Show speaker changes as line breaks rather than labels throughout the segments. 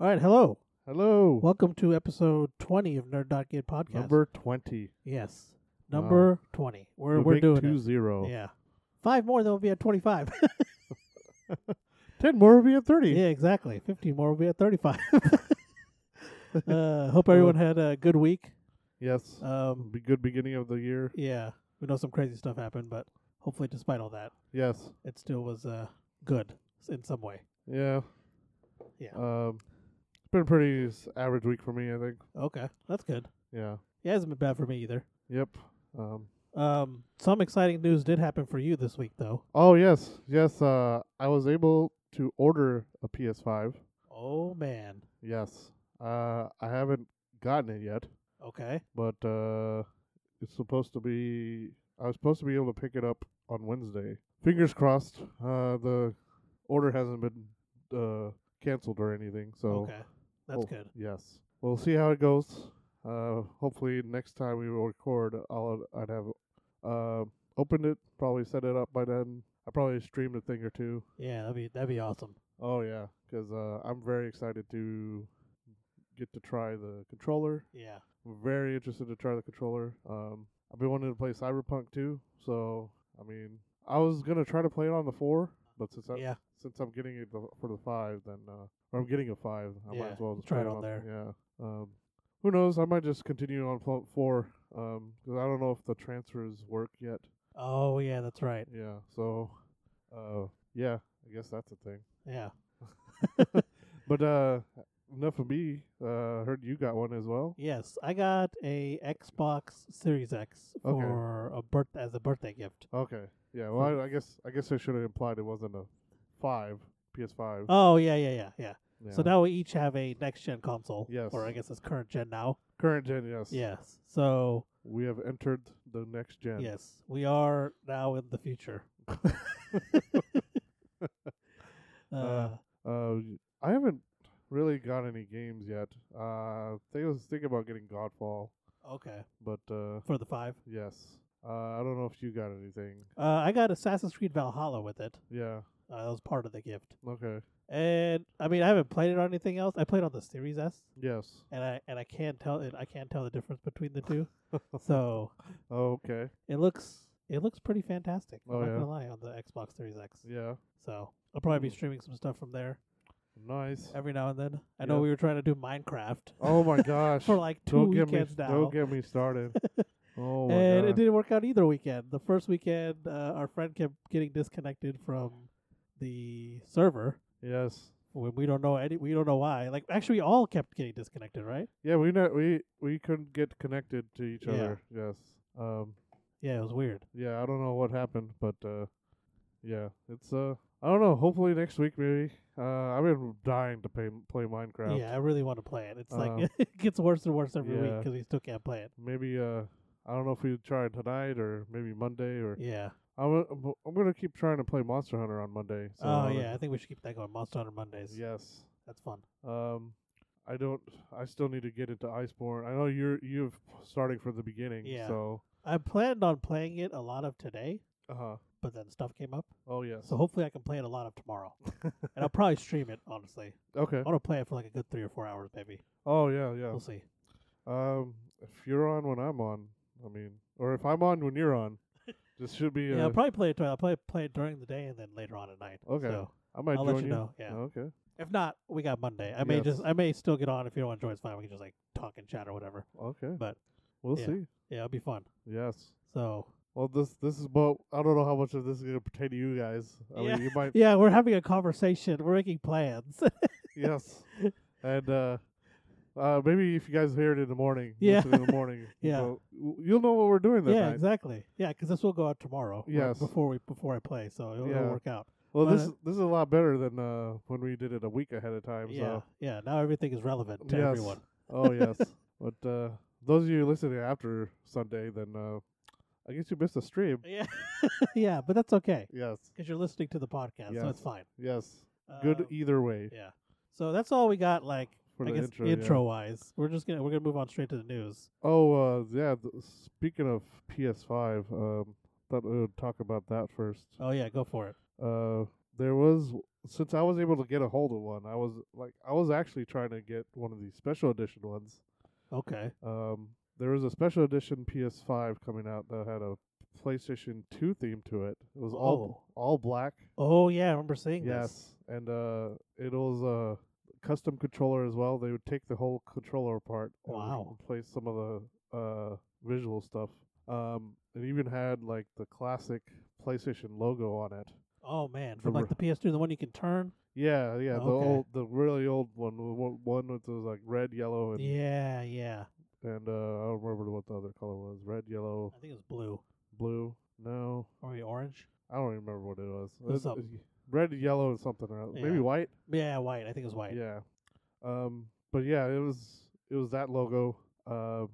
All right, hello.
Hello.
Welcome to episode 20 of Nerd Dot Get podcast.
Number 20.
yes.
Wow.
Number 20. We're
the
we're
big
doing
two
it.
zero.
Yeah. 5 more then we'll be at 25.
10 more will be at 30.
yeah, exactly. 15 more will be at 35. uh hope everyone had a good week.
Yes.
Um
be good beginning of the year.
yeah, we know some crazy stuff happened, but hopefully despite all that,
Yes.
it still was uh good in some way.
Yeah.
Yeah.
Um, it's been a pretty s- average week for me, I think.
Okay. That's good.
Yeah.
Yeah, it hasn't been bad for me either.
Yep. Um,
Um some exciting news did happen for you this week though.
oh, yes. Yes. Uh, I was able to order a PS5.
Oh man.
Yes. Uh, I haven't gotten it yet,
Okay.
but uh, it's supposed to be. I was supposed to be able to pick it up on Wednesday. Fingers crossed. Uh, the order hasn't been uh, canceled or anything, so
Okay. That's
Oh,
good.
Yes. We'll see how it goes. Uh, hopefully next time we will record, I'll I'd have uh, opened it, probably set it up by then. I probably streamed a thing or two.
Yeah, that'd be that'd be awesome.
Oh yeah, because uh, I'm very excited to get to try the controller.
Yeah.
I'm very interested to try the controller. Um, I've been wanting to play Cyberpunk too, so I mean, I was gonna try to play it on the four, but since I,
Yeah.
since I'm getting it the- for the five, then uh, or I'm getting a five, I might
Yeah,
as well just
try it
play
on
Yeah. Um, who knows? I might just continue on pl- four because I don't know if the transfers work yet.
Oh yeah, that's right.
Yeah. So, uh, yeah, I guess that's a thing.
Yeah.
But uh, enough of me. Uh, I heard you got one as well.
Yes, I got a Xbox Series X
Okay.
for a birth as a birthday gift.
Okay. Yeah. Well, I, I guess I guess I should have implied it wasn't a five PS Five.
Oh yeah, yeah, yeah, yeah.
yeah.
So now we each have a next gen console.
Yes.
Or I guess it's current gen now.
current gen. Yes.
Yes. So
We have entered the next gen.
yes, we are now in the future. uh,
Uh, Uh, I haven't really got any games yet. Uh, I think I was thinking about getting Godfall,
okay.
but uh,
For the five,
yes. Uh, I don't know if you got anything.
uh, I got Assassin's Creed Valhalla with it.
Yeah.
Uh, that was part of the gift.
Okay.
And I mean, I haven't played it on anything else. I played on the Series S,
Yes.
and I and I can't tell it. I can't tell the difference between the two. so
Oh, okay.
it looks it looks pretty fantastic. I'm
Oh,
not
yeah.
gonna lie on the Xbox Series X.
Yeah.
So I'll probably be
Mm.
streaming some stuff from there
Nice.
every now and then. I know
Yeah.
we were trying to do Minecraft
Oh my gosh.
for like 2
don't get me.
weekends now,
Don't get me started. oh my
and
god.
it didn't work out either weekend. The first weekend, uh, our friend kept getting disconnected from the server.
yes.
When we don't know any, we don't know why. Like actually, we all kept getting disconnected, right?
Yeah. We not we we couldn't get connected to each
Yeah.
other. Yes. Um.
Yeah, it was weird.
Yeah. I don't know what happened, but uh, yeah. It's uh. I don't know. Hopefully next week maybe. Uh, I've been dying to play play Minecraft.
Yeah, I really want to play it. It's
Um,
like it gets worse and worse every week 'cause
yeah.
week because we still can't play it.
Maybe uh. I don't know if we try it tonight or maybe Monday or
Yeah.
I'm I'm- I'm gonna keep trying to play Monster Hunter on Monday. So
oh
uh,
yeah, I think we should keep that going. Monster Hunter Mondays.
Yes.
that's fun.
Um, I don't. I still need to get into Iceborne. I know you're you've starting from the beginning.
Yeah.
So.
I planned on playing it a lot of today,
Uh huh.
but then stuff came up.
Oh yes.
So hopefully I can play it a lot of tomorrow, and I'll probably stream it. Honestly,
okay.
I want to play it for like a good three or four hours, maybe.
Oh yeah, yeah.
We'll see.
Um, if you're on when I'm on, I mean, or if I'm on when you're on, this should be.
Yeah,
uh,
I'll probably play it. I'll play play it during the day and then later on at night.
Okay.
So
I might
I'll
join
let you know. Yeah.
Okay.
If not, we got Monday. I may
Yes.
just I may still get on if you don't want to join. It's fine. We can just like talk and chat or whatever.
Okay.
But,
we'll
yeah.
see.
Yeah, it'll be fun.
Yes.
So
Well, this this is about. I don't know how much of this is gonna pertain to you guys. I
Yeah.
mean, you might.
Yeah, we're having a conversation. We're making plans.
yes. And uh, uh, maybe if you guys hear it in the morning,
Yeah.
listen in the morning.
Yeah.
you'll- You'll know what we're doing that
yeah,
night.
exactly. Yeah, because this will go out tomorrow. right
Yes.
Before we before I play, so it'll, it'll
Yeah.
work out.
Well, this
But-
is, this is a lot better than uh, when we did it a week ahead of time.
yeah, yeah. Now everything is relevant to
Yes.
everyone.
So, oh yes. But uh, those of you listening after Sunday, then uh, I guess you missed a stream.
Yeah, yeah. But that's okay
Yes,
because you're listening to the podcast, so
Yes.
it's fine.
yes. Good
Um,
either way
yeah. So that's all we got. Like
for
I
the
guess
intro.
intro,
yeah.
wise, we're just gonna we're gonna move on straight to the news.
Oh uh, yeah. Th- speaking of PS5,
Uh,
um, thought we would talk about that first.
Oh yeah, go for it.
Uh, there was since I was able to get a hold of one, I was like, I was actually trying to get one of these special edition ones.
Okay.
Um, there was a special edition PS5 coming out that had a PlayStation 2 theme to it. It was all all black.
Oh yeah, I remember seeing this.
Yes, and uh, it was a custom controller as well. They would take the whole controller apart. and re-
Wow.
Replace some of the uh, visual stuff. Um, it even had like the classic PlayStation logo on it.
Oh man, from like
Remember-
the PS2, the one you can turn.
Yeah, yeah, the
Okay.
old, the really old one, the one- one with those like red, yellow, and
Yeah, yeah.
and uh, I don't remember what the other color was. Red, yellow,
I think it was blue
blue. No,
or maybe orange.
I don't remember what it was.
It was
It-
something.
it- red, yellow, and something or other. maybe
Yeah.
white.
Yeah, white. I think it was white.
Yeah. Um. But yeah, it was it was that logo. Um.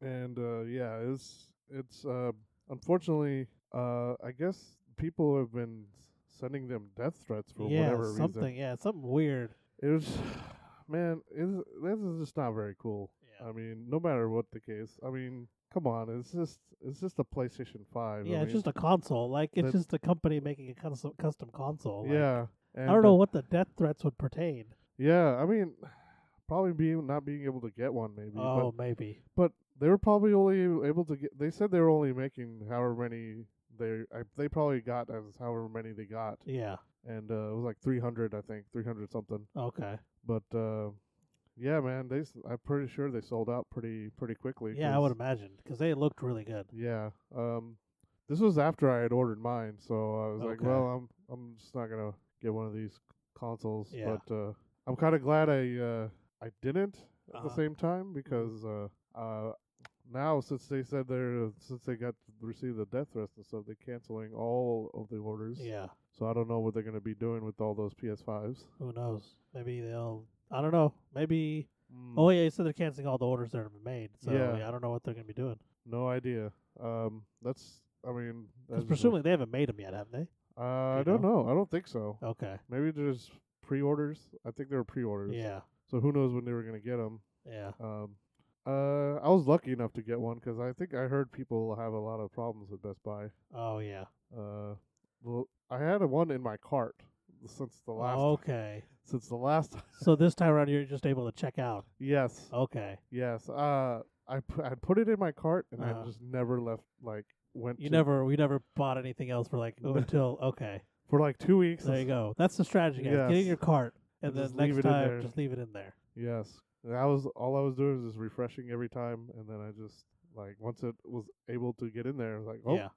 and uh, yeah, it's it's uh, unfortunately uh, I guess people have been sending them death threats for
Yeah,
whatever
something.
reason.
Yeah, something weird.
It was, man, it's, this is just not very cool. I mean, no matter what the case, I mean, come on, it's just it's just a PlayStation Five. I
yeah, it's
mean,
just a console. Like it's
that-
just a company making a custom custom console. like,
yeah.
I
And
don't know
uh,
what the death threats would pertain.
Yeah, I mean, probably being not being able to get one maybe. but
Oh, maybe.
But they were probably only able to get. They said they were only making however many they I, they probably got as however many they got,
Yeah.
and uh, it was like three hundred, I think, three hundred something.
Okay.
But uh, yeah, man, they s- I'm pretty sure they sold out pretty pretty quickly.
Yeah, I
'cause-
would imagine because they looked really good.
Yeah, um, this was after I had ordered mine, so I was like,
Okay.
well, I'm I'm just not gonna get one of these consoles.
Yeah.
But uh, I'm kind of glad I uh, I didn't at
Uh-huh.
the same time because uh, uh, now since they said they're since they got to receive the death threats and stuff, they're canceling all of the orders.
Yeah.
So I don't know what they're gonna be doing with all those PS5s.
Who knows? Maybe they'll. I don't know. Maybe. Oh yeah, you said they're canceling all the orders that have been made. So
Mm. Yeah.
yeah, I don't know what they're gonna be doing.
No idea. Um, that's I mean, that's
Because
just-
presumably they haven't made them yet, have they?
uh, I
you
don't know. I don't think so.
Okay.
Maybe there's pre-orders. I think there were pre-orders.
Yeah.
So who knows when they were gonna get them?
Yeah.
Um, uh, I was lucky enough to get one because I think I heard people have a lot of problems with Best Buy.
Oh yeah.
Uh, well, I had a one in my cart since the last
Oh, Okay.
since the last.
so this time around, you're just able to check out.
yes,
Okay.
yes. Uh, I pu- I put it in my cart and
Uh-huh.
I just never left. Like went
You
to-
never, we never bought anything else for like oh,
No.
until okay.
for like two weeks.
There you go. That's the strategy, guys. Get in
Yes.
your cart, and,
And
then
just leave
next
it in
time,
there.
just leave it in there.
Yes, And I was all I was doing was just refreshing every time, and then I just like once it was able to get in there, I was like, oh,
Yeah.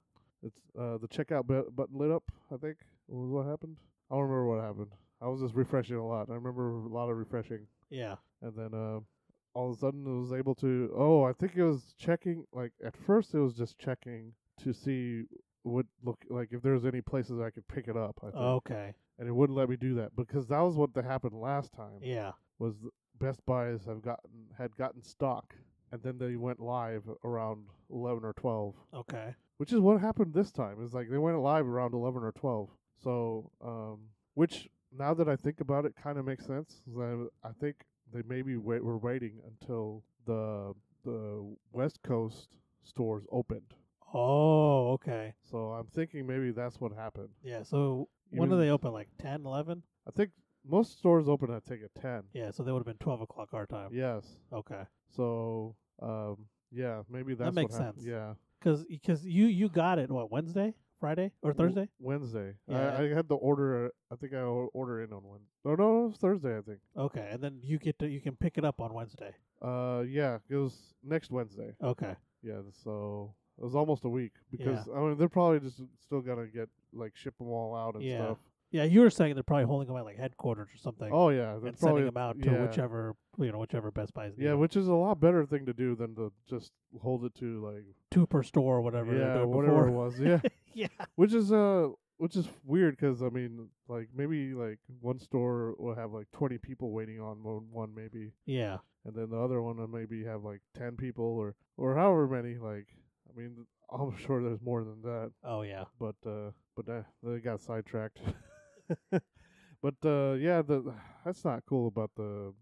It's uh, the checkout bu- button lit up. I think was what happened. I don't remember what happened. I was just refreshing a lot. I remember a lot of refreshing,
Yeah.
and then uh, all of a sudden it was able to. Oh, I think it was checking. Like at first it was just checking to see what look like if there was any places I could pick it up. I think.
Okay.
and it wouldn't let me do that because that was what that happened last time.
Yeah.
Was th- Best Buys have gotten had gotten stock, and then they went live around eleven or twelve
Okay.
which is what happened this time. It's like they went live around eleven or twelve. So, um, which now that I think about it, kind of makes sense. 'cause I, I think they maybe wait, were waiting until the the West Coast stores opened.
Oh, okay.
So I'm thinking maybe that's what happened.
Yeah. So when do
Even-
they open? Like 10, 11?
I think most stores open at take a ten.
Yeah. So they would have been twelve o'clock our time.
Yes.
Okay.
So, um, yeah, maybe that's
makes
what hap-
sense.
Yeah.
Because because you you got it what Wednesday, Friday, or
W-
Thursday?
Wednesday.
Yeah.
I, I had the order. I think I o- order in on Wednesday. No, no, it was Thursday. I think.
Okay, and then you get to you can pick it up on Wednesday.
Uh, yeah, it was next Wednesday.
Okay.
Yeah, so it was almost a week because I mean they're probably just still gonna get like ship them all out and
Yeah.
stuff.
Yeah, you were saying they're probably holding them at like headquarters or something,
Oh yeah, they're
and
probably
sending them out to
yeah,
whichever you know whichever Best Buys.
Yeah, which is a lot better thing to do than to just hold it to like
two per store or whatever. they're
yeah
doing
whatever it
before.
was yeah,
yeah.
which is uh which is weird because I mean like maybe like one store will have like twenty people waiting on one one maybe
Yeah.
and then the other one will maybe have like ten people or or however many like I mean I'm sure there's more than that.
Oh yeah.
but uh but uh, they got sidetracked but uh yeah the that's not cool about the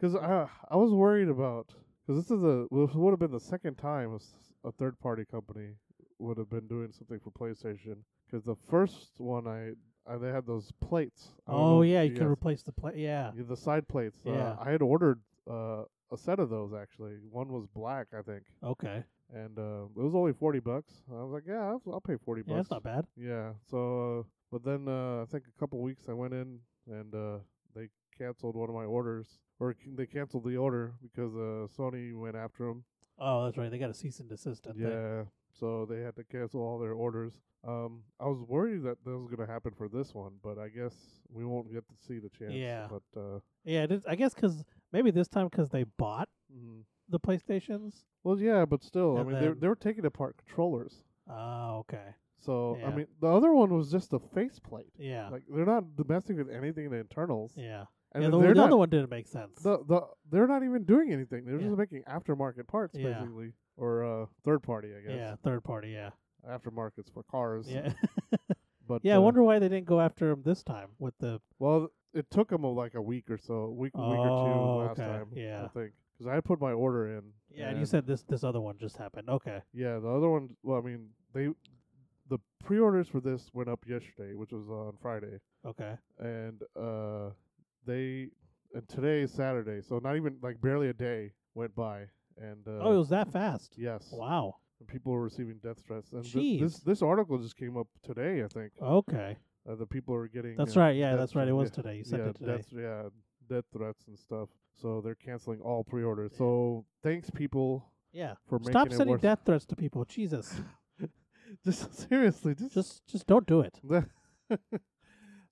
because i i was worried about because this is a this would have been the second time a s- a third party company would have been doing something for playstation because the first one i Uh, they had those plates. I don't know
Oh
if
yeah, you can
guys-
replace the plate. Yeah.
Yeah, the side plates.
Yeah.
Uh, I had ordered uh, a set of those actually. One was black, I think,
Okay.
and uh, it was only forty bucks. I was like, yeah, I'll, I'll pay forty
Yeah,
bucks.
that's not bad.
Yeah. So, uh, but then uh, I think a couple weeks I went in and uh, they canceled one of my orders, or c- they canceled the order because uh, Sony went after them.
Oh, that's right. They got a cease and desist. didn't
yeah.
They?
So they had to cancel all their orders. Um, I was worried that that was going to happen for this one, but I guess we won't get to see the chance.
Yeah.
But uh,
Yeah. It is, I guess because maybe this time because they bought
mm,
the PlayStations.
well, yeah, but still, I
And
mean, they
then-
they were taking apart controllers.
Oh, okay.
So I
Yeah.
mean, the other one was just a faceplate.
Yeah.
Like they're not domestic with anything in the internals.
yeah.
And
yeah.
then
The,
they're
one- the
not
other one didn't make sense.
the the they're not even doing anything. They're
Yeah.
just making aftermarket parts
Yeah.
basically, or uh, third party, I guess.
yeah. Third party. Yeah.
Aftermarkets for cars.
Yeah.
But
yeah. I
uh,
wonder why they didn't go after him this time with the.
Well, it took them like a week or so, week week
Oh,
or two last
okay.
time.
Yeah.
I think because I had put my order in.
Yeah. And you said this this other one just happened. Okay.
yeah. The other one. Well, I mean they the pre-orders for this went up yesterday, which was on Friday,
Okay.
and uh they and today is Saturday, so not even like barely a day went by, and uh,
oh, it was that fast.
yes.
Wow.
and people are receiving death threats. And thi- this
Jeez.
this article just came up today, I think.
Okay.
Uh, the people are getting
That's
uh,
right. Yeah.
death
That's right. It
threat-
was
yeah,
today. You said
yeah,
it today.
Death, yeah, death threats and stuff. So they're canceling all pre-orders.
Yeah.
So thanks, people,
Yeah.
for
Stop
making it
sending
worse.
death threats to people. Jesus.
Just seriously, just.
just just don't do it.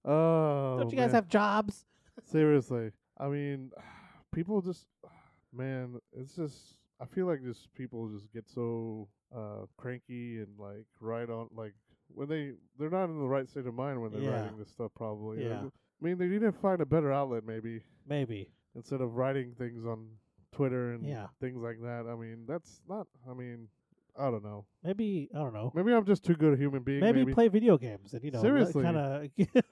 oh,
don't you guys
man.
have jobs?
seriously? I mean, people just, man, it's just. I feel like just people just get so uh cranky and like right on like when they they're not in the right state of mind when they're
Yeah.
writing this stuff probably.
Yeah.
I mean, they need to find a better outlet maybe
Maybe.
instead of writing things on Twitter and
Yeah.
things like that. I mean, that's not. I mean, I don't know.
Maybe I don't know.
Maybe I'm just too good a human being.
Maybe,
Maybe.
play video games and you know
Seriously.
kind of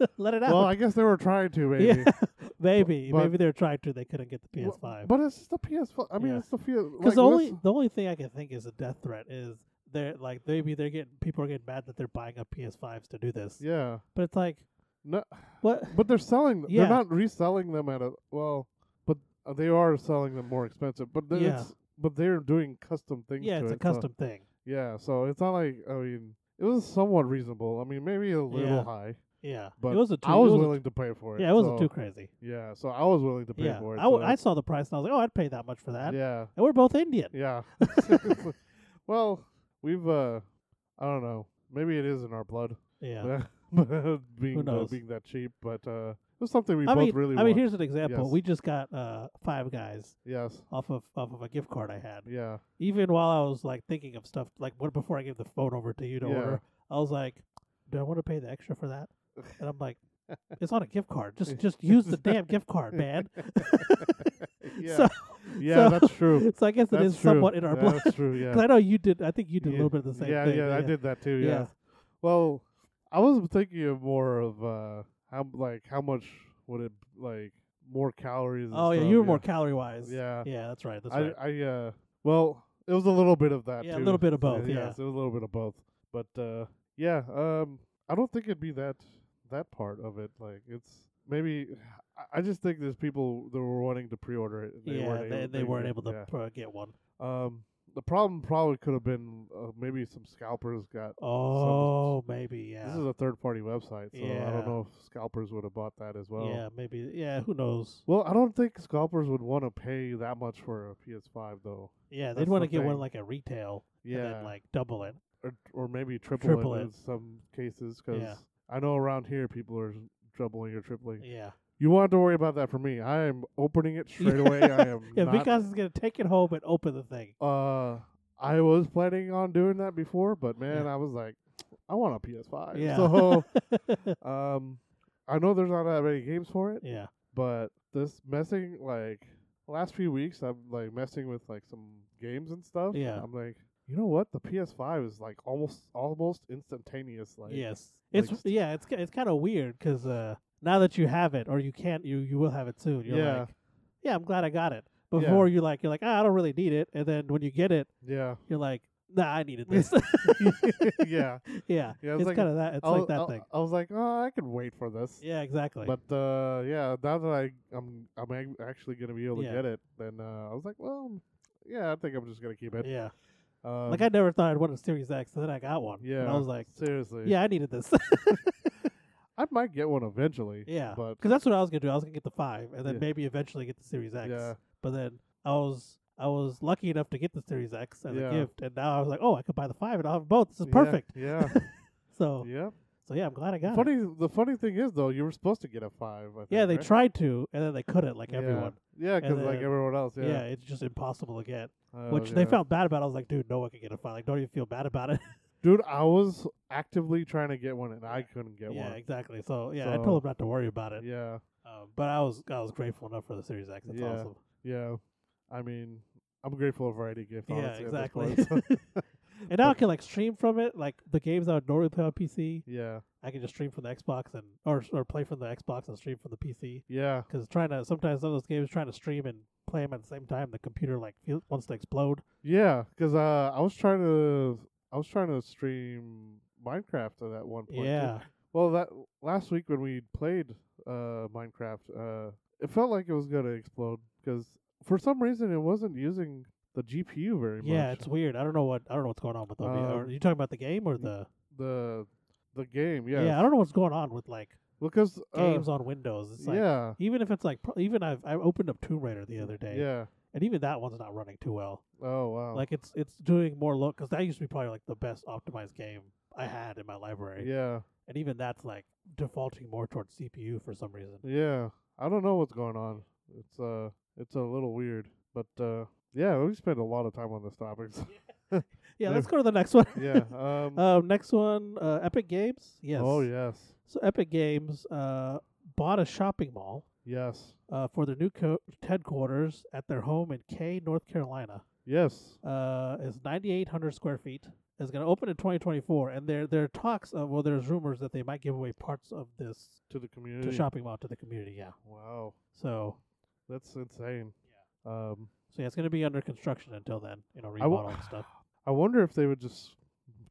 let it out.
well, I guess they were trying to. Maybe.
Yeah, maybe
but-
maybe they're trying to. They couldn't get the
Well,
PS Five
But it's just the PS5. I mean,
Yeah.
it's the PS.
because
Like,
the only
let's-
the only thing I can think is a death threat is they're like maybe they're getting people are getting mad that they're buying up PS Fives to do this.
Yeah.
But it's like
No.
what?
But they're selling. them.
Yeah.
They're not reselling them at a. Well, but uh, they are selling them more expensive. But then
Yeah.
it's. But they're doing custom things.
Yeah,
to
it's a
it, so-
custom thing.
yeah. So it's not like. I mean, it was somewhat reasonable. I mean, maybe a little
Yeah.
high.
Yeah,
But
it wasn't too.
I was
it wasn't-
willing to pay for it.
yeah, it wasn't
so-
too crazy.
Yeah, so I was willing to pay
Yeah,
for it.
I, w-
so
I saw the price and I was like, oh, I'd pay that much for that.
yeah,
And we're both Indian.
yeah. well, we've uh, I don't know. Maybe it is in our blood. uh,
Yeah.
being the-
knows?
being that cheap, but uh, it was something we
I
both
mean,
really.
I mean,
want.
here's an example.
Yes.
We just got uh, Five Guys
yes,
off of off of a gift card I had.
yeah,
Even while I was like thinking of stuff, like what before I gave the phone over to you to
Yeah.
order, I was like, "Do I want to pay the extra for that?" And I'm like, "It's on a gift card. Just just use the damn gift card, man."
Eh, yeah,
So-
yeah.
so-
that's true.
so I guess it
That's
is
true.
somewhat in our
yeah,
blood.
That's true. Yeah.
'Cause I know you did. I think you did a
Yeah,
little bit of the same
yeah,
thing.
yeah, I did that too. Yeah.
Yeah.
Well, I was thinking of more of uh, how like how much would it like more calories? And
Oh yeah,
stuff,
you were more calorie wise.
Yeah.
yeah, that's right. That's
I,
right.
I uh well, it was a little bit of that
Yeah, a
too.
little bit of both, yeah.
yes, it was a little bit of both. But uh yeah, um I don't think it'd be that that part of it. Like it's maybe I- I just think there's people that were wanting to pre-order it. and They
yeah,
weren't
they,
able,
they weren't able to
yeah.
pro- get one.
Um, the problem probably could have been uh, maybe some scalpers got.
Oh, maybe yeah.
This is a third-party website, so I
Yeah.
don't know if scalpers would have bought that as well.
yeah, maybe. Yeah, who knows?
Well, I don't think scalpers would want to pay that much for a PS5 though.
Yeah, they'd
That's
want to
the
get one
thing.
like a retail,
Yeah.
and then like double it.
or or maybe triple,
Triple
it,
it.
in some cases because
Yeah.
I know around here people are doubling or tripling.
Yeah,
You won't have to worry about that for me. I am opening it straight away. I am
yeah.
not.
Vikas is gonna take it home and open the thing.
uh, I was planning on doing that before, but man, I was like, I want a PS5.
Yeah.
So, um, I know there's not that many games for it,
Yeah,
but this messing like last few weeks, I'm like messing with like some games and stuff.
Yeah.
I'm like. You know what? The PS5 is like almost almost instantaneous. Like
yes. It's
like st-
yeah. It's ki- it's kind of weird because uh, now that you have it, or you can't, you you will have it soon. You're
Yeah.
like, yeah, I'm glad I got it.
Yeah.
Before you like, you're like, ah, I don't really need it, and then when you get it,
Yeah,
you're like, nah, I needed this. yeah,
yeah. Yeah, it's
it's
like,
kind of that. It's
I was-
like that
I-
thing.
I was like, oh, I could wait for this.
Yeah, exactly.
But uh, yeah, now that I I'm I'm ac- actually gonna be able to
Yeah.
get it, then uh, I was like, well, yeah, I think I'm just gonna keep it.
yeah,
Um,
like I never thought I'd want a Series X, and then I got one.
yeah,
and I was like,
seriously,
yeah, I needed this.
I might get one eventually.
yeah,
but
because that's what I was gonna do. I was gonna get the five, and then
Yeah.
maybe eventually get the Series X.
yeah,
But then I was I was lucky enough to get the Series X as
Yeah.
a gift, and now I was like, oh, I could buy the five, and I'll have both. This is
yeah,
perfect.
Yeah,
So
yeah.
so yeah, I'm glad I got it.
Funny, the funny thing is though, you were supposed to get a five. I think,
Yeah, they
right?
tried to, and then they couldn't, like everyone.
Yeah, because
And
like
then-
everyone else.
Yeah.
Yeah,
it's just impossible to get,
Oh,
which they
yeah.
felt bad about. I was like, dude, no one can get a five. Like, don't even feel bad about it.
Dude, I was actively trying to get one and I couldn't get
yeah,
one.
exactly. So yeah, I
So-
told them not to worry about it.
Yeah,
Um, but I was I was grateful enough for the Series X. That's
Yeah.
awesome.
yeah. I mean, I'm grateful for any gift.
Yeah,
honestly, at this
exactly.
point, so-
And now I can like stream from it, like the games I would normally play on PC.
yeah,
I can just stream from the Xbox and or or play from the Xbox and stream from the PC.
yeah,
Because trying to sometimes some of those games trying to stream and play them at the same time, the computer like feel, wants to explode.
yeah. Because uh, I was trying to, I was trying to stream Minecraft at that one point. too.
yeah,
Well, that last week when we played uh, Minecraft, uh, it felt like it was gonna explode because for some reason it wasn't using the GPU very much.
yeah, it's weird. I don't know what I don't know what's going on with OBS.
Um,
are you talking about the game or the?
the the game. Yeah,
Yeah, I don't know what's going on with like
because uh,
games on Windows. It's like
yeah,
even if it's like pro- even I've I opened up Tomb Raider the other day,
yeah.
and even that one's not running too well.
Oh wow.
Like it's it's doing more look because that used to be probably like the best optimized game I had in my library,
yeah,
and even that's like defaulting more towards CPU for some reason.
yeah. I don't know what's going on. It's uh, it's a little weird, but uh, yeah, we spend a lot of time on this topic. so-
Yeah,
Yeah.
let's go to the next one.
yeah. Um.
um, next one, uh, Epic Games. Yes.
Oh yes,
So Epic Games uh, bought a shopping mall
yes,
uh, for their new co- headquarters at their home in Cay, North Carolina.
yes.
uh, is 9,800 square feet. It's going to open in 2024, and there there are talks of well, there's rumors that they might give away parts of this
To the community.
to shopping mall to the community. Yeah,
Wow,
so
that's insane. Yeah. Um.
so yeah, it's going to be under construction until then. You know,
I wo-
remodel and stuff.
I wonder if they would just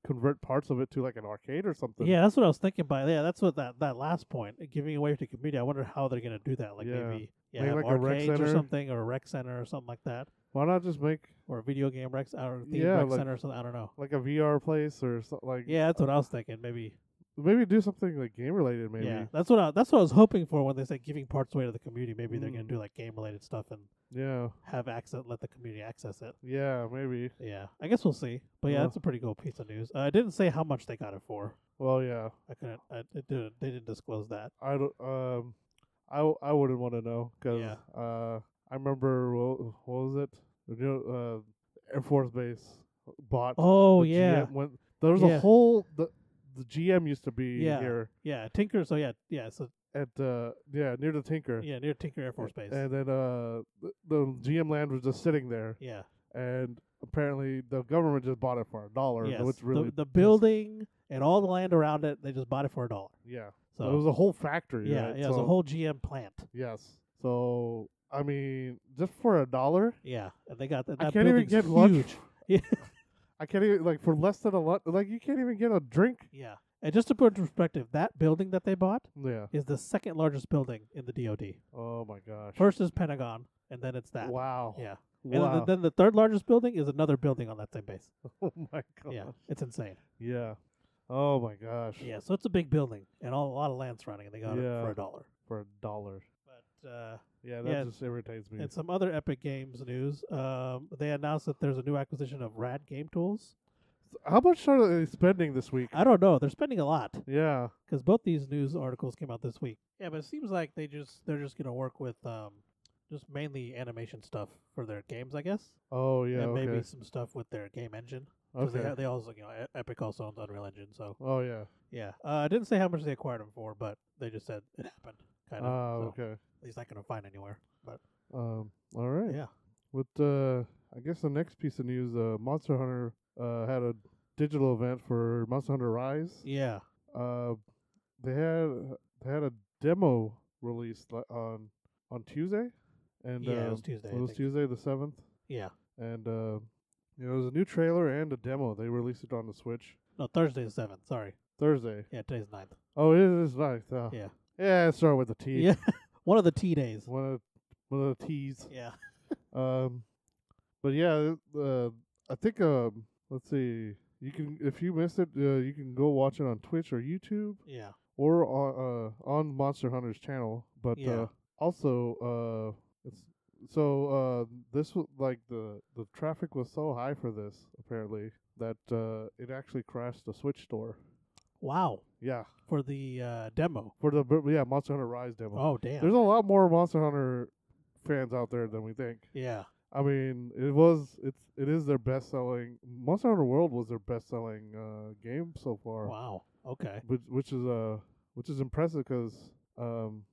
convert parts of it to like an arcade or something.
yeah, that's what I was thinking. By yeah, that's what that that last point uh, giving away to community. I wonder how they're going to do that. Like
Yeah.
maybe yeah,
Maybe
have
like a rec
arcades or
center.
something, or a rec center or something like that,
Why not just make
or a video game rec or a theme
Yeah,
rec
like-
center or something. I don't know.
like a VR place or something like
Yeah, that's what I was thinking. Maybe
maybe do something like game related maybe.
Yeah, that's what I, that's what I was hoping for when they said giving parts away to the community. Maybe they're gonna
Mm.
do like game related stuff and
Yeah.
have access, let the community access it.
Yeah, maybe.
Yeah, I guess we'll see. But yeah,
Yeah.
that's a pretty cool piece of news. Uh, I didn't say how much they got it for.
Well, yeah.
I couldn't. I, it didn't. They didn't disclose that.
I don't. Um, I w- I wouldn't want to know because
Yeah.
uh, I remember wha- what was it? You know, uh, Air Force Base bought.
Oh
the
yeah,
GM when, there was
Yeah.
a whole the the GM used to be
Yeah.
here
yeah. Tinker. So yeah, yeah. So
at uh yeah near the Tinker.
yeah, near Tinker Air Force Base.
And then uh the, the GM land was just sitting there,
yeah.
and apparently the government just bought it for a dollar,
Yes.
which really
the, the
pissed-
building and all the land around it, they just bought it for a dollar.
Yeah,
So
it was a whole factory.
yeah,
right?
yeah. It was a
So-
whole GM plant.
Yes. So I mean, just for a dollar,
Yeah, and they got that.
I
that
can't even
building's
get
huge.
lunch.
Yeah.
I can't even like for less than a lot. Like you can't even get a drink.
Yeah. And just to put into perspective, that building that they bought
Yeah.
is the second largest building in the DoD.
Oh my gosh.
First is Pentagon, and then it's that.
Wow.
Yeah. And then,
Wow.
the, then the third largest building is another building on that same base.
oh my gosh.
Yeah. It's insane.
Yeah. Oh my gosh.
Yeah. So it's a big building and all, a lot of land surrounding, and they got it
Yeah.
for a dollar.
For a dollar.
But uh,
Yeah, that
Yeah.
just irritates me.
in some other Epic Games news, um, they announced that there's a new acquisition of Rad Game Tools.
How much are they spending this week?
I don't know. They're spending a lot.
yeah.
because both these news articles came out this week. Yeah, but it seems like they just they're just gonna work with um, just mainly animation stuff for their games, I guess,
Oh yeah.
and
okay.
maybe some stuff with their game engine. 'Cause
okay.
They, ha- they also, you know, E- Epic also owns Unreal Engine, so
oh yeah.
yeah. Uh, I didn't say how much they acquired them for, but they just said it happened, kind of.
Ah,
so
okay.
He's not gonna find anywhere, but
Um. All right.
yeah,
With uh, I guess the next piece of news, uh, Monster Hunter uh had a digital event for Monster Hunter Rise.
yeah,
Uh, they had they had a demo released li- on on Tuesday, and
yeah.
uh,
it was Tuesday. I
it was
think.
Tuesday the seventh,
Yeah,
and uh, You know, there's a new trailer and a demo. They released it on the Switch
No, Thursday is seventh. Sorry.
Thursday.
Yeah, today's ninth.
Oh, it is nice. Uh,
Yeah.
Yeah, it started with a T.
Yeah. One of the T days.
One of one of the T's.
Yeah.
Um, but yeah, uh, I think um, let's see. You can if you missed it, uh, you can go watch it on Twitch or YouTube
Yeah.
or on uh, on Monster Hunter's channel. But
Yeah.
uh, also, uh, it's so uh, this was like the the traffic was so high for this apparently that uh, it actually crashed the Switch store.
Wow.
Yeah,
For the uh, demo.
for the br- yeah Monster Hunter Rise demo.
Oh damn.
There's a lot more Monster Hunter fans out there than we think.
yeah.
I mean, it was it's it is their best selling Monster Hunter World was their best selling uh, game so far,
Wow. Okay.
which which is uh which is impressive because um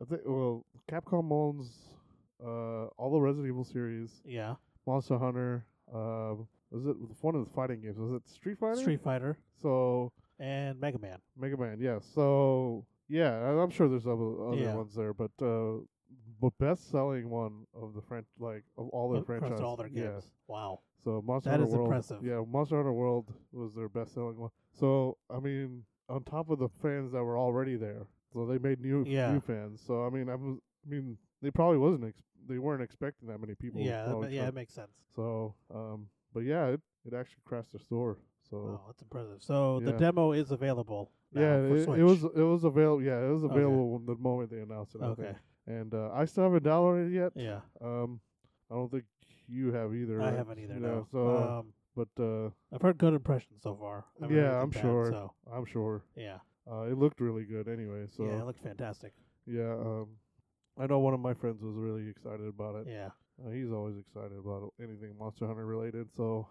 I think well Capcom owns uh all the Resident Evil series,
Yeah.
Monster Hunter, um was it one of the fighting games? Was it Street Fighter?
Street Fighter
So
and Mega Man.
Mega Man, yeah. So yeah, I- I'm sure there's other other
Yeah.
ones there, but uh the best selling one of the French like of all their
Across
franchises.
all their
yeah.
games. Wow.
So Monster
That
Hunter
is
World,
impressive.
yeah, Monster Hunter World was their best-selling one. So I mean, on top of the fans that were already there, so they made new
Yeah.
new fans. So I mean, I, was, I mean, they probably wasn't ex- they weren't expecting that many people.
Yeah.
following
But yeah,
Trump.
it makes sense.
So, um, but yeah, it, it actually crashed the store. So
Wow, that's impressive. So the
Yeah.
demo is available. now
yeah,
for
it,
Switch.
it was it was available. Yeah, it was
Okay.
available when the moment they announced it. I
okay.
think. And uh, I still haven't downloaded it yet.
Yeah.
Um, I don't think you have either.
I
right?
haven't either.
Yeah,
No.
So,
um,
but uh,
I've heard good impressions so far. I haven't heard
Yeah, I'm
anything bad,
sure.
So
I'm sure.
yeah.
Uh, it looked really good anyway. So
yeah, it
yeah,
looked fantastic.
um, I know one of my friends was really excited about it.
Yeah.
Uh, he's always excited about anything Monster Hunter related. So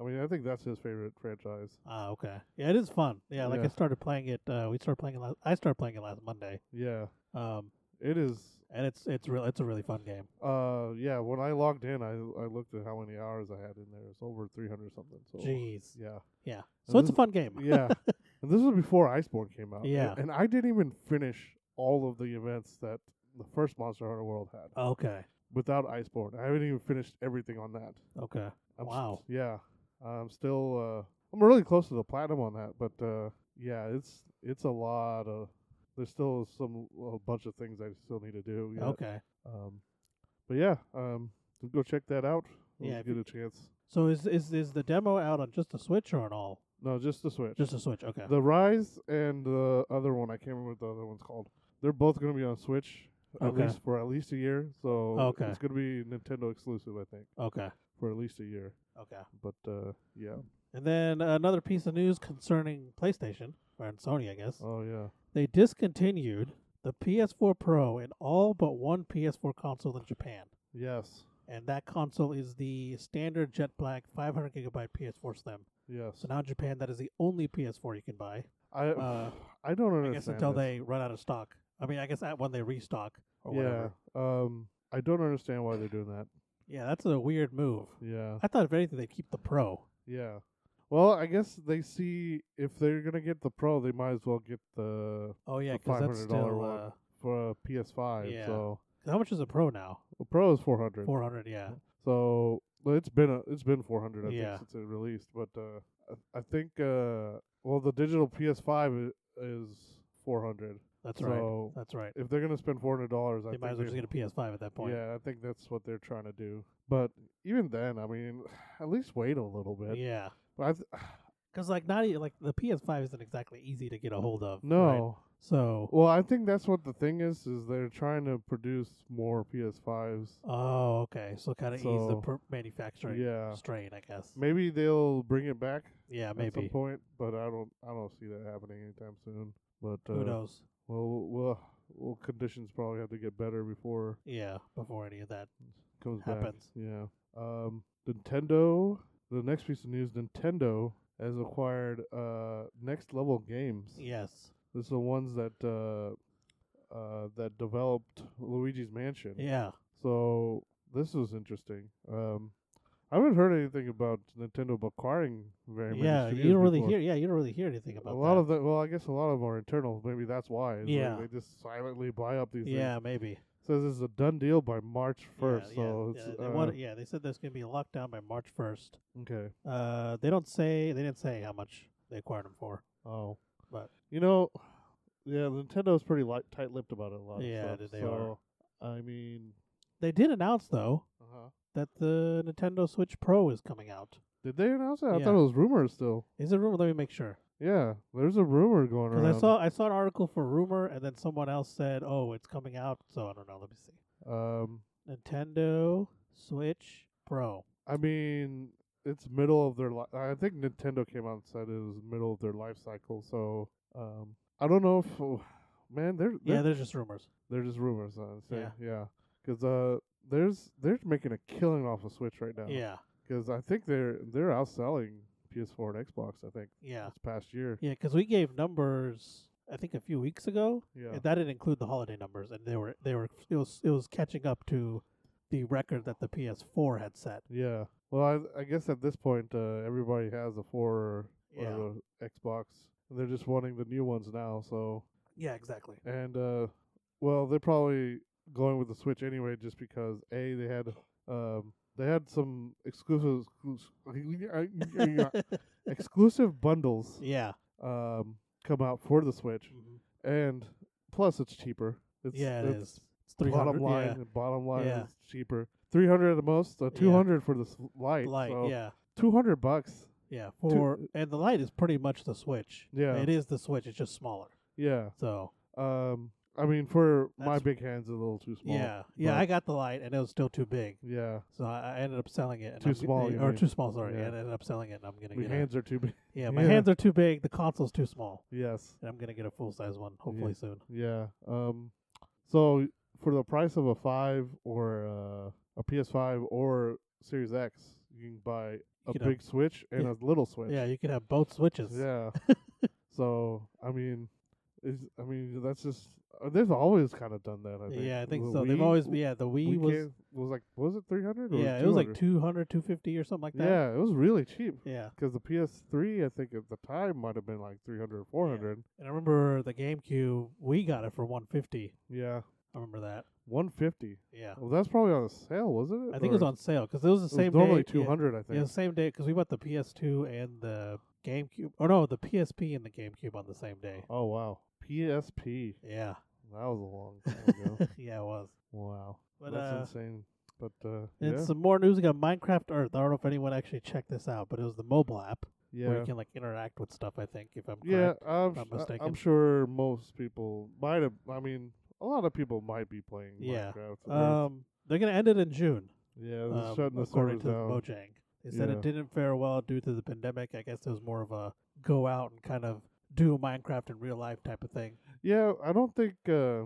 I mean, I think that's his favorite franchise.
Ah, okay. Yeah, it is fun. Yeah, like I
Yeah.
started playing it. Uh, we started playing it. Last, I started playing it last Monday.
Yeah,
Um,
it is.
and it's it's real. It's a really fun game.
Uh, yeah. When I logged in, I I looked at how many hours I had in there. It's over 300 something. So
Jeez.
yeah,
Yeah.
And
So it's a
this-
fun game.
yeah. and this was before Iceborne came out.
Yeah.
and, and I didn't even finish all of the events that the first Monster Hunter World had
Okay.
without Iceborne. I haven't even finished everything on that.
Okay.
I'm s-
Wow.
yeah, I'm still. Uh, I'm really close to the platinum on that, but uh, yeah, it's it's a lot of. There's still some a bunch of things I still need to do. yet.
Okay.
Um, but yeah, um, go check that out. when
Yeah,
you
if you-
get a chance.
So is is is the demo out on just the Switch or on all?
No, just the Switch.
Just the Switch. Okay.
the Rise and the other one. I can't remember what the other one's called. They're both going to be on Switch at
Okay.
least for at least a year. So
Okay.
it's going to be Nintendo exclusive, I think,
okay.
for at least a year.
Okay.
But uh, yeah.
And then another piece of news concerning PlayStation or Sony, I guess.
Oh yeah.
They discontinued the PS4 Pro in all but one PS4 console in Japan.
Yes.
and that console is the standard Jet Black 500 gigabyte PS4 Slim.
Yes.
So now in Japan, that is the only PS4 you can buy.
I
Uh,
I don't
I
understand.
guess until
this.
they run out of stock. I mean, I guess at when they restock or
yeah
whatever.
um I don't understand why they're doing that.
Yeah, that's a weird move.
Yeah,
I thought if anything they would keep the Pro.
yeah. Well, I guess they see if they're gonna get the Pro, they might as well get the
Oh yeah,
The
because that's
$500
still
one.
uh,
for a PS5.
Yeah.
So
how much is a Pro now?
the Pro is 400.
400. Yeah.
So well, it's been a, it's been 400 I
Yeah.
think since it released, but uh, I, I think uh, well the digital PS5 i- is 400.
That's right.
so
That's right.
if they're gonna spend 400 dollars,
They
I think
might as well
they-
just get a PS5 at that point.
Yeah, I think that's what they're trying to do. But even then, I mean, at least wait a little bit.
Yeah.
But I th-
Because like not e- like the PS5 isn't exactly easy to get a hold of.
no.
right? So.
Well, I think that's what the thing is is they're trying to produce more PS5s.
Oh, okay. So kind of ease the
So-
per- manufacturing
Yeah.
strain, I guess.
Maybe they'll bring it back
Yeah,
at some
maybe.
point, but I don't I don't see that happening anytime soon. But uh,
Who knows?
Well, well, well, conditions probably have to get better before
Yeah, before any of that.
it comes
Happens.
back. Yeah. Um, Nintendo. The next piece of news: Nintendo has acquired uh, Next Level Games.
Yes.
This is the ones that uh, uh, that developed Luigi's Mansion.
Yeah.
So this was interesting. Um, I haven't heard anything about Nintendo acquiring very many.
Yeah,
studios
you don't really
before.
hear. Yeah, you don't really hear anything about
a lot
that.
of the well, I guess a lot of them are internal. Maybe that's why. is like
Yeah.
they just silently buy up these.
yeah, maybe.
things. says it's a done deal by March first.
yeah,
so
yeah,
it's,
yeah,
uh,
they want, yeah, they said there's gonna be a lockdown by March first.
okay.
Uh, they don't say they didn't say how much they acquired them for.
Oh,
But-
you know, yeah, Nintendo's pretty li- tight-lipped about it a lot. of
Yeah,
stuff,
they
so, I mean,
They did announce though
uh-huh.
that the Nintendo Switch Pro is coming out.
did they announce that? I
Yeah.
thought it was rumors still.
Is it rumor? Let me make sure.
Yeah, there's a rumor going
Because
around.
I saw I saw an article for rumor, and then someone else said, "Oh, it's coming out." So I don't know. Let me see.
Um,
Nintendo Switch Pro.
I mean, it's middle of their. Li- I think Nintendo came out and said it was middle of their life cycle. So, um, I don't know if, oh, man, they're, they're
Yeah, there's just rumors.
They're just rumors, honestly.
Yeah.
Yeah, because uh, there's they're making a killing off of Switch right now.
Yeah,
because I think they're they're outselling PS4 and Xbox. I think
yeah,
this past year.
yeah. Because we gave numbers, I think, a few weeks ago,
Yeah,
and that didn't include the holiday numbers, and they were they were it was it was catching up to the record that the PS4 had set.
yeah. Well, I, I guess at this point, uh, everybody has a four or,
Yeah,
or a Xbox. They're just wanting the new ones now. So
yeah, exactly.
and uh, well, they're probably going with the Switch anyway, just because a they had um they had some exclusive exclusive bundles
yeah,
um, come out for the Switch,
Mm-hmm.
and plus it's cheaper. It's,
yeah, it
it's
is. It's three
Bottom
hundred.
line,
Yeah.
bottom line
Yeah.
is cheaper. Three hundred at the most. Uh,
Yeah.
Two hundred for the s- light.
Light,
so
yeah,
Two hundred bucks.
yeah. For and the light is pretty much the Switch.
Yeah.
it is the Switch. It's just smaller.
Yeah.
So
Um. I mean, for my
That's-
big hand's a little too small.
yeah, yeah.
but-
I got the light, and it was still too big.
Yeah.
So I I ended up selling it. and
Too
I'm g-
small,
eh,
you
or
mean.
too small. Sorry,
Yeah.
and I ended up selling it. And I'm gonna
My
get
hands are too big.
a, yeah. My
yeah.
hands are too big. The console's too small,
Yes.
and I'm gonna get a full size one hopefully soon.
Yeah. Um. So for the price of a five or uh, a PS5 or Series X, you can buy a
You know.
big Switch and
Yeah.
a little Switch.
Yeah, you can have both switches.
Yeah. so I mean, is I mean that's just uh, they've always kind of done that. I think.
Yeah, I think
The
so. They've
Wii-
always yeah. The Wii
Wii
was
came- was like was it three hundred?
yeah. It was like 200, 250 or something like that.
Yeah, it was really cheap
Yeah,
because the PS3 I think at the time might have been like 300 or 400.
and I remember the GameCube. We got it for one fifty.
Yeah.
I remember that.
150.
Yeah,
Well, that's probably on a sale, wasn't it?
I think it was
Or-
on sale because it was the
It was
same
normally
day. yeah.
200, I think.
Yeah, the same day because we bought the PS2 and the GameCube, or no, the PSP and the GameCube on the same day.
Oh wow, PSP.
Yeah,
That was a long time ago.
yeah, it was.
wow,
But
that's
uh,
insane. But uh,
and
yeah,
some more news. We got Minecraft Earth. I don't know if anyone actually checked this out, but it was the mobile app where
yeah.
you can like interact with stuff. I think if I'm
Yeah,
correct.
I'm,
not
s- I-
mistaken.
I'm sure most people might have. I mean, a lot of people might be playing
Yeah.
Minecraft. There's-
Um, they're gonna end it in June.
yeah, they're
Um,
shutting the
according
servers
to
down.
Mojang, they said
Yeah.
it didn't fare well due to the pandemic. I guess it was more of a go out and kind of do Minecraft in real life type of thing.
yeah, I don't think. Uh,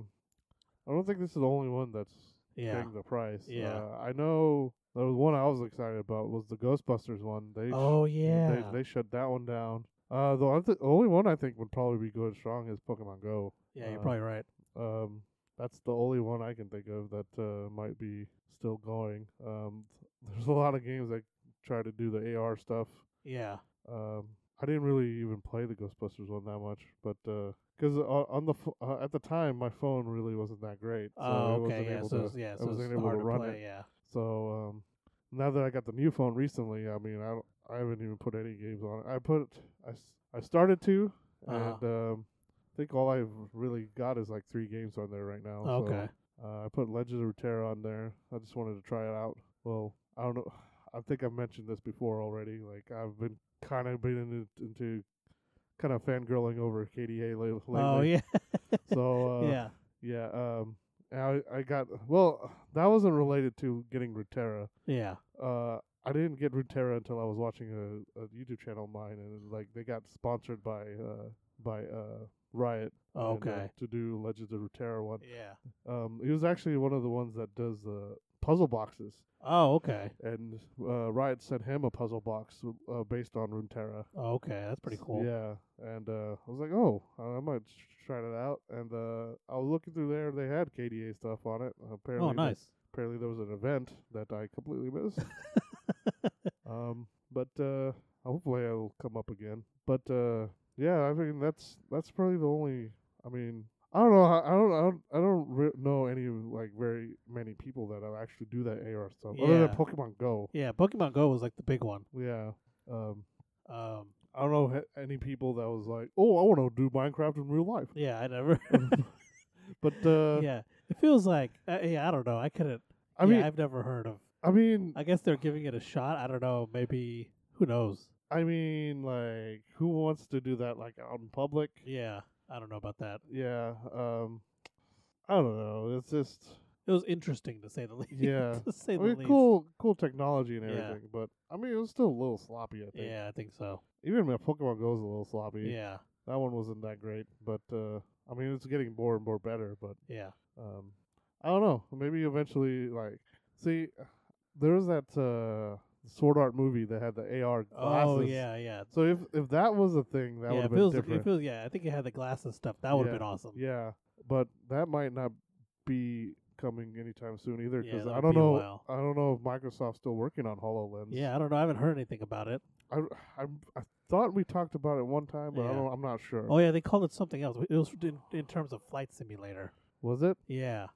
I don't think this is the only one that's
Yeah.
paying the price.
Yeah.
uh, I know there was one I was excited about was the Ghostbusters one. They sh-
Oh yeah.
they, they shut that one down. Uh, the, one th- the only one I think would probably be good strong is Pokemon Go.
yeah, you're
uh,
probably right.
Um, that's the only one I can think of that uh, might be still going. Um, there's a lot of games that try to do the AR stuff.
Yeah.
Um, I didn't really even play the Ghostbusters one that much, but because on the ph uh, at the time my phone really wasn't that great, so
oh,
I
okay.
wasn't
Yeah.
able
So
to.
it's- yeah. So it's
wasn't able
hard
to
to
run
play.
it.
Yeah.
So um, now that I got the new phone recently, I mean, I don't, I haven't even put any games on it. I put I, s- I started to,
Uh-huh.
and um, I think all I've really got is like three games on there right now. so,
okay.
uh, I put Legends of Runeterra on there. I just wanted to try it out. Well, I don't know. I think I've mentioned this before already. Like I've been kind of been into, into kind of fangirling over KDA la- lately.
Oh yeah.
So uh,
yeah.
yeah. Um, and I I got well. That wasn't related to getting Runeterra
Yeah.
uh, I didn't get Runeterra until I was watching a, a YouTube channel of mine, and like they got sponsored by uh, by uh, Riot. and, uh,
Okay.
to do Legends of Runeterra one,
Yeah.
um, he was actually one of the ones that does uh, puzzle boxes,
Oh, okay.
and uh, Riot sent him a puzzle box uh, based on Runeterra.
Oh, okay. That's pretty cool.
Yeah, and uh, I was like, oh, I might sh- try that out. And uh, I was looking through there; they had KDA stuff on it. Apparently,
oh,
they-
nice.
apparently there was an event that I completely missed. um, but uh, hopefully it'll come up again. But uh, yeah, I mean that's that's probably the only. I mean, I don't know. how- I don't. I don't. I don't re- know any like very many people that have actually do that AR stuff other
Yeah.
than Pokemon Go.
Yeah, Pokemon Go was like the big one.
Yeah. Um.
Um,
I don't know h- any people that was like, oh, I want to do Minecraft in real life.
yeah, I never.
But uh,
yeah, it feels like uh, yeah, I don't know. I couldn't.
I
yeah,
mean,
I've never heard of.
I mean,
I guess they're giving it a shot. I don't know. Maybe who knows?
I mean, like, who wants to do that like out in public?
Yeah, I don't know about that.
Yeah. Um. I don't know. It's just
It was interesting to say the least.
Yeah.
to say
I
the
mean,
least.
cool, cool technology and
Yeah.
everything, but I mean, it was still a little sloppy. I think.
Yeah, I think so.
Even my Pokemon Go is a little sloppy.
Yeah,
That one wasn't that great, but uh, I mean, it's getting more and more better. But
yeah,
um, I don't know. Maybe eventually, like, see, there was that uh, Sword Art movie that had the AR glasses.
Oh yeah, yeah.
So if if that was a thing,
yeah,
that would
it
have been
feels,
different.
it feels, yeah, I think it had the glasses stuff. That would have
Yeah,
been awesome.
yeah, but that might not be coming anytime soon either
Yeah,
because
that'll
I don't
be a
know.
while.
I don't know if Microsoft's still working on Hololens.
Yeah, I don't know. I haven't heard anything about it.
I, I, I thought we talked about it one time, but I
Yeah.
don't, I'm not sure.
Oh yeah, they called it something else. It was in, in terms of flight simulator.
Was it?
Yeah,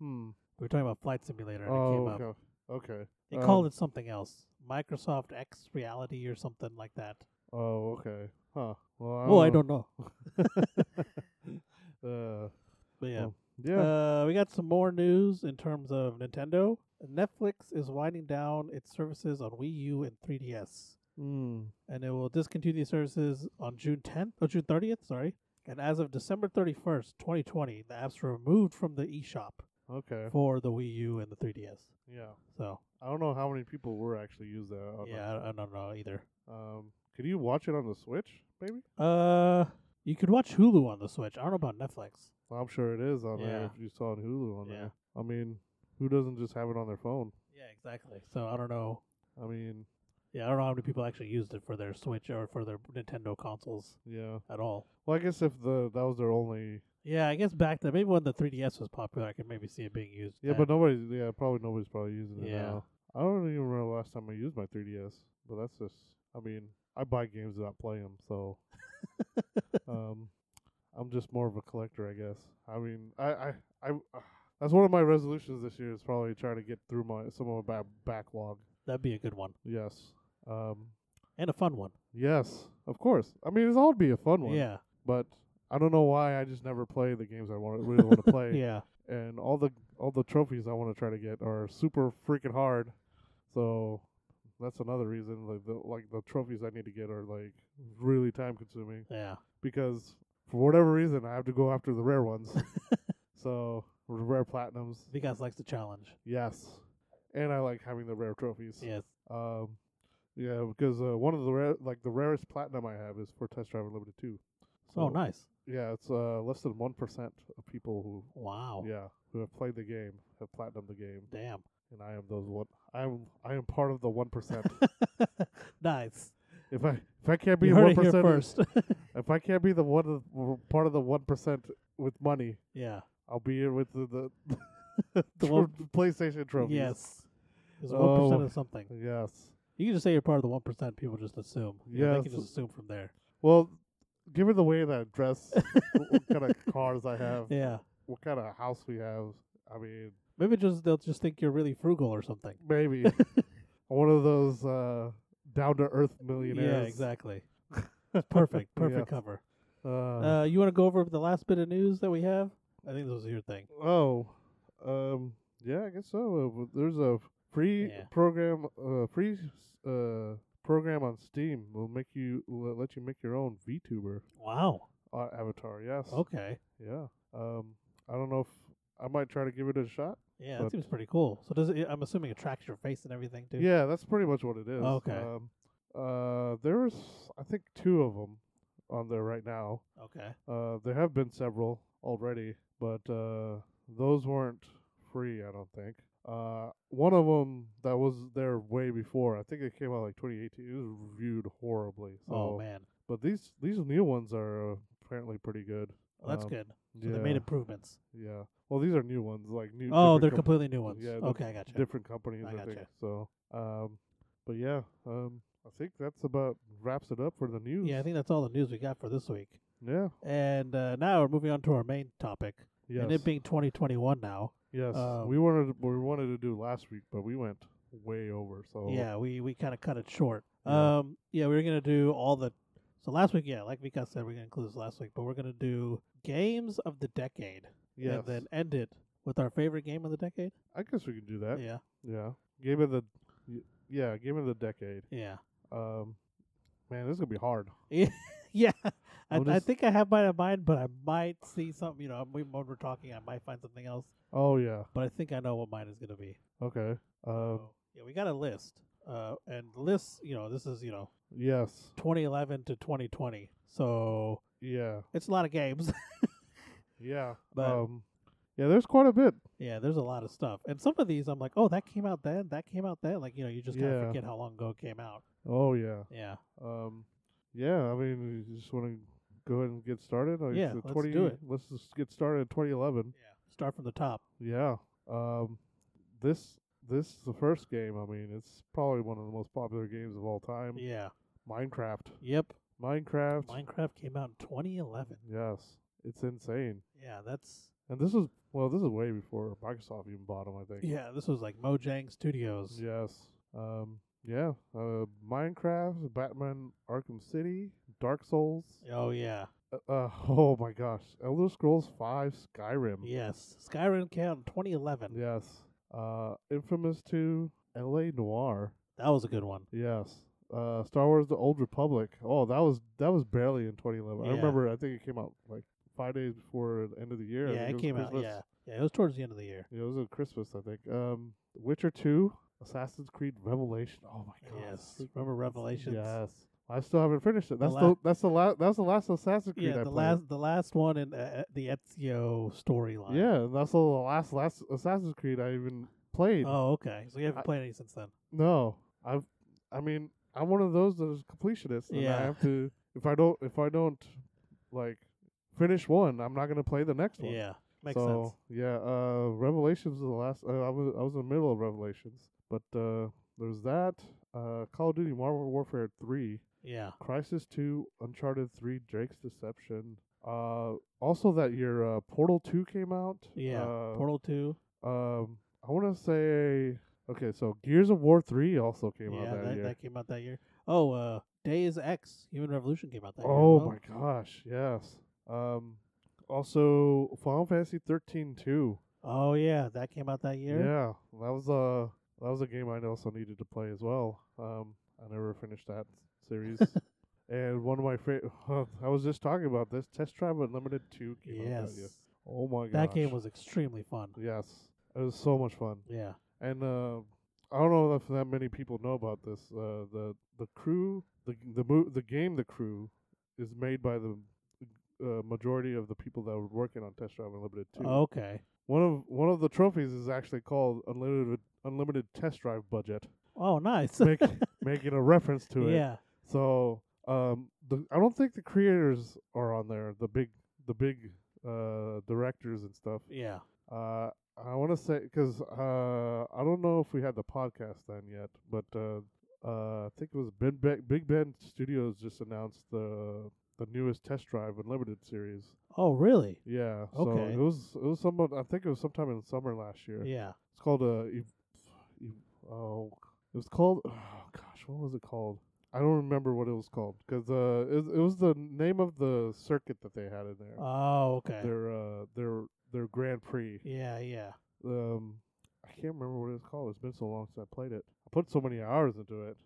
Hmm.
we were talking about flight simulator. And it
Oh,
came up.
okay. okay.
They
Um,
called it something else. Microsoft X Reality or something like that.
Oh, okay. Huh. Well,
oh, I don't know.
Uh,
But yeah.
Well, yeah.
Uh, we got some more news in terms of Nintendo. Netflix is winding down its services on Wii U and 3DS,
Hmm.
and it will discontinue these services on June 10th, or June 30th, sorry. And as of December 31st, 2020, the apps were removed from the eShop
Okay.
for the Wii U and the 3DS.
Yeah.
So
I don't know how many people were actually use that. I don't know.
yeah, I, I don't know either.
Um. Could you watch it on the Switch? Maybe.
Uh, you could watch Hulu on the Switch. I don't know about Netflix.
Well, I'm sure it is on there.
Yeah.
If you saw it Hulu on
Yeah.
there. I mean, who doesn't just have it on their phone?
Yeah, exactly. So I don't know.
I mean,
Yeah, I don't know how many people actually used it for their Switch or for their Nintendo consoles
yeah.
at all.
Well, I guess if the that was their only.
Yeah, I guess back then, maybe when the 3DS was popular, I could maybe see it being used.
Yeah,
then.
but nobody's. Yeah, probably nobody's probably using it
Yeah.
now. I don't even remember the last time I used my 3DS. But that's just. I mean, I buy games and not play them, so. um, I'm just more of a collector, I guess. I mean, I, I, I. that's one of my resolutions this year is probably trying to get through my some of my ba- backlog.
that'd be a good one
Yes. Um.
and a fun one.
Yes. Of course. I mean, it's all be a fun one.
Yeah,
But I don't know why I just never play the games I want really want to play.
yeah,
and all the all the trophies I want to try to get are super freaking hard. So that's another reason. Like the like the trophies I need to get are like really time consuming
yeah,
because for whatever reason I have to go after the rare ones. so rare platinums,
because likes the challenge.
yes, and I like having the rare trophies.
Yes.
Um, yeah, because uh, one of the rare like the rarest platinum I have is for Test Drive Unlimited Two.
Oh, nice.
Yeah, it's uh, less than one percent of people who
Wow.
yeah, who have played the game, have platinumed the game,
Damn.
and I am those one. I am I am part of the one percent.
nice.
if I if I can't be
You
one
heard it here
percent,
first.
if I can't be the one of, w- part of the one percent with money,
yeah.
I'll be here with the the,
The
tro-
one-
PlayStation trophies.
Yes. Because one
Oh.
of something.
Yes.
You can just say you're part of the one percent. People just assume. Yeah. They can
Yes.
just assume from there.
Well, given the way that I dress, what kind of cars I have,
Yeah.
what kind of house we have, I mean,
Maybe just they'll just think you're really frugal or something.
maybe one of those uh, down to earth millionaires.
Yeah, exactly. It's perfect. Perfect
Yeah.
cover.
Uh,
Uh, you want to go over the last bit of news that we have? I think this was your thing.
Oh, um, yeah, I guess so. Uh, w- there's a free
Yeah.
program, uh, free s- uh program on Steam will make you will let you make your own VTuber
Wow.
uh, avatar. Yes.
Okay.
Yeah. Um, I don't know if I might try to give it a shot.
Yeah, that
But-
seems pretty cool. So does it? I'm assuming it tracks your face and everything too.
Yeah, that's pretty much what it is.
Okay.
Um, uh, there's I think two of them on there right now.
Okay.
Uh, there have been several already, but uh, those weren't free, I don't think. Uh, one of them that was there way before, I think it came out like 2018. It was reviewed horribly. So,
oh man,
but these these new ones are uh, apparently pretty good.
well, Oh, that's
Um,
good. So
yeah,
they made improvements.
yeah. Well, these are new ones, like new.
Oh,
different
they're
com-
completely new ones.
yeah, they're
okay, I got you.
different companies.
I
I, think
gotcha.
so. Um, but yeah, um, I think that's about wraps it up for the news.
Yeah, I think that's all the news we got for this week.
Yeah.
And uh, now we're moving on to our main topic,
Yes.
and it being 2021 now.
yes.
um,
we wanted we wanted to do last week, but we went way over. So
Yeah, we we kind of cut it short.
Yeah.
Um, yeah, we were gonna do all the. So last week, yeah, like Mika said, we're gonna include this last week, but we're gonna do games of the decade,
Yes.
and then end it with our favorite game of the decade.
I guess we could do that.
Yeah,
Yeah. Game of the y- yeah, game of the decade.
yeah,
Um man, this is gonna be hard.
yeah. I,
We'll
I
just-
think I have mine in mind, but I might see something. You know, we- when we're talking, I might find something else.
Oh yeah.
But I think I know what mine is gonna be.
Okay. Um
So, yeah, we got a list. Uh, and lists, you know, this is you know
yes.
2011 to 2020, so
Yeah.
it's a lot of games.
Yeah.
But-
um yeah, there's quite a bit.
Yeah, there's a lot of stuff. And some of these I'm like, oh, that came out then, that came out then. Like, you know, you just kind of
Yeah.
forget how long ago it came out.
Oh yeah.
Yeah.
Um yeah, I mean you just wanna go ahead and get started? Like,
Yeah,
the
let's
20,
do it.
Let's just get started in twenty eleven.
Yeah. Start from the top.
Yeah. Um this this is the first game, I mean, it's probably one of the most popular games of all time.
Yeah.
Minecraft.
Yep.
Minecraft.
Minecraft came out in 2011.
yes. It's insane.
Yeah, that's
And this is well, this is way before Microsoft even bought them, I think.
yeah. This was like Mojang Studios.
Yes. Um. Yeah. Uh, Minecraft, Batman, Arkham City, Dark Souls.
Oh yeah.
Uh, uh, oh my gosh, Elder Scrolls Five, Skyrim.
Yes. Skyrim came out in 2011.
Yes. Uh, Infamous Two, L.A. Noir.
That was a good one.
Yes. Uh, Star Wars: The Old Republic. Oh, that was that was barely in 2011. I
Yeah.
remember. I think it came out like five days before the end of the year. I
Yeah,
think
it
was
came out.
Christmas.
Yeah. Yeah, it was towards the end of the year.
Yeah, it was at Christmas, I think. Um, Witcher Two, Assassin's Creed Revelation. Oh my god!
Yes.
Freaking-
Remember Revelations?
Yes, I still haven't finished it. That's the,
la-
that's the last that's the last Assassin's Creed
Yeah, the
I played.
last the last one in uh, uh, the Ezio storyline.
yeah, that's the last last Assassin's Creed I even played.
Oh, okay. So you haven't
I-
played any since then.
no, I've I mean I'm one of those that is completionist, and I
Yeah.
have to if I don't if I don't like finish one, I'm not gonna play the next one.
Yeah. Makes
so,
sense.
Yeah, uh, Revelations is the last. Uh, I was I was in the middle of Revelations, but uh, there's that. Uh, Call of Duty: Modern Warfare Three,
Yeah.
Crisis Two, Uncharted Three, Drake's Deception. Uh, also that year, uh, Portal Two came out.
Yeah,
Uh,
Portal Two.
Um, I want to say okay. So Gears of War Three also came
yeah,
out that, year.
came out that year. Oh, uh, Days X, Human Revolution came out that
oh
year.
my gosh, yes. Um, also Final Fantasy Thirteen Two.
Oh yeah, that came out that year.
Yeah, that was a that was a game I also needed to play as well. Um, I never finished that series. and one of my favorite, I was just talking about this Test Drive Unlimited Two came out.
yes,
that year. Oh my god,
that game was extremely fun.
yes, it was so much fun.
Yeah.
And uh, I don't know if that many people know about this. Uh, the the crew, the the mo- the game, the crew, is made by the uh, majority of the people that were working on Test Drive Unlimited Two.
Okay.
One of one of the trophies is actually called unlimited unlimited test drive budget,
Oh, nice.
make, making a reference to it.
yeah.
So um, the, I don't think the creators are on there. The big the big uh, directors and stuff.
Yeah.
Uh, I want to say because uh, I don't know if we had the podcast then yet, but uh, uh, I think it was Big Ben, big ben Studios just announced the the newest test drive unlimited series.
Oh, really?
Yeah.
Okay.
So it was it was some I think it was sometime in summer last year.
Yeah.
It's called uh, ev- ev- oh, it was called oh gosh, what was it called? I don't remember what it was called because uh, it, it was the name of the circuit that they had in there.
Oh, okay.
Their uh, their their Grand Prix.
Yeah, yeah.
Um, I can't remember what it was called. It's been so long since I played it. I put so many hours into it,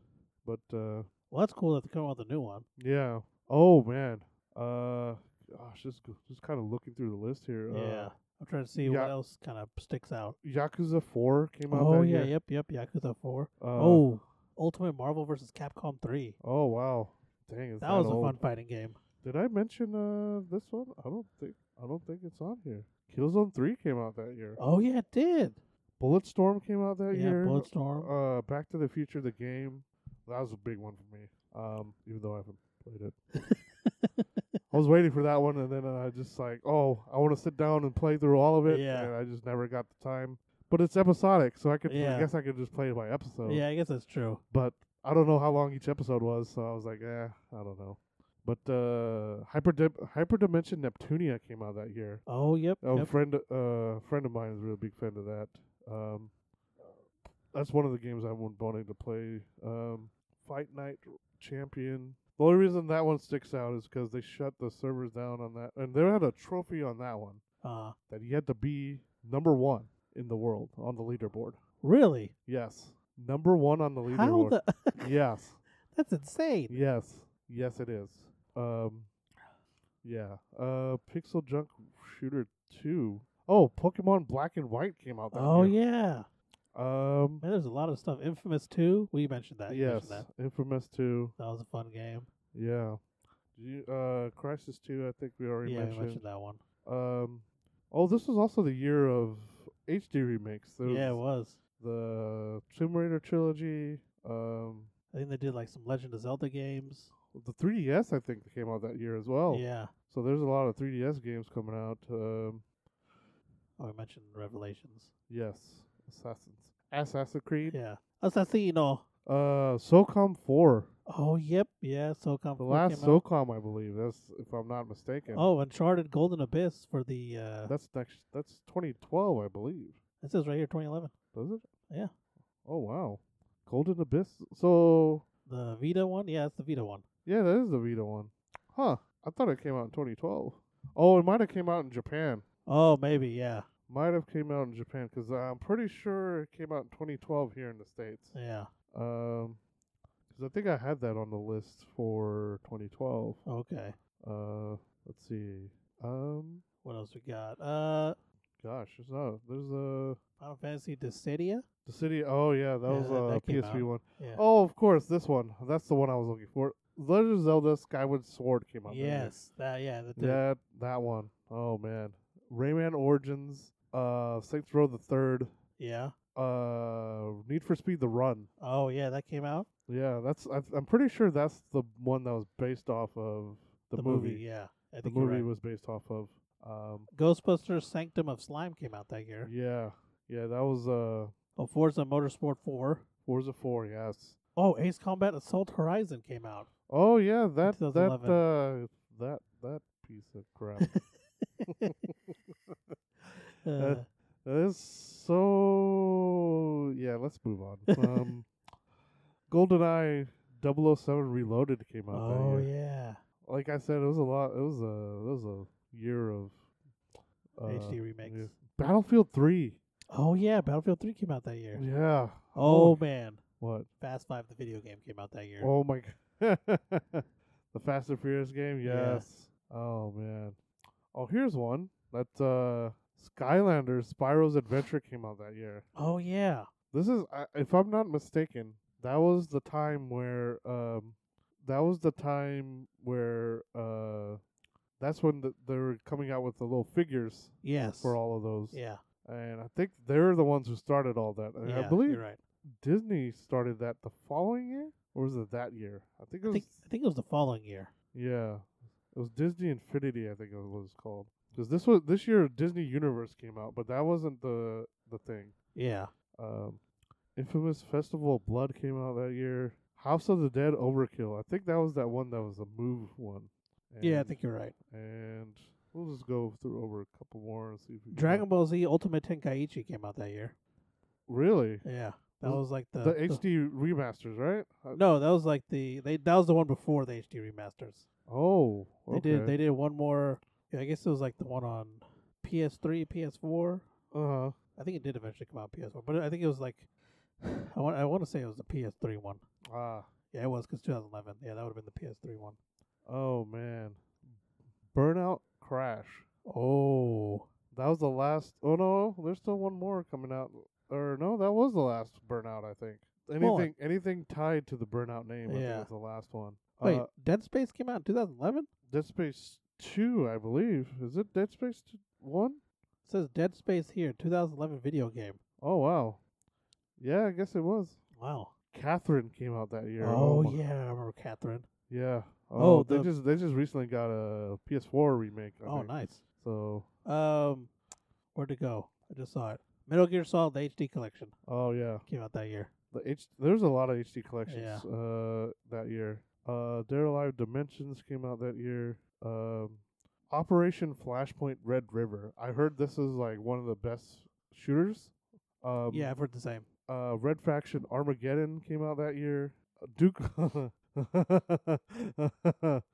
but uh,
Well, that's cool that they come out with a new one.
yeah. Oh man. Uh, gosh, just go- just kind of looking through the list here.
yeah.
Uh,
I'm trying to see
yeah.
what else kind of sticks out.
Yakuza Four came out.
Oh
that
yeah,
year.
yep, yep, Yakuza Four.
Uh,
oh, Ultimate Marvel versus Capcom Three.
Oh wow. Dang, is
That was
old?
a fun fighting game.
Did I mention uh this one? I don't think I don't think it's on here. Killzone Three came out that year.
Oh yeah, it did.
Bulletstorm came out that
yeah,
year.
Bulletstorm.
Uh, Back to the Future, the game. That was a big one for me. Um, even though I haven't played it. I was waiting for that one, and then I just like, oh, I want to sit down and play through all of it.
Yeah.
And I just never got the time. But it's episodic, so I could. I
Yeah.
guess I could just play it by episode.
Yeah, I guess that's true.
But I don't know how long each episode was, so I was like, eh, I don't know. But uh, Hyperdim- Hyperdimension Neptunia came out that year.
Oh, yep.
Oh,
yep.
friend, uh, friend of mine is a real big fan of that. Um, that's one of the games I've been wanting to play. Um, Fight Night Champion. The only reason that one sticks out is because they shut the servers down on that, and they had a trophy on that one
Uh,
that you had to be number one in the world on the leaderboard.
really?
Yes, number one on the
How
leaderboard.
the?
yes,
That's insane.
yes, yes, it is. Um, yeah. Uh, Pixel Junk Shooter Two. Oh, Pokemon Black and White came out. That
Oh
year.
yeah.
Um.
Man, there's a lot of stuff. Infamous two. We mentioned that. you
Yes.
mentioned That.
Infamous Two.
that was a fun game.
Yeah. Do You, uh, Crisis Two. I think we already
yeah,
mentioned.
we mentioned that one.
Um. Oh, this was also the year of HD remakes. There
Yeah, it
was
was.
the Tomb Raider trilogy. Um.
I think they did like some Legend of Zelda games.
The 3DS, I think, came out that year as well.
Yeah.
So there's a lot of 3DS games coming out. Um,
Oh, we mentioned Revelations.
yes, Assassins, Assassin's Creed.
Yeah. Assassino.
Uh, SOCOM 4,
Oh, yep. Yeah. SOCOM.
the
4
last
came out.
SOCOM, I believe. That's if I'm not mistaken.
Oh, Uncharted Golden Abyss for the. uh
that's next. That's 2012, I believe.
It says right here 2011.
Does it?
Yeah.
Oh wow, Golden Abyss. So
The Vita one? Yeah, it's the Vita one.
yeah, that is the Vita one. Huh? I thought it came out in 2012. Oh, it might have came out in Japan.
Oh, maybe. Yeah.
Might have came out in Japan because I'm pretty sure it came out in 2012 here in the states.
Yeah.
Um 'cause I think I had that on the list for 2012.
Okay.
Uh, let's see. Um,
What else we got? Uh,
gosh, there's not. There's a
Final Fantasy Dissidia.
the city. Oh yeah, that
Yeah,
was
that-
a
that came
PSP one.
Yeah.
Oh, of course, this one. That's the one I was looking for. Legend of Zelda: Skyward Sword came out. that year.
yes. That. Yeah. That did.
that that one. Oh man, Rayman Origins. Uh, Saints Row the Third.
yeah.
Uh, Need for Speed: The Run.
Oh yeah, that came out.
Yeah, that's. I, I'm pretty sure that's the one that was based off of the, movie.
yeah. I
the
think you're
movie
right.
was based off of. Um,
Ghostbusters Sanctum of Slime came out that year.
yeah, yeah, that was uh
Oh, Forza Motorsport 4.
Forza Four. Yes.
Oh, Ace Combat Assault Horizon came out.
Oh yeah, that that
2011.
uh that that piece of crap.
Uh,
Uh, that is so. Yeah, let's move on. Um, GoldenEye 007 Reloaded came out.
oh
that year.
yeah,
Like I said, it was a lot. It was a it was a year of. Uh,
HD remakes.
yeah. Battlefield Three.
Oh yeah, Battlefield 3 came out that year.
Yeah.
Oh man,
What?
Fast Five the video game came out that year.
Oh my god. the Fast and Furious game,
Yeah.
yes. Oh man. Oh here's one. That uh Skylanders Spyro's Adventure came out that year.
Oh yeah,
This is I if I'm not mistaken, that was the time where um that was the time where uh that's when the, they were coming out with the little figures
yes.
for all of those.
yeah,
And I think they're the ones who started all that. And
yeah,
I believe
you're right.
Disney started that the following year or was it that year? I think it
I
was
think I think it was the following year.
yeah, it was Disney Infinity, I think it was what it's called. Because this was this year Disney Universe came out, but that wasn't the the thing.
Yeah.
Um, Infamous Festival of Blood came out that year. House of the Dead Overkill, I think that was that one that was a move one. And,
Yeah, I think you're right.
And we'll just go through over a couple more and see if we can-
Dragon Ball Z Ultimate Tenkaichi came out that year.
Really,
Yeah, that
Was
was like the
the HD remasters, right? I-
Uh, No, that was like the they that was the one before the HD remasters.
Oh,
They
okay.
did they did one more. Yeah, I guess it was like the one on PS3, PS4.
Uh huh.
I think it did eventually come out on PS4, but I think it was like I want I want to say it was the PS3 one.
Ah.
Yeah, it was because 2011. Yeah, that would have been the PS3 one.
Oh man. Burnout Crash.
Oh,
That was the last. Oh no, there's still one more coming out. Or no, that was the last Burnout. I think anything
Well, I-
anything tied to the Burnout name. I think
Yeah.
was the last one.
wait,
uh,
Dead Space came out in 2011.
Dead Space Two, I believe. Is it Dead Space t- One?
It says Dead Space here, 2011 video game.
Oh wow, yeah, I guess it was.
Wow.
Catherine came out that year.
Oh
my-
yeah, I remember Catherine.
yeah. Oh,
Oh,
they
the-
just they just recently got a PS4 remake. I
Oh
think.
nice.
So
Um, where'd it go? I just saw it. Metal Gear Solid the HD collection
oh yeah,
came out that year.
the H. There's a lot of HD collections
Yeah.
uh that year. Uh, Dead or Alive Dimensions came out that year. Um, Operation Flashpoint Red River. I heard this is like one of the best shooters. Um,
yeah, I've heard the same.
Uh, Red Faction Armageddon came out that year. Uh, Duke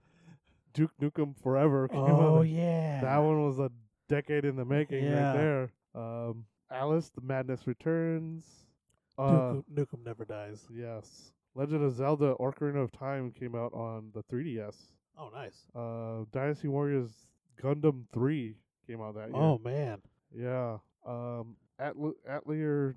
Duke Nukem Forever. Came out
Oh
that-
yeah,
that one was a decade in the making
Yeah.
right there. Um, Alice the Madness Returns. Uh,
Nukem, Nukem never dies.
yes. Legend of Zelda: Ocarina of Time came out on the 3DS.
Oh nice.
Uh, Dynasty Warriors Gundam 3 came out that year.
Oh man.
Yeah. Um, Atl- Atelier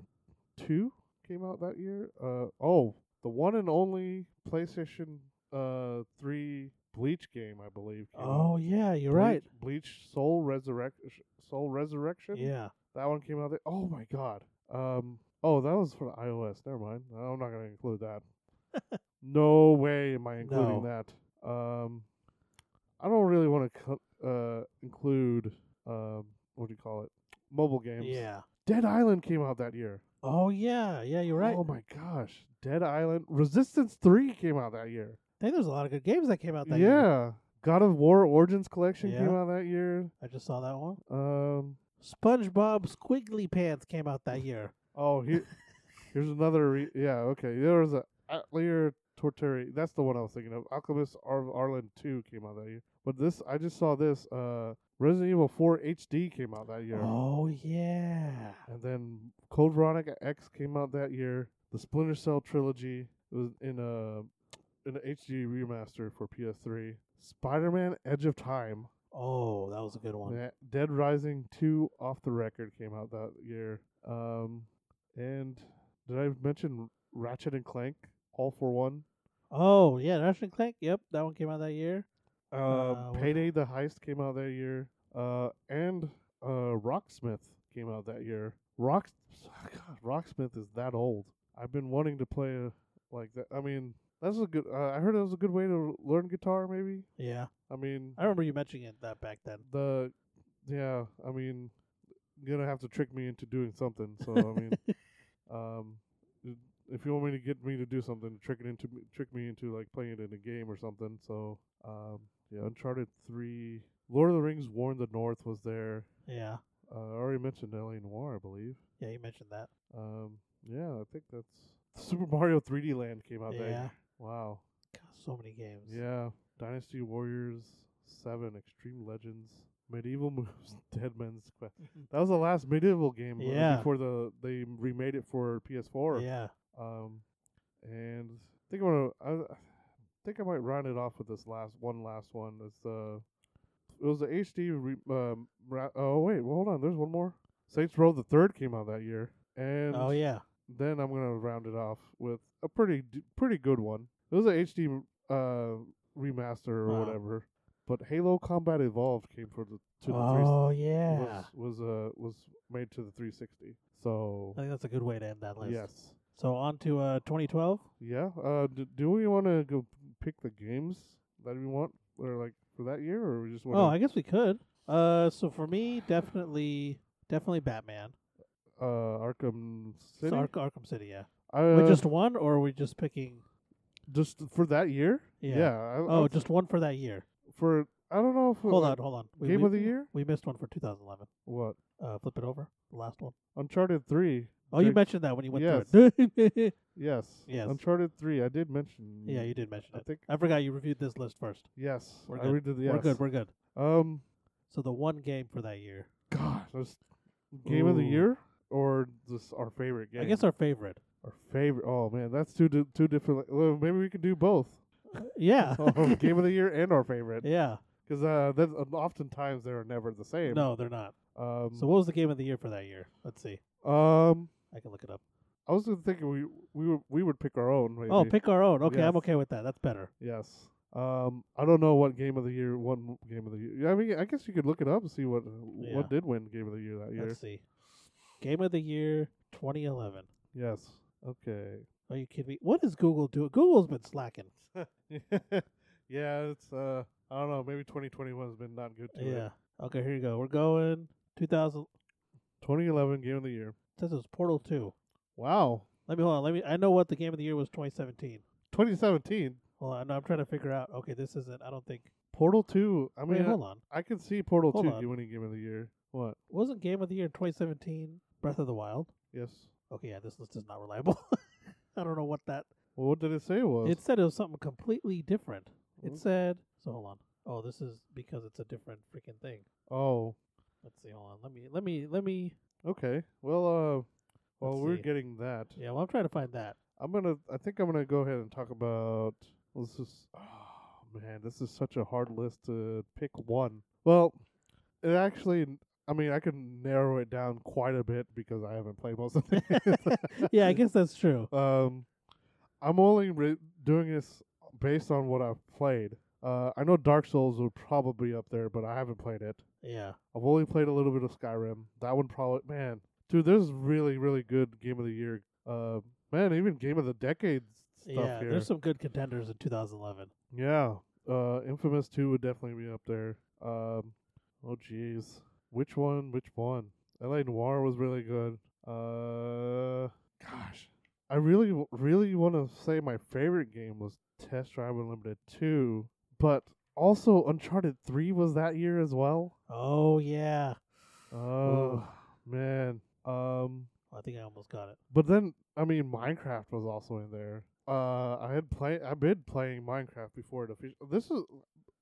2 came out that year. Uh, oh, the one and only PlayStation uh 3 Bleach game, I believe. came out.
Oh yeah, you're
Bleach-
right.
Bleach Soul Resurrection. Soul Resurrection.
Yeah.
That one came out. There. Oh my god. Um. Oh, that was for iOS. Never mind. I'm not gonna include that. no way am I including that. Um. I don't really want to co- uh include um what do you call it mobile games.
Yeah.
Dead Island came out that year.
Oh yeah, yeah, you're right.
Oh my gosh. Dead Island. Resistance Three came out that year.
I think there's a lot of good games that came out that
yeah.
year.
God of War Origins Collection
Yeah.
came out that year.
I just saw that one.
Um.
SpongeBob Squiggly Pants came out that year.
Oh, here, here's another. Re- yeah, okay. There was a Atelier Torturi. That's the one I was thinking of. Alchemist Ar- Arlen Two came out that year. But this, I just saw this. Uh, Resident Evil Four HD came out that year,
Oh yeah.
and then Code Veronica X came out that year. The Splinter Cell trilogy was in a in an HD remaster for PS3. Spider Man Edge of Time.
Oh, that was a good one.
Yeah, Dead Rising 2 off the record came out that year. Um, and did I mention Ratchet and Clank? All for one.
Oh yeah, Ratchet and Clank. Yep, that one came out that year.
Uh,
Uh, what-
Payday the Heist came out that year. Uh, and uh, Rocksmith came out that year. Rock, God, Rocksmith is that old. I've been wanting to play a, like that. I mean, that's a good. Uh, I heard it was a good way to learn guitar. Maybe.
Yeah,
I mean,
I remember you mentioning it that back then.
the yeah i mean you're gonna have to trick me into doing something so i mean um i- if you want me to get me to do something trick it into me- trick me into like playing it in a game or something so um yeah uncharted 3 lord of the rings war in the north was there
Yeah,
uh, i already mentioned la noir i believe
yeah, you mentioned that.
um yeah i think that's super mario 3d land came out that
Yeah.
year. wow
God, so many games.
yeah, Dynasty Warriors Seven, Extreme Legends, Medieval Moves, Dead Men's Quest. That was the last medieval game uh,
Yeah.
before the they remade it for PS4.
yeah.
Um, and I think I'm gonna, I, I think I might round it off with this last one. Last one. It's uh, it was the HD. Re, um, ra- oh wait, well, hold on. There's one more. Saints Row the Third came out that year. And
Oh yeah.
then I'm gonna round it off with a pretty d- pretty good one. It was an HD uh, remaster or
Wow.
whatever, but Halo Combat Evolved came for the to the three,
Oh yeah.
was was uh was made to the 360. So
I think that's a good way to end that list.
yes,
So on to uh 2012.
yeah. Uh, d- do we want to go pick the games that we want or like for that year, or we just want?
Oh, I guess we could. Uh, so for me, definitely, definitely Batman.
uh Arkham City.
So Oh, Ark- Arkham City. Yeah.
uh,
we just one, or are we just picking?
just for that year.
Yeah.
I,
Oh,
I-
just one for that year.
for I don't know if
Hold
uh,
on, hold on. We,
Game
we,
of the year.
We missed one for 2011.
What?
Uh, flip it over. The last one.
Uncharted Three.
Oh, you
Jake-
mentioned that when you went through it.
Yes.
Yes.
Uncharted Three. I did mention.
yeah, you did mention
I
it.
think
I forgot you reviewed this list first.
yes.
We're
I
good.
redid the yes.
We're good. We're good.
um.
So the one game for that year,
God. This game of the
Ooh.
year or this our favorite game?
I guess our favorite.
our favorite. Oh man, that's two di- two different. Well, maybe we could do both.
Yeah.
Oh, game of the year and our favorite.
yeah.
Because uh, that's uh, oftentimes they're never the same.
No, they're not.
Um.
So what was the game of the year for that year? Let's see.
um.
I can look it up.
I was thinking we we would, we would pick our own. Maybe.
Oh, pick our own. Okay,
Yes.
I'm okay with that. That's better.
Yes. Um, I don't know what game of the year won game of the year. I mean, I guess you could look it up and see what
Yeah.
what did win game of the year that year.
Let's see. Game of the year 2011.
Yes. Okay.
Are you kidding me? What is Google doing? Google's been slacking.
yeah, it's uh, I don't know. Maybe 2021 has been not good. To
Yeah. Okay, here you go. We're going 2000.
2011 game of the year.
This is Portal 2.
Wow.
Let me hold on. Let me. I know what the game of the year was 2017.
2017.
Well, I know I'm trying to figure out. Okay, this isn't. I don't think.
Portal Two. I
I
mean,
mean, hold on.
I, I can see Portal
Hold
Two
on.
you winning game of the year. What?
Wasn't Game of the Year 2017 Breath of the Wild?
Yes.
Okay, yeah, this list is not reliable. I don't know what that.
Well, what did it say it was?
It said it was something completely different.
Hmm?
It said. So hold on. Oh, this is because it's a different freaking thing.
oh,
Let's see. Hold on. Let me. Let me. Let me.
okay. Well, uh, well,
Let's
we're
see.
getting that.
Yeah. Well, I'm trying to find that.
I'm gonna. I think I'm gonna go ahead and talk about. This is. Oh man, this is such a hard list to pick one. Well, it actually. I mean, I can narrow it down quite a bit because I haven't played most of it.
yeah, I guess that's true.
Um, I'm only re- doing this based on what I've played. Uh, I know Dark Souls will probably be up there, but I haven't played it.
Yeah.
I've only played a little bit of Skyrim. That one probably, man, dude. There's really, really good game of the year. Uh, man, even game of the decade s- stuff
Yeah.
here.
There's some good contenders in 2011.
yeah, uh, Infamous Two would definitely be up there. Um, oh jeez, which one? Which one? L.A. Noir was really good. Uh, gosh, I really, w- really want to say my favorite game was Test Drive Unlimited Two, but also Uncharted Three was that year as well.
Oh yeah.
Oh man. Um
I think I almost got it.
but then I mean Minecraft was also in there. Uh I had play I've been playing Minecraft before it official this is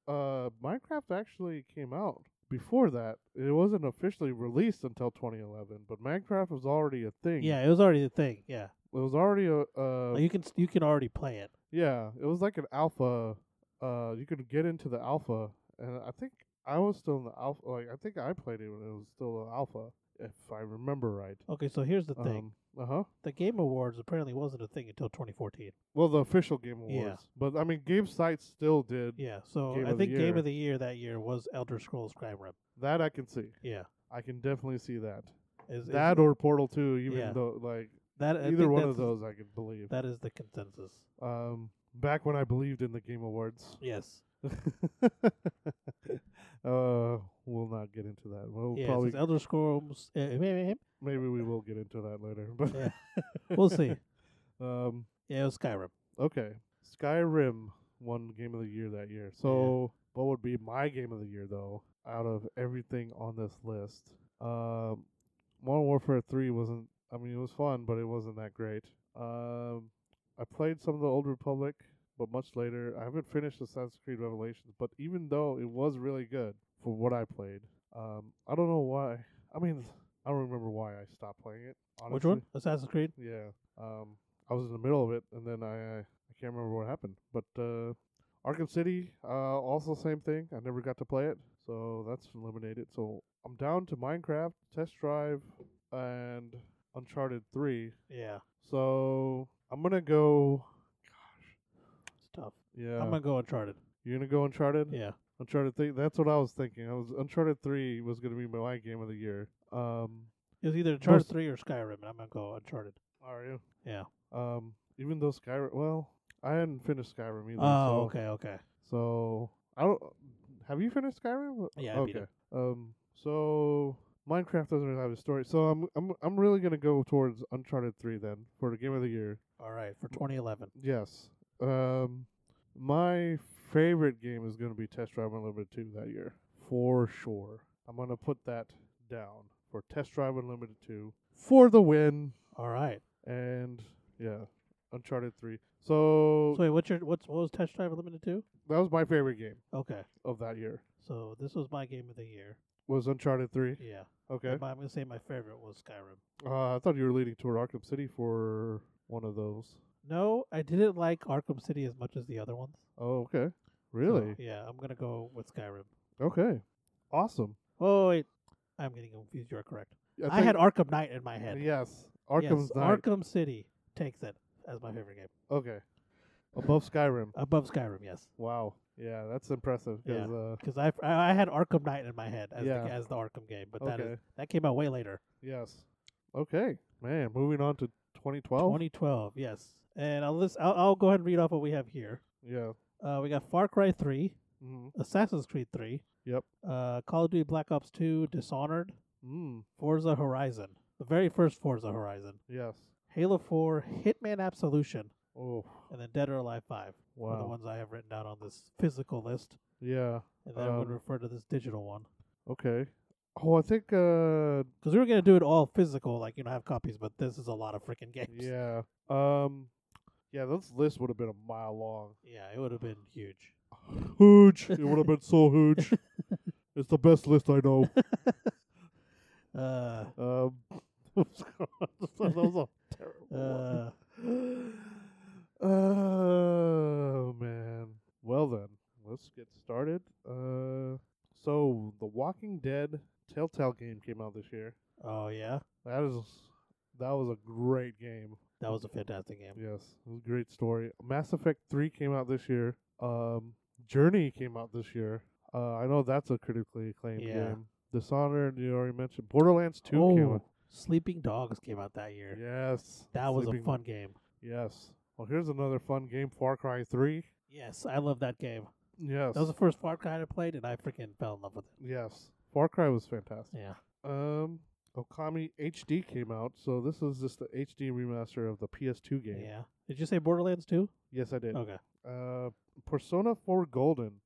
uh Minecraft actually came out before that. It wasn't officially released until twenty eleven, but Minecraft was already a thing.
Yeah, it was already the thing. Yeah.
It was already a uh
Like, you can you can already play it.
yeah, it was like an alpha. Uh, you could get into the alpha, and I think I was still in the alpha. Like I think I played it when it was still an alpha, if I remember right.
Okay, so here's the thing.
Um, uh huh.
the Game Awards apparently wasn't a thing until 2014.
Well, the official Game
Yeah.
Awards, but I mean, Game Sites still did
Yeah, so
Game
I
of the
think Game
Year.
of the Year that year was Elder Scrolls Skyrim.
that. I can see.
Yeah,
I can definitely see that.
is, is
That or Portal Two, even
Yeah.
though like
that I
either
think
one of
that's-
those, I could believe.
That is the consensus.
Um, back when I believed in the Game Awards.
Yes.
uh, we'll not get into that. We'll
yeah,
probably
since Elder Scrolls. eh, eh, eh, eh,
Maybe we will get into that later. But
Yeah. we'll see.
um,
Yeah, it was Skyrim.
okay, Skyrim won Game of the Year that year. So what would be my Game of the Year though? Out of everything on this list, um, Modern Warfare Three wasn't. I mean, it was fun, but it wasn't that great. Um, I played some of the Old Republic, but much later. I haven't finished Assassin's Creed Revelations, but even though it was really good for what I played, um, I don't know why. I mean, I don't remember why I stopped playing it. Honestly.
Which one? Assassin's Creed.
Yeah. Um, I was in the middle of it, and then I I can't remember what happened. But uh, Arkham City, uh, also same thing. I never got to play it, so that's eliminated. So I'm down to Minecraft, Test Drive, and Uncharted Three.
Yeah,
So I'm gonna go.
it's tough.
Yeah, Mm.
I'm gonna go Uncharted.
you're gonna go Uncharted.
Yeah,
Uncharted Three. That's what I was thinking. I was Uncharted Three was gonna be my game of the year. Um,
it was either Uncharted
Most-
three or Skyrim, and I'm gonna go Uncharted.
are you?
Yeah.
Um, even though Skyrim. Well, I hadn't finished Skyrim either. so
Oh, okay, okay.
So I don't. Have you finished Skyrim?
Yeah, I beat
okay. Um. So Minecraft doesn't really have a story. So I'm I'm I'm really gonna go towards Uncharted Three then for the game of the year.
All right, for 2011.
Yes. Um. My favorite game is gonna be Test Drive Unlimited Two that year for sure. I'm gonna put that down for Test Drive Unlimited Two for the win
All right.
and yeah, Uncharted Three. So,
So wait, what's your what's what was Test Drive Limited to?
that was my favorite game
Okay,
of that year
so this was my game of the year.
was Uncharted Three.
Yeah.
Okay.
But I'm gonna say my favorite was Skyrim.
Uh, I thought you were leading toward Arkham City for one of those.
No, I didn't like Arkham City as much as the other ones.
Oh, okay.
So,
Really?
yeah, I'm gonna go with Skyrim.
Okay. Awesome.
Oh wait, I'm getting confused. You're correct. I,
think-
had Arkham Knight in my head.
Yes. Arkham's
yes,
Knight.
Arkham City takes it as my favorite game
okay. Above Skyrim.
above Skyrim. Yes,
Wow. Yeah, that's impressive. 'cause,
Yeah.
Uh,
because I, I I had Arkham Knight in my head as
Yeah.
the, as the Arkham game, but that is
Okay.
that came out way later.
yes. Okay. Man, moving on to 2012.
2012. Yes, and I'll list. I'll, I'll go ahead and read off what we have here.
Yeah.
Uh, we got Far Cry 3,
Mm.
Assassin's Creed 3.
Yep.
Uh, Call of Duty Black Ops 2, Dishonored,
Mm.
Forza Horizon, the very first Forza Horizon,
Yes.
Halo 4, Hitman Absolution,
Oh,
and then Dead or Alive Five are the
wow.
ones I have written down on this physical list,
Yeah.
and then I would
Um,
refer to this digital one
Okay. Oh, I think. Uh,
because we were gonna do it all physical, like you know, have copies, but this is a lot of freaking games.
yeah. Um, yeah. This list would have been a mile long.
Yeah, it would have been huge.
Huge. It would have been so huge. It's the best list I know.
Uh,
Um, that was a terrible. one.
uh,
oh man. Well then, let's get started. Uh, so the Walking Dead Telltale game came out this year.
oh yeah,
That is that was a great game.
that was a fantastic game.
Yes, it was a great story. Mass Effect Three came out this year. Um, Journey came out this year. Uh, I know that's a critically acclaimed
Yeah.
game. Dishonored, you already mentioned. Borderlands Two came out.
Oh, Sleeping Dogs came out that year.
Yes,
That was
Sleeping-
a fun game.
Yes. Well, here's another fun game, Far Cry Three.
Yes, I love that game.
Yes.
That was the first Far Cry I played, and I freaking fell in love with it.
Yes. Far Cry was fantastic.
Yeah.
Um, Okami HD came out, so this is just the HD remaster of the PS2 game.
Yeah. Oh. Did you say Borderlands 2?
Yes, I did.
Okay.
Uh, Persona 4 Golden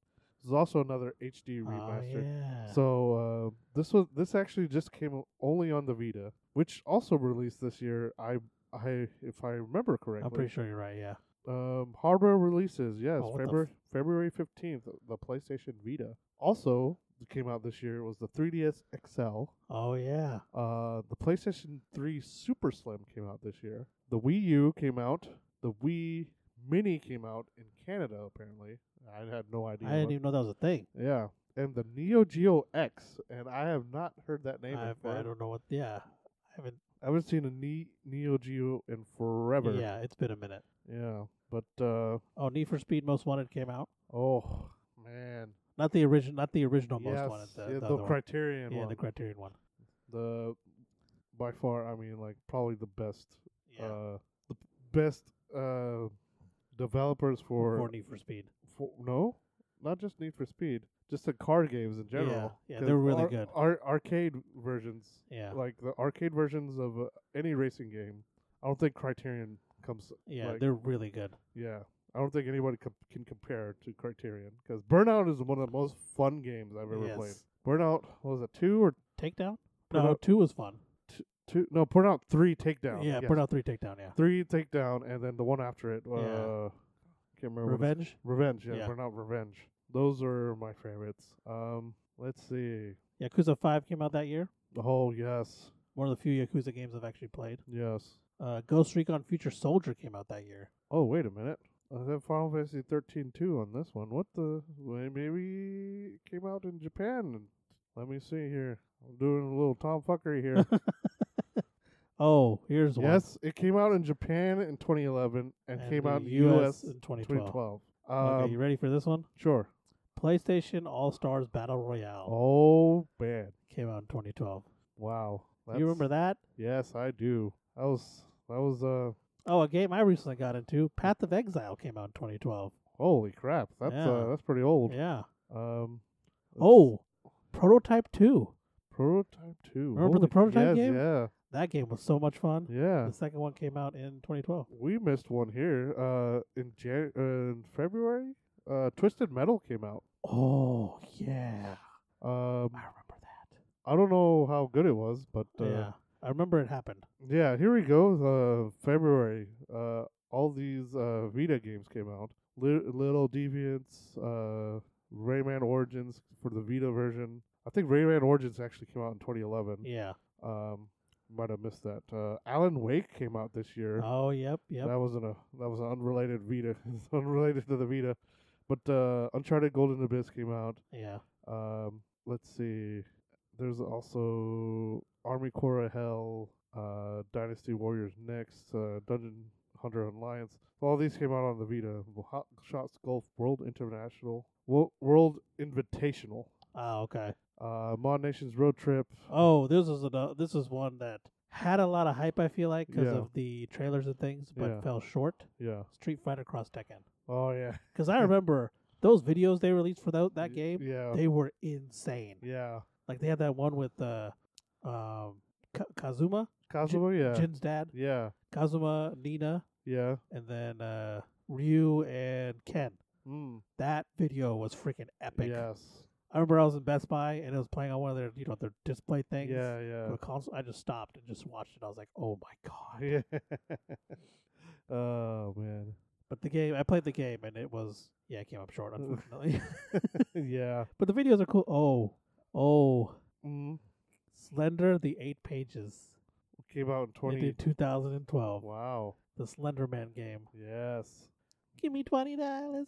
is also another
Ah,
HD remaster.
Oh, yeah.
So uh, this was this actually just came o- only on the Vita, which also released this year. I I if I remember correctly.
I'm pretty sure you're right. Yeah.
Um, hardware releases, yes,
Oh, what the
February February fifteenth, the PlayStation Vita. Also that came out this year was the 3DS XL.
Oh yeah.
Uh, the PlayStation 3 Super Slim came out this year. The Wii U came out. The Wii Mini came out in Canada apparently. I had no idea.
I didn't
what-
even know that was a thing.
yeah, and the Neo Geo X, and I have not heard that name.
I,
in
I
forever.
don't know what. Yeah. I haven't.
I haven't seen a ne- Neo Geo in forever.
Yeah, it's been a minute.
yeah, but uh,
Oh, Need for Speed Most Wanted came out.
oh man.
Not the original. Not the original Most Wanted. The,
yeah,
the,
the,
other one.
Criterion
Yeah,
one.
the Criterion one.
the by far, I mean, like probably the best,
Yeah.
uh, the best uh, developers for,
for Need for Speed.
for- no, not just Need for Speed, just the car games in general.
yeah,
'Cause
they're really
ar-
good.
ar- arcade versions,
Yeah.
like the arcade versions of uh, any racing game. I don't think Criterion comes.
yeah,
like-
they're really good.
Yeah. I don't think anybody com- can compare to Criterion because Burnout is one of the most fun games I've ever played.
Yes.
Burnout what was it two or
Takedown.
Put
No,
out-
two was fun.
two no burnout three takedown
yeah,
yes.
Burnout Three Takedown. Yeah.
three takedown and then the one after it uh
Yeah.
can't remember what it's-
Revenge.
revenge yeah,
Yeah.
burnout revenge those are my favorites um let's see
Yakuza Five came out that year.
oh yes
One of the few Yakuza games I've actually played.
yes
Uh, Ghost Recon Future Soldier came out that year.
oh wait a minute I have Final Fantasy thirteen two on this one. What the? Well, maybe it came out in Japan. Let me see here. I'm doing a little tomfuckery here.
Oh, here's one.
yes, it came out in Japan in 2011 and, came
the
out in US,
in 2012.
2012.
okay,
Um,
you ready for this one?
sure.
PlayStation All Stars Battle Royale
Oh man!
came out in 2012.
Wow.
You remember that?
Yes, I do. That was that was uh
Oh, a game I recently got into, Path of Exile, came out in 2012.
holy crap. That's
Yeah.
uh that's pretty old.
Yeah.
Um. let's-
Oh, Prototype 2.
Prototype Two.
Remember the Prototype
yes,
game?
Yeah,
That game was so much fun.
yeah.
The second one came out in 2012.
We missed one here. Uh, in Jan- uh, in February, uh, Twisted Metal came out.
Oh, yeah. I
Um,
remember that.
I don't know how good it was, but uh,
yeah. I remember it happened.
Yeah, here we go. Uh, February. Uh, all these uh, Vita games came out. Li- Little Deviants, uh, Rayman Origins for the Vita version. I think Rayman Origins actually came out in 2011.
Yeah.
Um, might have missed that. Uh, Alan Wake came out this year.
Oh, yep, yep.
That wasn't a that was an unrelated Vita, It's unrelated to the Vita. But uh, Uncharted Golden Abyss came out.
Yeah.
Um, let's see. There's also Army Corps of Hell, uh, Dynasty Warriors Next, uh, Dungeon Hunter Alliance. All these came out on the Vita. Wo- Hot Shots Golf World International, Wo- World Invitational,
Oh, okay.
uh, Mod Nations Road Trip.
Oh, this is a this is one that had a lot of hype. I feel like because
Yeah.
of the trailers and things, but
Yeah.
fell short.
Yeah.
Street Fighter Cross Tekken.
Oh yeah.
Because I remember those videos they released for that that
Y-
game.
Yeah.
They were insane.
yeah.
Like they had that one with uh, um, Ka- Kazuma,
Kazuma. Yeah.
Jin's dad,
yeah.
Kazuma, Nina,
Yeah.
and then uh, Ryu and Ken.
Mm.
That video was freaking epic.
Yes.
I remember I was in Best Buy and it was playing on one of their you know their display things.
Yeah, yeah.
The console. I just stopped and just watched it. I was like, oh my god.
Yeah. oh man.
But the game, I played the game and it was yeah, it came up short unfortunately.
yeah.
but the videos are cool. Oh, oh,
Mm.
Slender the Eight Pages.
Came out in
It
twenty.
did 2012.
Wow.
The Slender Man game.
Yes.
Give me twenty dollars.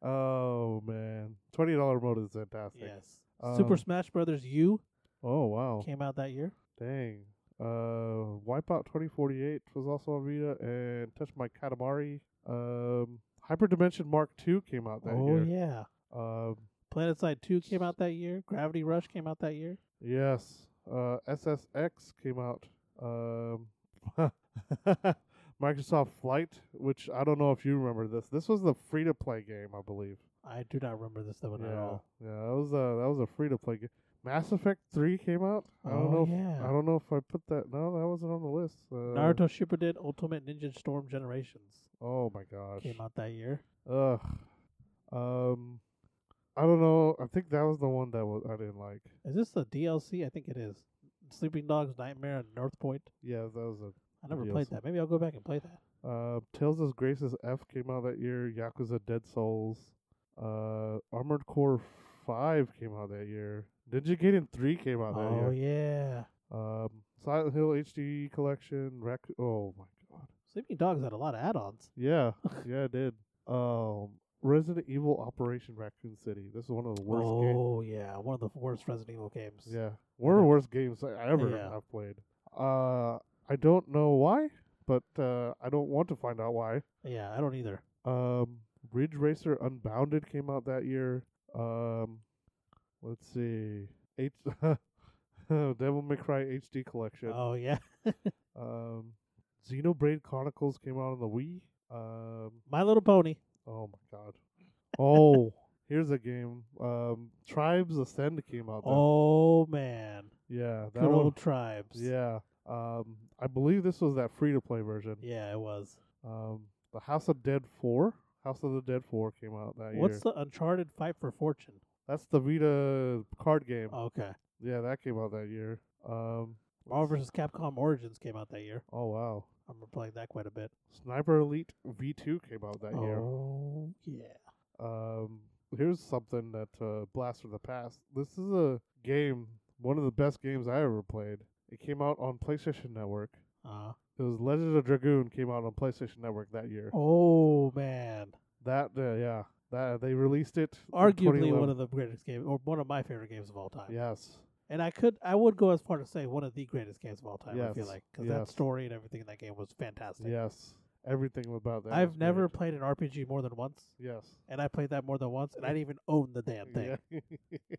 oh man. Twenty dollar mode is fantastic.
Yes. Super
Um,
Smash Brothers U
Oh wow.
came out that year.
Dang. Uh, Wipeout 2048 was also on Vita, and Touch My Katamari. Um, Hyperdimension Mark II came out that
oh
year.
yeah.
Um,
PlanetSide 2 came out that year. Gravity Rush came out that year.
yes. Uh, SSX came out. Um, Microsoft Flight, which I don't know if you remember this. This was the free to play game, I believe.
I do not remember this one at
yeah,
all.
yeah, that was a that was a free to play game. Mass Effect Three came out. I don't
Oh,
know. If,
yeah.
I don't know if I put that. No, that wasn't on the list. Uh,
Naruto Shippuden Ultimate Ninja Storm Generations
Oh my gosh.
came out that year.
Ugh. Um, I don't know. I think that was the one that was I didn't like.
Is this the DLC? I think it is. Sleeping Dogs Nightmare and North Point.
Yeah, that was a.
I never
DLC.
played that. Maybe I'll go back and play that.
Uh, Tales of Graces F came out that year. Yakuza Dead Souls. Uh, Armored Core Five came out that year. Ninja Gaiden Three came out that
oh
year.
yeah.
Um, Silent Hill HD Collection. Rac- oh my god.
Sleeping Dogs had a lot of add-ons.
Yeah, yeah, it did. Um, Resident Evil Operation Raccoon City. This is one of the worst. games.
oh yeah, one of the worst Resident Evil games.
Yeah, one of the
know?
worst games I ever
Yeah.
have played. Uh, I don't know why, but uh, I don't want to find out why.
Yeah, I don't either.
Um, Ridge Racer Unbounded came out that year. Um, let's see, H- Devil May Cry HD Collection.
Oh yeah.
Um, Xenoblade Chronicles came out on the Wii. Um,
My Little Pony.
oh my god. Oh, here's a game. Um, Tribes Ascend came out. That,
Oh man.
yeah, that
Good
one.
old tribes.
Yeah. Um, I believe this was that free to play version.
Yeah, it was.
Um, the House of Dead Four, House of the Dead Four came out that year.
What's the Uncharted Fight for Fortune?
That's the Vita card game.
Okay.
Yeah, that came out that year. Um,
Marvel vs. Capcom Origins came out that year.
oh wow,
I remember playing that quite a bit.
Sniper Elite V Two came out that year.
Oh yeah. Oh.
Um, here's something that uh, blast from the past. This is a game, one of the best games I ever played. It came out on PlayStation Network.
Uh,
It was Legend of Dragoon came out on PlayStation Network that year.
oh man.
That uh, yeah, that they released it. in
Arguably one
2011.
of the greatest games, or one of my favorite games of all time.
yes,
And I could, I would go as far to say one of the greatest games of all time. I feel
Yes,
like because that
yes.
story and everything in that game was fantastic.
yes, everything about that.
I've
was
never
great.
played an RPG more than once,
Yes.
and I played that more than once, and I didn't even own the damn thing
Yeah.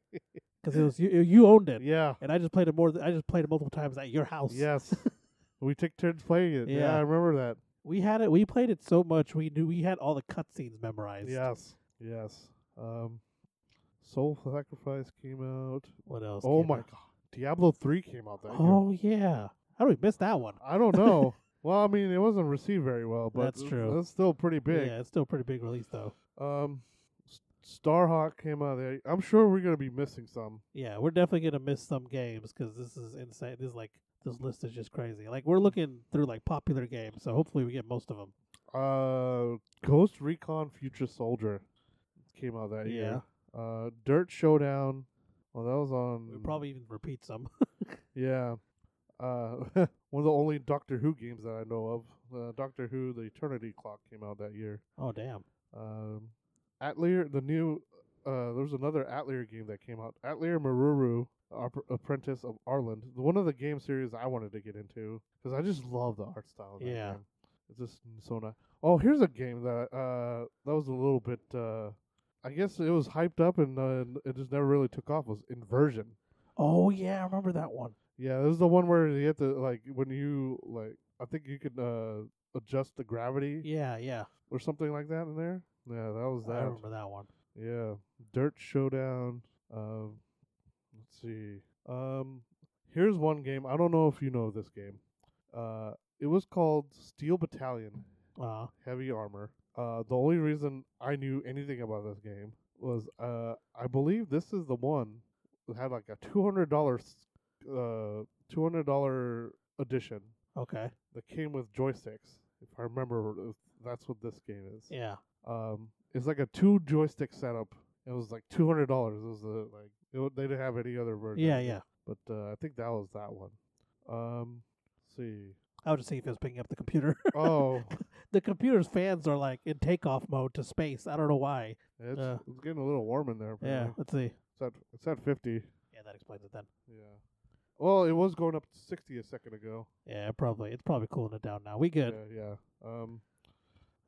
because it was you, you owned it,
yeah.
and I just played it more. Than, I just played it multiple times at your house.
Yes. we took turns playing it. Yeah.
Yeah.
I remember that.
we had it. We played it so much. We knew we had all the cutscenes memorized.
Yes. Yes. Um, Soul Sacrifice came out.
What else?
Oh
came
my
out?
god, Diablo three came out that year.
Oh yeah. How do we miss that one?
I don't know. well, I mean, it wasn't received very well, but
That's
it's-
true.
It's still pretty big.
Yeah, it's still a pretty big release though.
Um, S- Starhawk came out there. I'm sure we're gonna be missing some.
Yeah, we're definitely gonna miss some games because this is insane. This is like this list is just crazy. Like we're looking through like popular games, so hopefully we get most of them.
Uh, Ghost Recon Future Soldier came out that year. Uh, Dirt Showdown. Well, that was on.
We probably even repeat some.
Yeah. Uh, one of the only Doctor Who games that I know of. Uh, Doctor Who: The Eternity Clock came out that year.
oh damn.
Um, Atelier, the new. Uh, there was another Atelier game that came out. Atelier Maruru, Op- Apprentice of Arland. One of the game series I wanted to get into because I just love the art style. Of that
Yeah.
game. it's just so nice. Oh, here's a game that uh that was a little bit. uh I guess it was hyped up and uh, it just never really took off. Was Inversion.
Oh yeah, I remember that one.
Yeah, this is the one where you have to like when you like I think you could uh adjust the gravity
Yeah, yeah,
or something like that in there. Yeah, that was
I
that.
remember that one.
Yeah, Dirt Showdown. Um, let's see. Um, here's one game. I don't know if you know this game. Uh, It was called Steel Battalion
Uh,
Heavy Armor. Uh, the only reason I knew anything about this game was uh, I believe this is the one that had like a two hundred dollars, uh, two hundred dollar edition
okay.
that came with joysticks. If I remember, if that's what this game is.
Yeah.
Um, it's like a two joystick setup. It was like two hundred dollars. It was a, like it, wa- they didn't have any other version.
Yeah, yeah.
But uh, I think that was that one. Um, let's see.
I was just seeing if it was picking up the computer.
Oh,
the computer's fans are like in takeoff mode to space. I don't know why.
it's,
Uh,
it's getting a little warm in there.
Yeah,
apparently.
let's see.
It's at it's at fifty.
Yeah, that explains it then.
Yeah. Well, it was going up to sixty a second ago.
Yeah, probably. It's probably cooling it down now. We good.
Yeah. yeah. Um.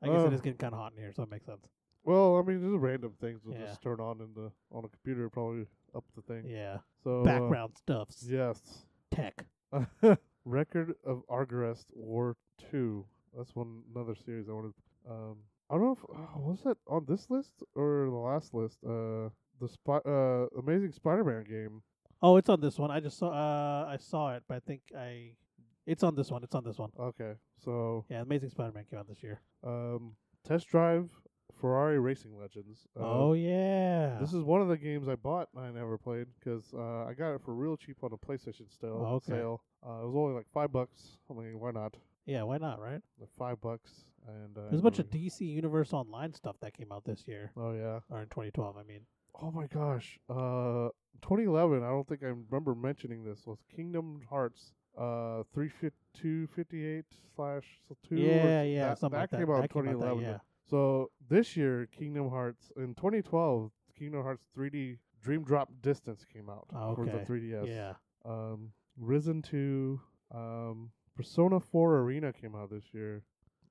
I guess
Uh,
it is getting kind of hot in here, so it makes sense.
Well, I mean, just random things will
Yeah.
just turn on in the on a computer, probably up the thing.
Yeah.
So uh,
Background stuffs.
yes.
Tech.
Record of Argarest War Two. That's one another series I wanted. Um, I don't know if oh, was that on this list or the last list. Uh, the spot uh Amazing Spider-Man game.
Oh, it's on this one. I just saw. Uh, I saw it, but I think I. It's on this one. It's on this one.
Okay, so
Yeah, Amazing Spider-Man came out this year.
um, Test Drive Ferrari Racing Legends. Uh,
oh yeah.
This is one of the games I bought and I never played because uh, I got it for real cheap on a PlayStation sale.
Oh, okay.
sale. Uh, it was only like five bucks. I mean, why not?
yeah. Why not? Right.
Like five bucks and uh,
There's a bunch
here
of
we
DC Universe Online stuff that came out this year
go. Oh yeah.
or in 2012. I mean.
Oh my gosh. Uh, 2011. I don't think I remember mentioning this. Was Kingdom Hearts uh 35258 slash two? or
yeah,
s-
yeah,
That,
something like that.
came out in
that came out that-
2011.
yeah.
So this year, Kingdom Hearts in 2012, Kingdom Hearts 3D Dream Drop Distance came out
Oh,
for the
okay.
3DS.
Yeah.
Um, Risen 2, um, Persona 4 Arena came out this year.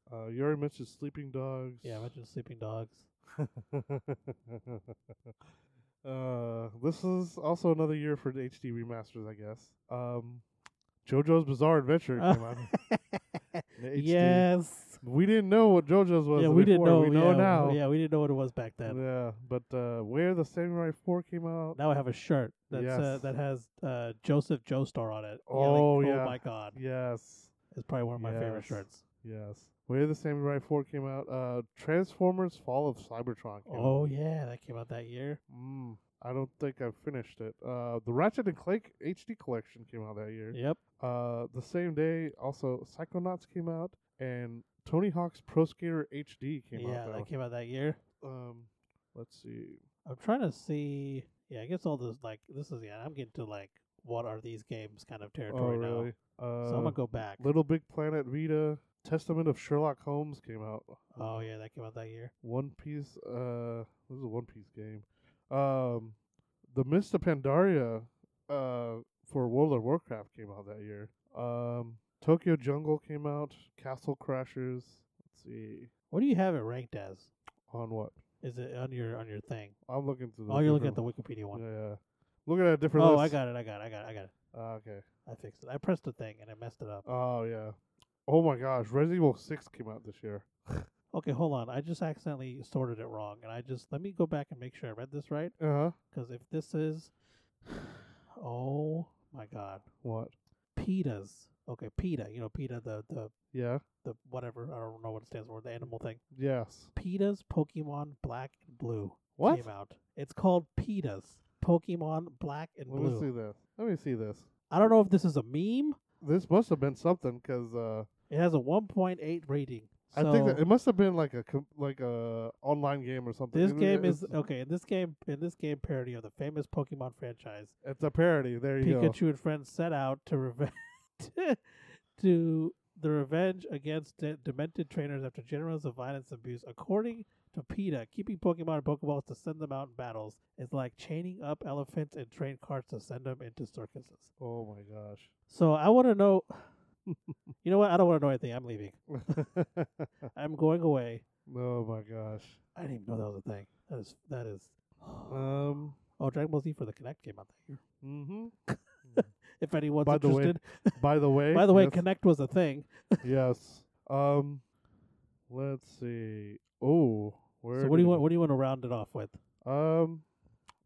Uh, you already mentioned Sleeping Dogs.
Yeah. Imagine Sleeping Dogs.
uh, this is also another year for the HD remasters, I guess. Um, JoJo's Bizarre Adventure
Oh.
came out. in HD.
Yes.
We didn't know what JoJo's was.
yeah, we didn't
before.
know.
We know
yeah,
now.
Yeah, we didn't know what it was back then.
Yeah, but uh, where the Samurai Four came out.
Now I have a shirt that's uh,
Yes.
that has uh, Joseph Joestar on it. Yeah,
Oh,
like,
yeah.
Oh my God,
Yes,
it's probably one of my favorite
Yes.
shirts.
yes. Where the Samurai Four came out. Uh, Transformers: Fall of Cybertron. Came out.
Oh yeah, that came out that year.
Mm, I don't think I've finished it. Uh, the Ratchet and Clank HD collection came out that year.
Yep.
Uh, the same day, also Psychonauts came out, and Tony Hawk's Pro Skater HD came
yeah,
out.
that
though.
came out that year.
um, let's see.
I'm trying to see. Yeah, I guess all this like this is yeah. I'm getting to like what are these games kind of
Oh,
territory
really?
now.
Uh,
so I'm gonna go back.
Little Big Planet Vita, Testament of Sherlock Holmes came out.
Oh yeah, that came out that year.
One Piece. Uh, this is a One Piece game. Um, the Mist of Pandaria, uh, for World of Warcraft came out that year. Um, Tokyo Jungle came out. Castle Crashers. Let's see
What do you have it ranked as?
on what
Is it on your on your thing?
I'm looking through.
Oh, you're looking at the Wikipedia one.
Yeah, yeah. looking at a different.
Oh,
list.
I got it. I got it. I got it. I got it.
Ah, okay.
I fixed it. I pressed the thing and I messed it up.
Oh yeah. Oh my gosh, Resident Evil Six came out this year.
Okay, hold on. I just accidentally sorted it wrong, and I just let me go back and make sure I read this right.
Uh huh.
Because if this is, oh my god,
What?
PETA's. Okay, PETA. You know, PETA, the the
Yeah.
the whatever. I don't know what it stands for. The animal thing.
Yes.
PETA's Pokemon Black and Blue
What?
came out. It's called PETA's Pokemon Black and
Let me
Blue.
see this. Let me see this.
I don't know if this is a meme.
This must have been something because uh,
It has a 1.8 rating.
I think that
so-
it must have been like a com- like a online game or something.
This
It-
game
it's,
is okay. In this game, in this game parody of the famous Pokemon franchise,
it's a parody. There you
Pikachu and friends set out to revenge to the revenge against de- demented trainers after generations of violence and abuse. According to PETA, keeping Pokemon and Pokeballs to send them out in battles is like chaining up elephants and train carts to send them into circuses.
go. Oh my gosh.
So I want to know. you know what? I don't want to know anything. I'm leaving. I'm going away.
oh my gosh.
I didn't even know that was a thing. That is that is.
Um.
Oh, Dragon Ball Z for the Connect came out that year.
hmm
If anyone's
By the way-
interested.
By the way.
By the way,
yes,
Connect was a thing.
yes. Um. Let's see. Oh. Where
So what do
did
you
it-
want? What do you want to round it off with?
Um.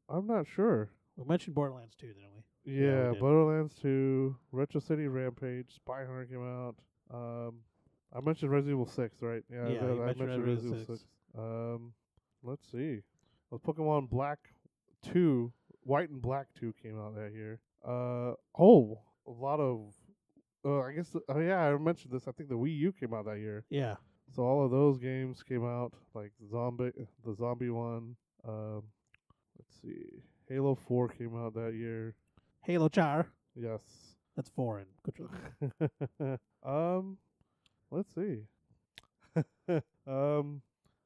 I'm not sure.
We mentioned Borderlands 2, didn't we?
Yeah,
we did.
Borderlands 2, Retro City Rampage, Spy Hunter came out. Um, I mentioned Resident Evil Six, right?
Yeah, you
that- I
mentioned
mentioned
Resident Evil
Resident Evil
6.
Six. Um, let's see. Well, Pokemon Black Two, White and Black Two came out that year. Uh, oh, a lot of. Uh, I guess. Oh yeah, I mentioned this. I think the Wii U came out that year.
Yeah.
So all of those games came out, like zombie, the zombie one. Um, let's see, Halo Four came out that year.
Halo Char.
Yes.
That's foreign. Good job.
um, let's see. um,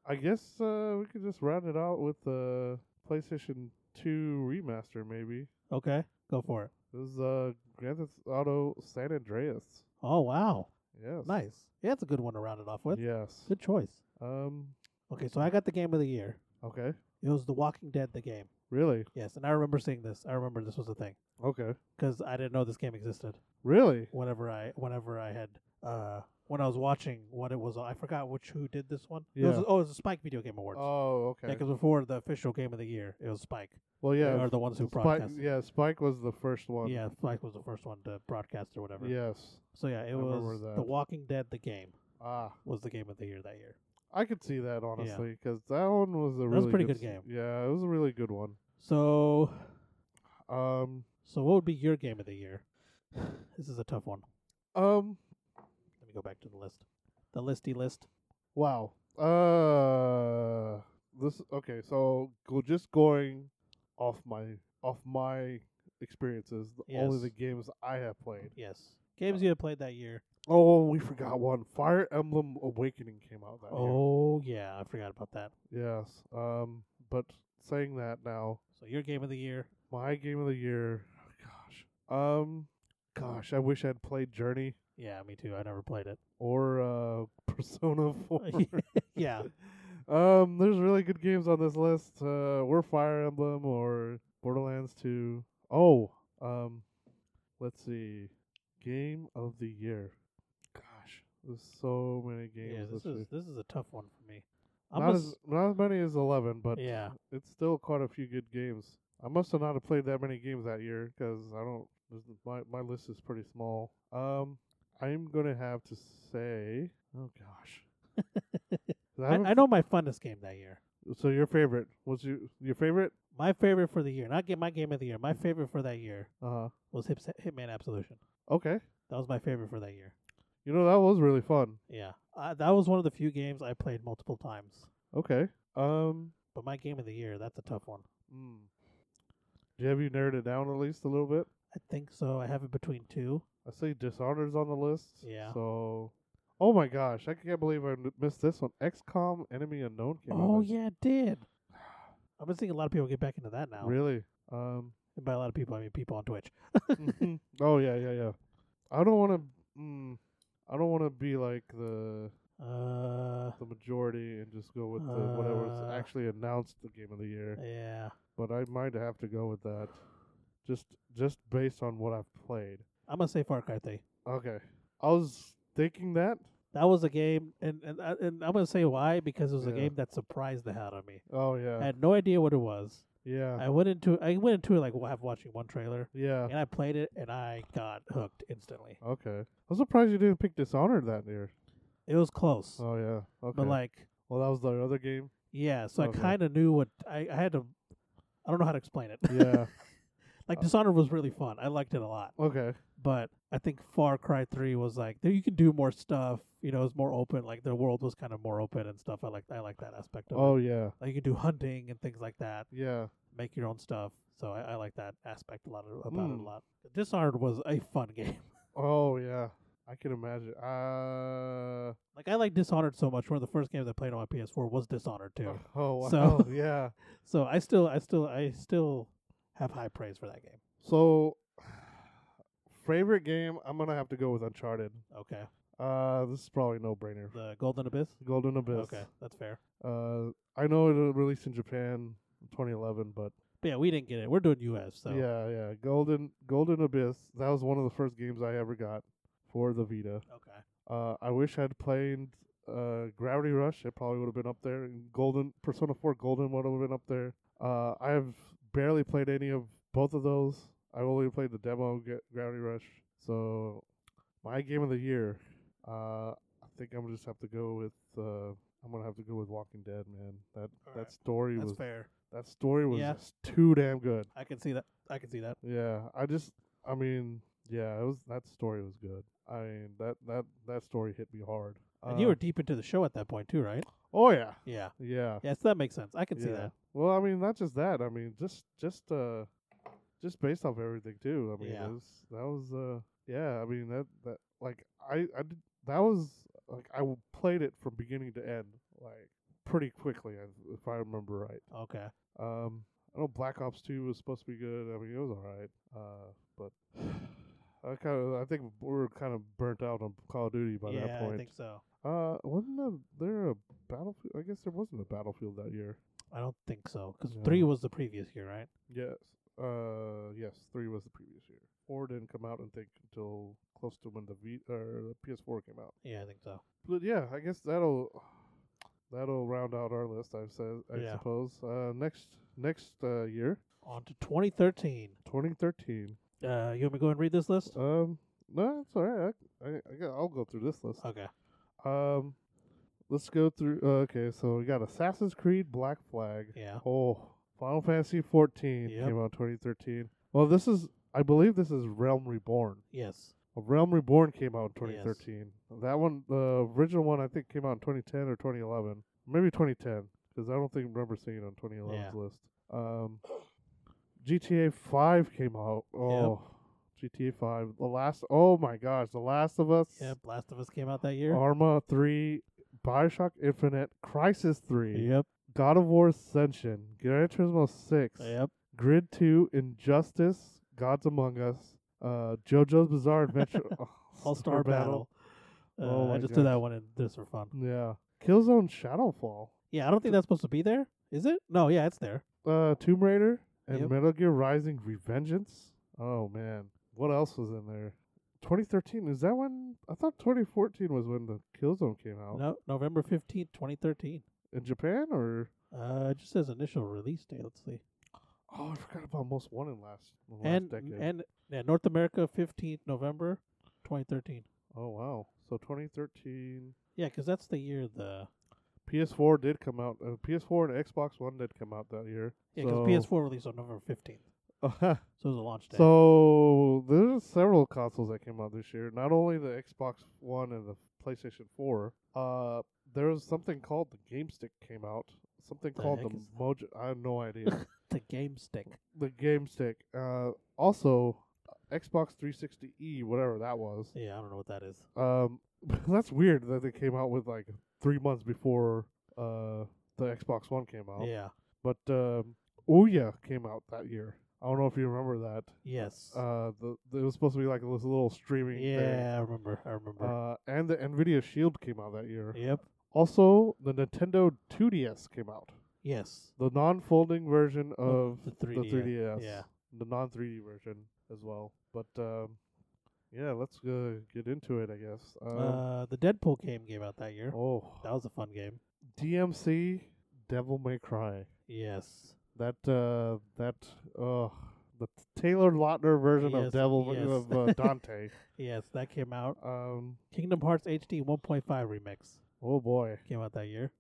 I guess uh, we could just round it out with uh, PlayStation Two remaster. Maybe
Okay. Go for it.
this is uh, Grand Theft Auto San Andreas.
Oh wow.
Yes.
Nice. Yeah, that's a good one to round it off with.
Yes.
Good choice.
Um.
Okay, so I got the game of the year.
Okay.
It was The Walking Dead, the game.
Really.
Yes, and I remember seeing this. I remember this was a thing
Okay.
because I didn't know this game existed.
Really.
Whenever I, whenever I had, uh, when I was watching what it was, on- I forgot which who did this one. It was,
Yeah.
oh, it was the Spike Video Game Awards.
Oh, okay.
because before the official game of the year, it was Spike.
well,
They
yeah.
are the ones who
Spike,
broadcast.
yeah, Spike was the first one.
yeah, Spike was the first one to broadcast or whatever.
Yes.
So yeah, it
remember
was
that.
The Walking Dead, the game
Ah,
was the game of the year that year.
I could see that honestly because that one was a
was
really
a pretty good
s-
game.
Yeah, it was a really good one.
So,
Um,
so what would be your game of the year? this is a tough one.
um,
Let me go back to the list. The listy list.
wow. Uh, this okay. So go just going off my off my experiences. th- Only
Yes.
the games I have played.
Yes. Games you have played that year.
Oh, we forgot one. Fire Emblem Awakening came out that
Oh yeah, I forgot about that.
year. Yes. Um, but saying that now,
So your game of the year.
My game of the year. Gosh. Um gosh, I wish I'd played Journey
Yeah, me too. I never played it.
or uh Persona 4.
yeah.
um there's really good games on this list. Uh we're Fire Emblem or Borderlands 2. Oh, um let's see. Game of the year. Gosh, there's so many games
Yeah, this
this year.
is this is a tough one for me. I'm
Not
a
as not as many as 11, but
yeah.
it's still quite a few good games. I must have not have played that many games that year because I don't. this is- My my list is pretty small. Um, I'm gonna have to say, oh gosh, I
I,
haven't-
I know my funnest game that year.
So your favorite? What's your your favorite?
My favorite for the year, not get my game of the year. My favorite for that year
Uh huh.
was Hip, Hitman Absolution.
Okay.
That was my favorite for that year.
You know that was really fun.
Yeah, uh, that was one of the few games I played multiple times.
Okay. Um.
But my game of the year, that's a tough one.
Mm. Do you- Have you narrowed it down at least a little bit?
I think so. I have it between two.
I see Dishonored's on the list.
Yeah.
So, oh my gosh, I can't believe I n- missed this one. XCOM: Enemy Unknown came out.
Oh
this-
yeah, it did. I've been seeing a lot of people get back into that now.
Really? Um.
And by a lot of people, I mean people on Twitch.
Mhm. oh yeah, yeah, yeah. I don't want to. Mm, I don't want to be like the
Uh,
the majority and just go with the, whatever's
Uh,
actually announced the game of the year.
yeah.
But I might have to go with that, just just based on what I've played.
I'm gonna say Far Cry 3.
Okay, I was thinking that.
That was a game, and and, I- and I'm gonna say why because it was a
Yeah.
game that surprised the hell out of me.
Oh
I
yeah,
had no idea what it was.
yeah,
I went into I went into it like wa- watching one trailer,
yeah.
and I played it, and I got hooked instantly.
Okay, I'm surprised you didn't pick Dishonored that year.
It was close,
Oh yeah, okay.
but like
well, that was the other game.
yeah. So
Okay.
I kind of knew what I, I had to. I don't know how to explain it.
Yeah.
like
Uh,
Dishonored was really fun. I liked it a lot.
okay.
but I think Far Cry Three was like there you can do more stuff. You know, it's more open. Like the world was kind of more open and stuff. I like I like that aspect of
Oh
it.
yeah,
Like you can do hunting and things like that.
yeah.
Make your own stuff. So I, I like that aspect a lot of, about it
Mm.
a lot. Dishonored was a fun game.
Oh yeah, I can imagine. Uh.
Like I like Dishonored so much. One of the first games I played on my PS4 was Dishonored too.
Oh wow!
So-
yeah.
So I still I still I still have high praise for that game.
So, favorite game? I'm gonna have to go with Uncharted.
Okay,
Uh, this is probably no brainer.
the Golden Abyss.
Golden Abyss.
Okay, that's fair.
Uh, I know it was released in Japan, in 2011, but
But yeah, we didn't get it. We're doing US. So
yeah, yeah. Golden Golden Abyss. That was one of the first games I ever got for the Vita.
Okay.
Uh, I wish I'd played uh Gravity Rush. It probably would have been up there. And Golden Persona 4 Golden would have been up there. Uh, I have barely played any of both of those. I've only played the demo of Ga- Gravity Rush. So my game of the year, Uh, I think I'm gonna just have to go with. Uh, I'm gonna have to go with Walking Dead, man. That
All
that
right.
story
That's
was
fair.
that story was
Yeah.
just too damn good.
I can see that. I can see that.
Yeah, I just, I mean, yeah, it was that story was good. I mean, that that that story hit me hard.
And you were deep into the show at that point too, right?
Uh, oh yeah,
Yeah.
yeah,
Yes, that makes sense. I can see
yeah.
that.
Well, I mean, not just that. I mean, just just uh, just based off everything too. I mean,
Yeah.
it was, that was uh, yeah. I mean that that like I I did, that was like I w- played it from beginning to end like pretty quickly I- if I remember right.
Okay.
Um, I know Black Ops Two was supposed to be good. I mean, it was all right. Uh, but I kind of I think we were kind of burnt out on Call of Duty by
yeah,
that point.
I think so.
Uh, wasn't a, there a battlefield? I guess there wasn't a battlefield that year.
I don't think so because
Yeah.
three was the previous year, right?
Yes. Uh, yes, three was the previous year. Four didn't come out, I think, until close to when the V or the PS4 came out.
Yeah, I think so.
But yeah, I guess that'll that'll round out our list. I said, I
Yeah.
suppose. Uh, next next uh, year,
On to 2013.
2013.
Uh, you want me to go and read this list?
Um, no, it's all right. I, I, I got, I'll go through this list.
Okay.
Um, let's go through. Uh, okay, so we got Assassin's Creed Black Flag.
Yeah.
Oh, Final Fantasy 14
Yep.
came out 2013. Well, this is, I believe, this is Realm Reborn.
Yes.
Well, Realm Reborn came out in
Yes.
2013. That one, the original one, I think came out in 2010 or 2011, maybe 2010, because I don't think I remember seeing it on 2011's list. Um, GTA 5 came out. Oh, GTA 5. The last. Oh my gosh, The Last of Us.
Yeah. Last of Us came out that year.
Arma 3, Bioshock Infinite, Crisis 3,
Yep.
God of War Ascension, Gran Turismo 6,
Yep.
Grid 2, Injustice, Gods Among Us, uh, JoJo's Bizarre Adventure,
All Star Battle.
Oh
Uh, I
my
just did that
gosh.
one in just for fun.
Yeah. Killzone Shadowfall,
Yeah, I don't think that's supposed to be there. Is it? No. Yeah, it's there.
uh, Tomb Raider, and
Yep.
Metal Gear Rising Revengeance. Oh, man. What else was in there? 2013. Is that when? I thought 2014 was when the Killzone came out.
No. November 15th, 2013.
In Japan, or?
Uh, it just says initial release date. Let's see.
Oh, I forgot about Most Wanted last, the last
And
decade.
and yeah, North America 15th November 2013.
oh, wow. So 2013.
Yeah, because that's the year the
PS4 did come out. Uh, PS4 and Xbox One did come out that year.
yeah because
so-
PS4 released on November 15th, so it was a launch day.
So there's several consoles that came out this year. Not only the Xbox One and the PlayStation Four. Uh, there was something called the Game Stick came out. Something
The
called
heck
the
is that?
Mojo. I have no idea.
the Game Stick.
the Game Stick. Uh, also uh, Xbox 360e, whatever that was.
Yeah, I don't know what that is.
Um, that's weird that they came out with like three months before uh the Xbox One came out.
Yeah.
But um, Ouya came out that year. I don't know if you remember that.
Yes.
Uh, the, the- it was supposed to be like this little streaming thing.
yeah, I remember. I remember.
Uh, and the Nvidia Shield came out that year.
yep.
Also, the Nintendo 2DS came out.
Yes.
The non-folding version of
Oh, the
the
3D,
3DS.
yeah.
The non-3D version as well. But um, yeah, let's uh, get into it, I guess. Um,
uh, the Deadpool game came out that year.
oh,
Uh, That was a fun game.
DMC, Devil May Cry.
Yes.
That uh, that uh, the Taylor Lautner version
Yes,
of Devil
yes.
of uh, Dante.
Yes, that came out.
um,
Kingdom Hearts HD 1.5 remix
oh boy,
came out that year.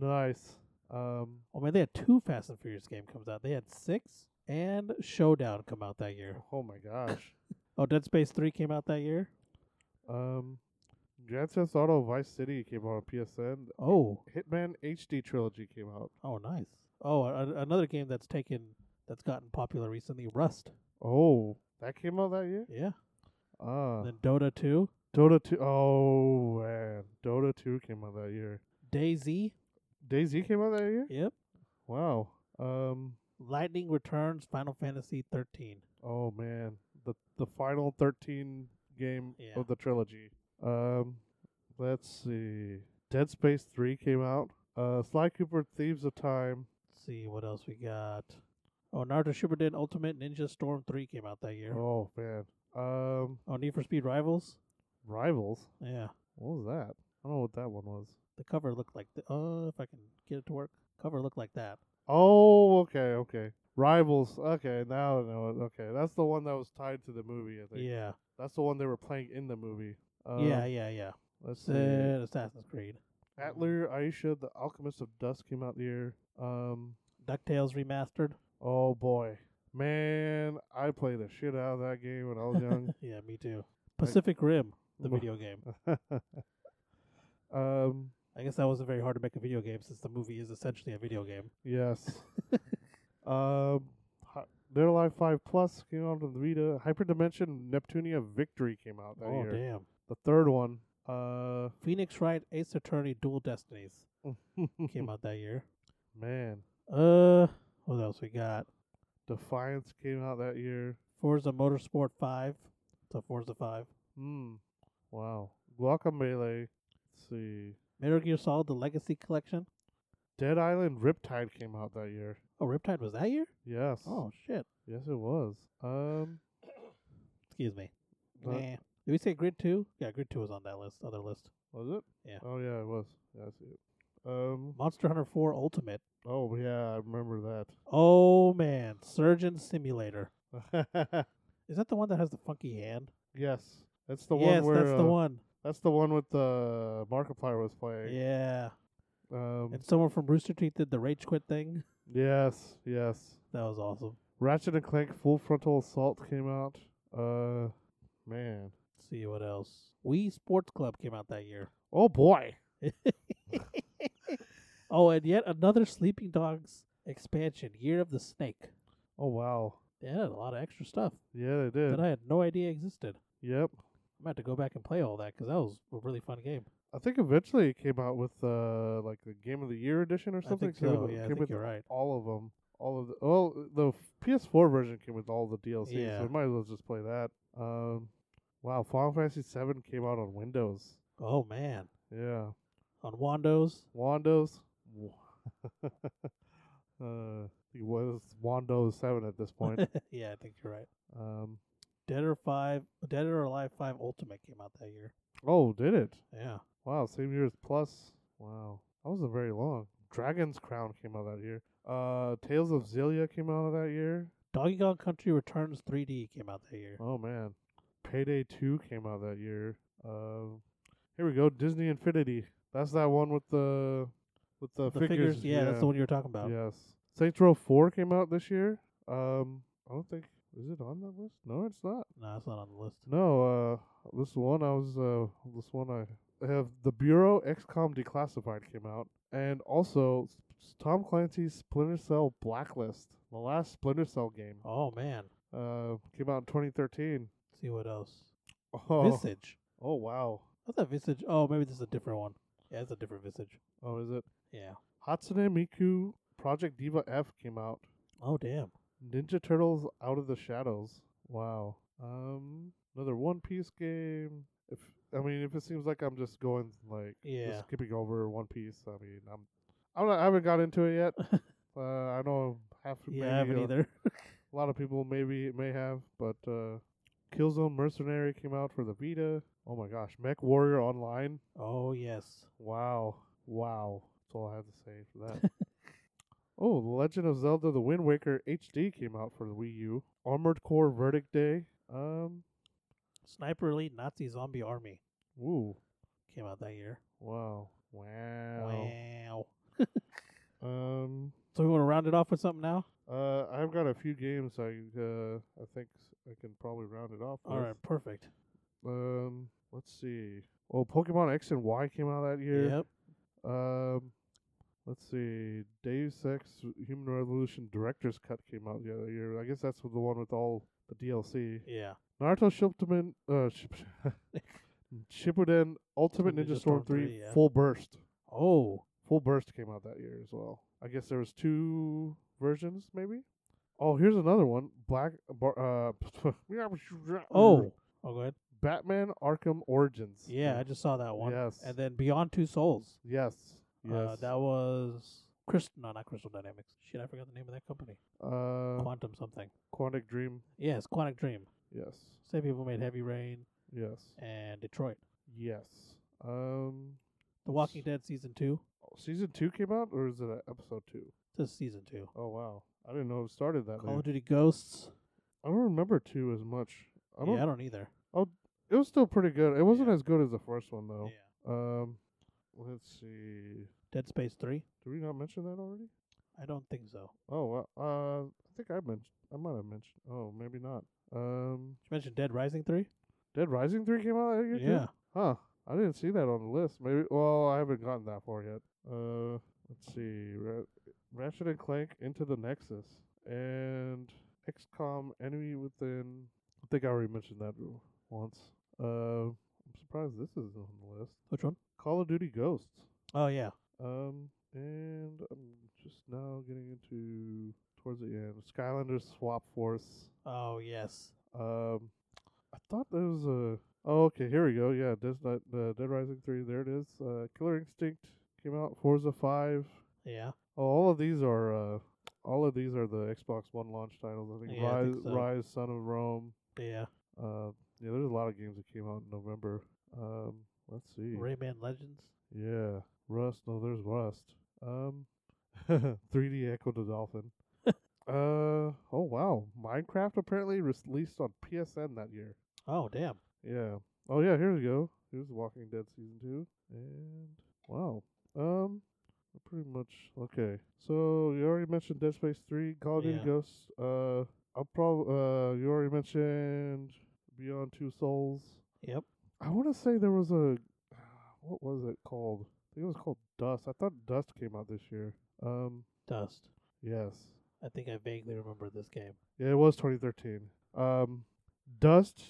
nice. Um,
Oh man, they had two Fast and Furious game comes out. They had six and Showdown come out that year.
oh my gosh.
Oh, Dead Space Three came out that year.
um, Grand Theft Auto Vice City came out on PSN.
Oh,
Hitman HD trilogy came out.
oh, nice. Oh, a- a- another game that's taken that's gotten popular recently, Rust.
Oh, that came out that year.
Yeah.
Ah,
then Dota Two,
Dota two. Oh man, Dota two came out that year.
Daisy.
Daisy came out that year.
Yep.
Wow. Um.
Lightning Returns, Final Fantasy Thirteen.
Oh man, the the final thirteen game
Yeah.
of the trilogy. Um, let's see. Dead Space three came out. Uh, Sly Cooper Thieves of Time.
Let's see what else we got. Oh, Naruto Shippuden Ultimate Ninja Storm Three came out that year. Oh,
Oh man. Um,
Need for Speed Rivals.
Rivals.
Yeah.
What was that? I don't know what that one was.
The cover looked like the. Oh, if I can get it to work. Cover looked like that.
Oh, okay, okay. Rivals. Okay, now I know it. Okay, that's the one that was tied to the movie. I think.
Yeah.
That's the one they were playing in the movie. Um,
yeah. Yeah. Yeah.
Let's see.
Said Uh, Assassin's Creed.
Atler, Aisha, The Alchemist of Dust came out the year. Um,
DuckTales remastered.
oh boy, man, I played the shit out of that game when I was young.
Yeah, me too. Pacific Rim, the video game.
um,
I guess that wasn't very hard to make a video game since the movie is essentially a video game.
yes. um, Hi- Dead Alive Five Plus came out on the Vita. Hyperdimension Neptunia Victory came out that
oh
year.
damn!
The third one. Uh,
Phoenix Wright Ace Attorney Dual Destinies came out that year.
man,
Uh, what else we got?
Defiance came out that year.
Forza Motorsport Five. So Forza Five.
Hmm. Wow. Guacamole. Let's see.
Metal Gear Solid: The Legacy Collection.
Dead Island Riptide came out that year.
Oh, Riptide was that year?
Yes.
Oh shit!
Yes, it was. Um,
Excuse me.
What?
Nah. Did we say Grid Two? Yeah, Grid Two was on that list. Other list.
was it?
Yeah.
Oh yeah, it was. Yeah, I see it. Um.
Monster Hunter Four Ultimate.
Oh yeah, I remember
Oh man, Surgeon Simulator.
that.
Is that the one that has the funky hand?
yes, that's the
yes,
one where
that's the
uh,
one.
That's the one with the Markiplier was playing.
Yeah.
Um.
And someone from Rooster Teeth did the rage quit thing.
yes. Yes.
That was awesome.
Ratchet and Clank Full Frontal Assault came out. Uh. Man.
Let's see what else. Wii Sports Club came out that year.
Oh boy.
Oh, and yet another Sleeping Dogs expansion, Year of the Snake.
Oh wow.
They added a lot of extra stuff
Yeah, they did.
that I had no idea existed.
yep.
I'm about to go back and play all that because that was a really fun game.
I think eventually it came out with uh like the Game of the Year edition or something.
I think
Came
so.
with-
Yeah, I
came
think
with
you're right.
all of them. All of the well, the f- PS4 version came with all the DLC,
Yeah.
so we might as well just play that. Um, wow, Final Fantasy VII came out on Windows.
Oh man,
Yeah,
on Wandos.
Windows. uh, it uh, was Windows Seven at this point.
yeah, I think you're right.
um,
Dead or Five, Dead or Alive Five Ultimate came out that year.
oh, did it?
Yeah.
Wow, same year as Plus. Wow, that wasn't very long. Dragon's Crown came out that year. Uh, Tales of Zillia came out that year.
Donkey Kong Country Returns 3D came out that year.
Oh man, Payday Two came out that year. Uh, here we go, Disney Infinity. That's that one with the with the,
the figures, yeah, that's the one you were talking about.
Yes, Saints Row Four came out this year. Um, I don't think is it on that list. No, it's not.
No, that's not on the list.
No, uh, this one I was uh this one I have the Bureau XCOM Declassified came out, and also s- Tom Clancy's Splinter Cell Blacklist, the last Splinter Cell game,
Oh man,
uh, came out in 2013.
see what else?
Oh.
Visage.
Oh wow.
I thought Visage. Oh, maybe this is a different one. Yeah, it's a different Visage.
Oh, is it
Yeah.
Hatsune Miku Project Diva F came out.
Oh damn.
Ninja Turtles Out of the Shadows. Wow. Um, another One Piece game. If I mean, if it seems like I'm just going like just
Yeah.
skipping over One Piece, I mean, I'm I'm not, I haven't got into it yet. uh, I know half
Yeah, I haven't
maybe, uh,
either.
a lot of people maybe may have, but uh, Killzone Mercenary came out for the Vita. Oh my gosh, Mech Warrior Online.
oh yes.
Wow. Wow. That's all I have to say for that. oh, The Legend of Zelda The Wind Waker HD came out for the Wii U. Armored Core Verdict Day. Um,
Sniper Elite Nazi Zombie Army
ooh.
came out that year.
Wow.
Wow.
Wow. Um,
So we want to round it off with something now.
uh, I've got a few games I, uh, I think s- I can probably round it off
All
with.
right, perfect.
Um, let's see. Well, Pokemon X and Y came out that year.
Yep.
Um, let's see. Deus Ex Human Revolution Director's Cut came out the other year. I guess that's the one with all the DLC.
Yeah.
Naruto Shippuden, uh, Ship- Shippuden Ultimate
Ninja
Ninja, Storm,
Storm
3,
3, yeah.
Full Burst.
Oh.
Full Burst came out that year as well. I guess there was two versions, maybe? Oh, here's another one. Black, Bar- uh,
Oh. Oh, go ahead.
Batman Arkham Origins.
Yeah, I just saw that one.
Mm. Yes.
And then Beyond Two Souls.
Yes. Yes.
Uh, that was Crystal. No, not Crystal Dynamics. Shit, I forgot the name of that company.
uh,
Quantum something.
Quantic Dream.
Yes, Quantic Dream.
Yes.
Same people made Heavy Rain
Yes.
and Detroit.
Yes. Um,
The Walking Dead season two.
season two came out, or is it uh, episode two?
This is season two.
Oh wow, I didn't know it started that.
Call of
late.
Duty Ghosts.
I don't remember two as much. I don't.
yeah, I don't either.
It was still pretty good. It wasn't
Yeah.
as good as the first one though.
Yeah.
Um, let's see.
Dead Space Three.
Did we not mention that already?
I don't think so.
Oh, uh, uh I think I mentioned. I might have mentioned. Oh, maybe not. Um,
Did you mention Dead Rising Three?
Dead Rising three came out that year. too?
Yeah.
Huh. I didn't see that on the list. Maybe. Well, I haven't gotten that far yet. Uh, let's see. Ra- Ratchet and Clank Into the Nexus and XCOM Enemy Within. I think I already mentioned that w- once. Uh, I'm surprised this isn't on the list.
Which one?
Call of Duty Ghosts.
Oh yeah.
Um, and I'm just now getting into towards the end. Skylanders Swap Force.
Oh yes.
Um, I thought there was a. Oh, okay. Here we go. Yeah, Dead, Night, uh, Dead Rising three. There it is. Uh, Killer Instinct came out. Forza five.
Yeah.
Oh, all of these are. Uh, all of these are the Xbox One launch titles. I think
Yeah, I
Rise,
think so.
Rise, Son of Rome.
Yeah.
Uh, yeah, there's a lot of games that came out in November. Um, let's see.
Rayman Legends.
Yeah, Rust. No, there's Rust. Um, 3D Echo the Dolphin. uh, oh wow, Minecraft apparently released on PSN that year.
Oh damn.
Yeah. Oh yeah, here we go. Here's Walking Dead season two. And wow. Um pretty much okay. So you already mentioned Dead Space three, Call of Duty
Yeah.
Ghosts. Uh I'll prob uh you already mentioned Beyond Two Souls.
Yep.
I wanna say there was a what was it called? I think it was called Dust. I thought Dust came out this year. Um
Dust.
yes.
I think I vaguely remember this game.
Yeah, it was 2013. Um, Dust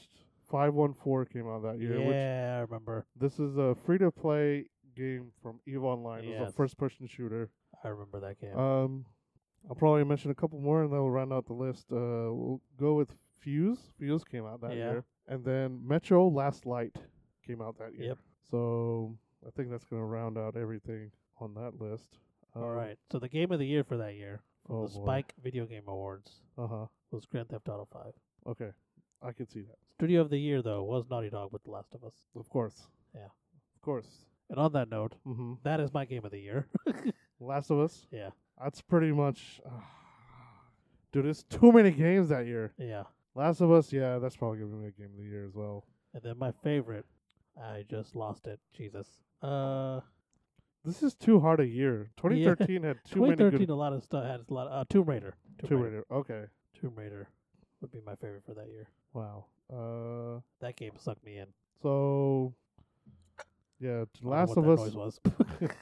514 came out that year, which
yeah, I remember.
This is a free to play game from EVE Online. It's
Yes.
a first person shooter.
I remember that game.
Um, I'll probably mention a couple more and then we'll round out the list. Uh, we'll go with Fuse. Fuse came out that
Yeah.
year. And then Metro Last Light came out that year.
Yep.
So I think that's going to round out everything on that list. Um,
All right. So the game of the year for that year from
Oh,
the Spike Video Game Awards
Uh huh.
was Grand Theft Auto Five.
Okay. I can see that.
Studio of the year though was Naughty Dog with The Last of Us.
Of course.
Yeah.
Of course.
And on that note,
Mm-hmm.
that is my game of the year.
Last of Us.
yeah.
That's pretty much. ah, dude, it's too many games that year.
Yeah.
Last of Us, yeah, that's probably gonna be a game of the year as well.
And then my favorite, I just lost it. Jesus. Uh,
This is too hard a year. 2013 had too many
2013.
good
a lot of stuff had a lot. Of, uh, Tomb Raider.
Tomb Raider. Okay,
Tomb Raider would be my favorite for that year.
wow. Uh,
That game sucked me in.
so yeah, t-
I don't
Last
know
of
what
Us.
that noise was.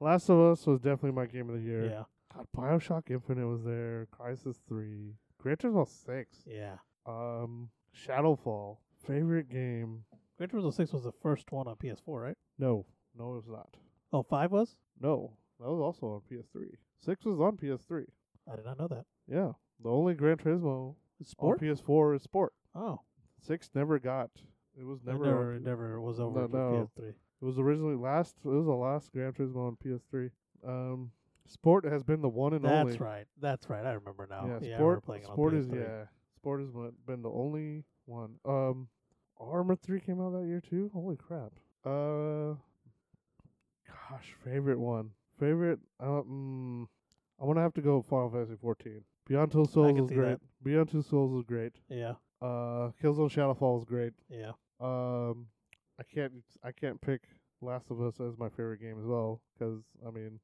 Last of Us was definitely my game of the year.
yeah.
God, Bioshock Infinite was there. Crisis Three. Grand Theft Auto Six.
Yeah.
Um, Shadowfall. Favorite game?
Gran Turismo Six was the first one on PS4, right?
No, no, it was not.
Oh, five was.
No, that was also on PS3. Six was on PS3.
I did not know that.
Yeah, the only Gran Turismo
Sport.
on PS4 is Sport.
Oh,
Six never got. It was
it
never.
never,
on-
it never was over
No,
to
no.
PS3.
It was originally last. It was the last Gran Turismo on PS3. Um, Sport has been the one and
That's
only.
right. That's right. I remember now.
Yeah,
I remember
Sport.
playing it
Sport
on
is
PS3.
yeah. Sport has wa- been the only one. Um, Armor Three came out that year too. Holy crap. Uh, gosh, favorite one. Favorite. Um, I'm gonna have to go Final Fantasy 14. Beyond Two Souls
can
is
see
great.
that.
Beyond Two Souls is great.
yeah,
Uh, Killzone Shadowfall is great.
yeah.
Um, I can't I can't pick Last of Us as my favorite game as well because I mean,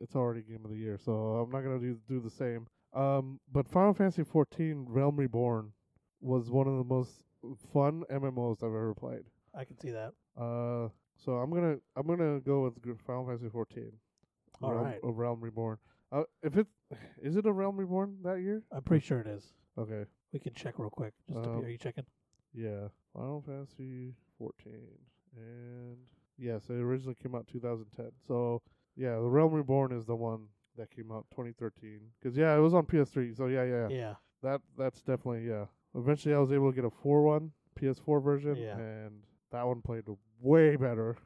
it's already game of the year, so I'm not gonna do do the same. Um, but Final Fantasy 14 Realm Reborn was one of the most fun MMOs I've ever played.
I can see that.
Uh, so I'm gonna I'm gonna go with gr- Final Fantasy 14.
All
Realm,
right.
uh, Realm Reborn. Uh, if it is it a Realm Reborn that year?
I'm pretty sure it is.
Okay.
We can check real quick. Just to
Um,
be, are you checking?
Yeah, Final Fantasy 14, and yes, it originally came out 2010. So yeah, The Realm Reborn is the one that came out 2013. Cause yeah, it was on PS3. So yeah, yeah,
Yeah.
that that's definitely yeah. Eventually, I was able to get a four one PS4 version,
Yeah.
and that one played way better.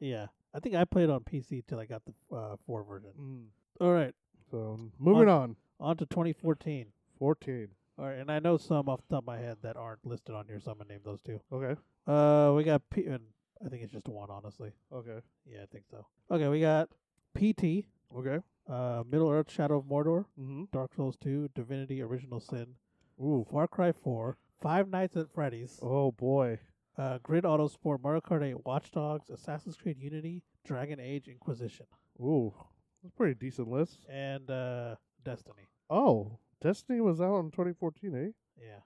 Yeah. I think I played on PC till I got the uh, 4 version.
Mm.
All right.
So moving on,
On to 2014.
14.
All right. And I know some off the top of my head that aren't listed on here, so I'm going to name those two.
Okay,
Uh, We got P. And I think it's just one, honestly.
okay,
Yeah, I think so. Okay. We got PT,
okay.
uh, Middle Earth Shadow of Mordor,
Mm-hmm.
Dark Souls 2, Divinity Original Sin,
Ooh.
Far Cry 4, Five Nights at Freddy's,
Oh boy.
uh, Grid Autosport, Mario Kart 8, Watch Dogs, Assassin's Creed Unity, Dragon Age Inquisition,
Ooh, that's a pretty decent list.
and uh, Destiny.
Oh, Destiny was out in 2014, eh?
Yeah,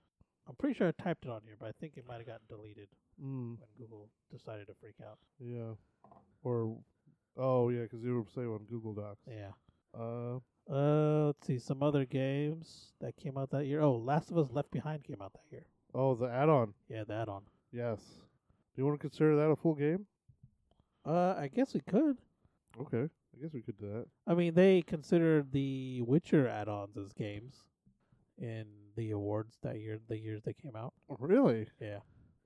I'm pretty sure I typed it on here, but I think it might have gotten deleted
Mm,
when Google decided to freak out.
yeah. Or, oh yeah, because you were saying on Google Docs.
Yeah.
Uh,
Uh, let's see some other games that came out that year. Oh, Last of Us Left Behind came out that year.
oh, the add-on.
Yeah, that on.
Yes. Do you want to consider that a full game?
Uh, I guess we could.
Okay, I guess we could do that.
I mean, they considered the Witcher add-ons as games in the awards that year, the years they came out.
Oh, Really?
Yeah,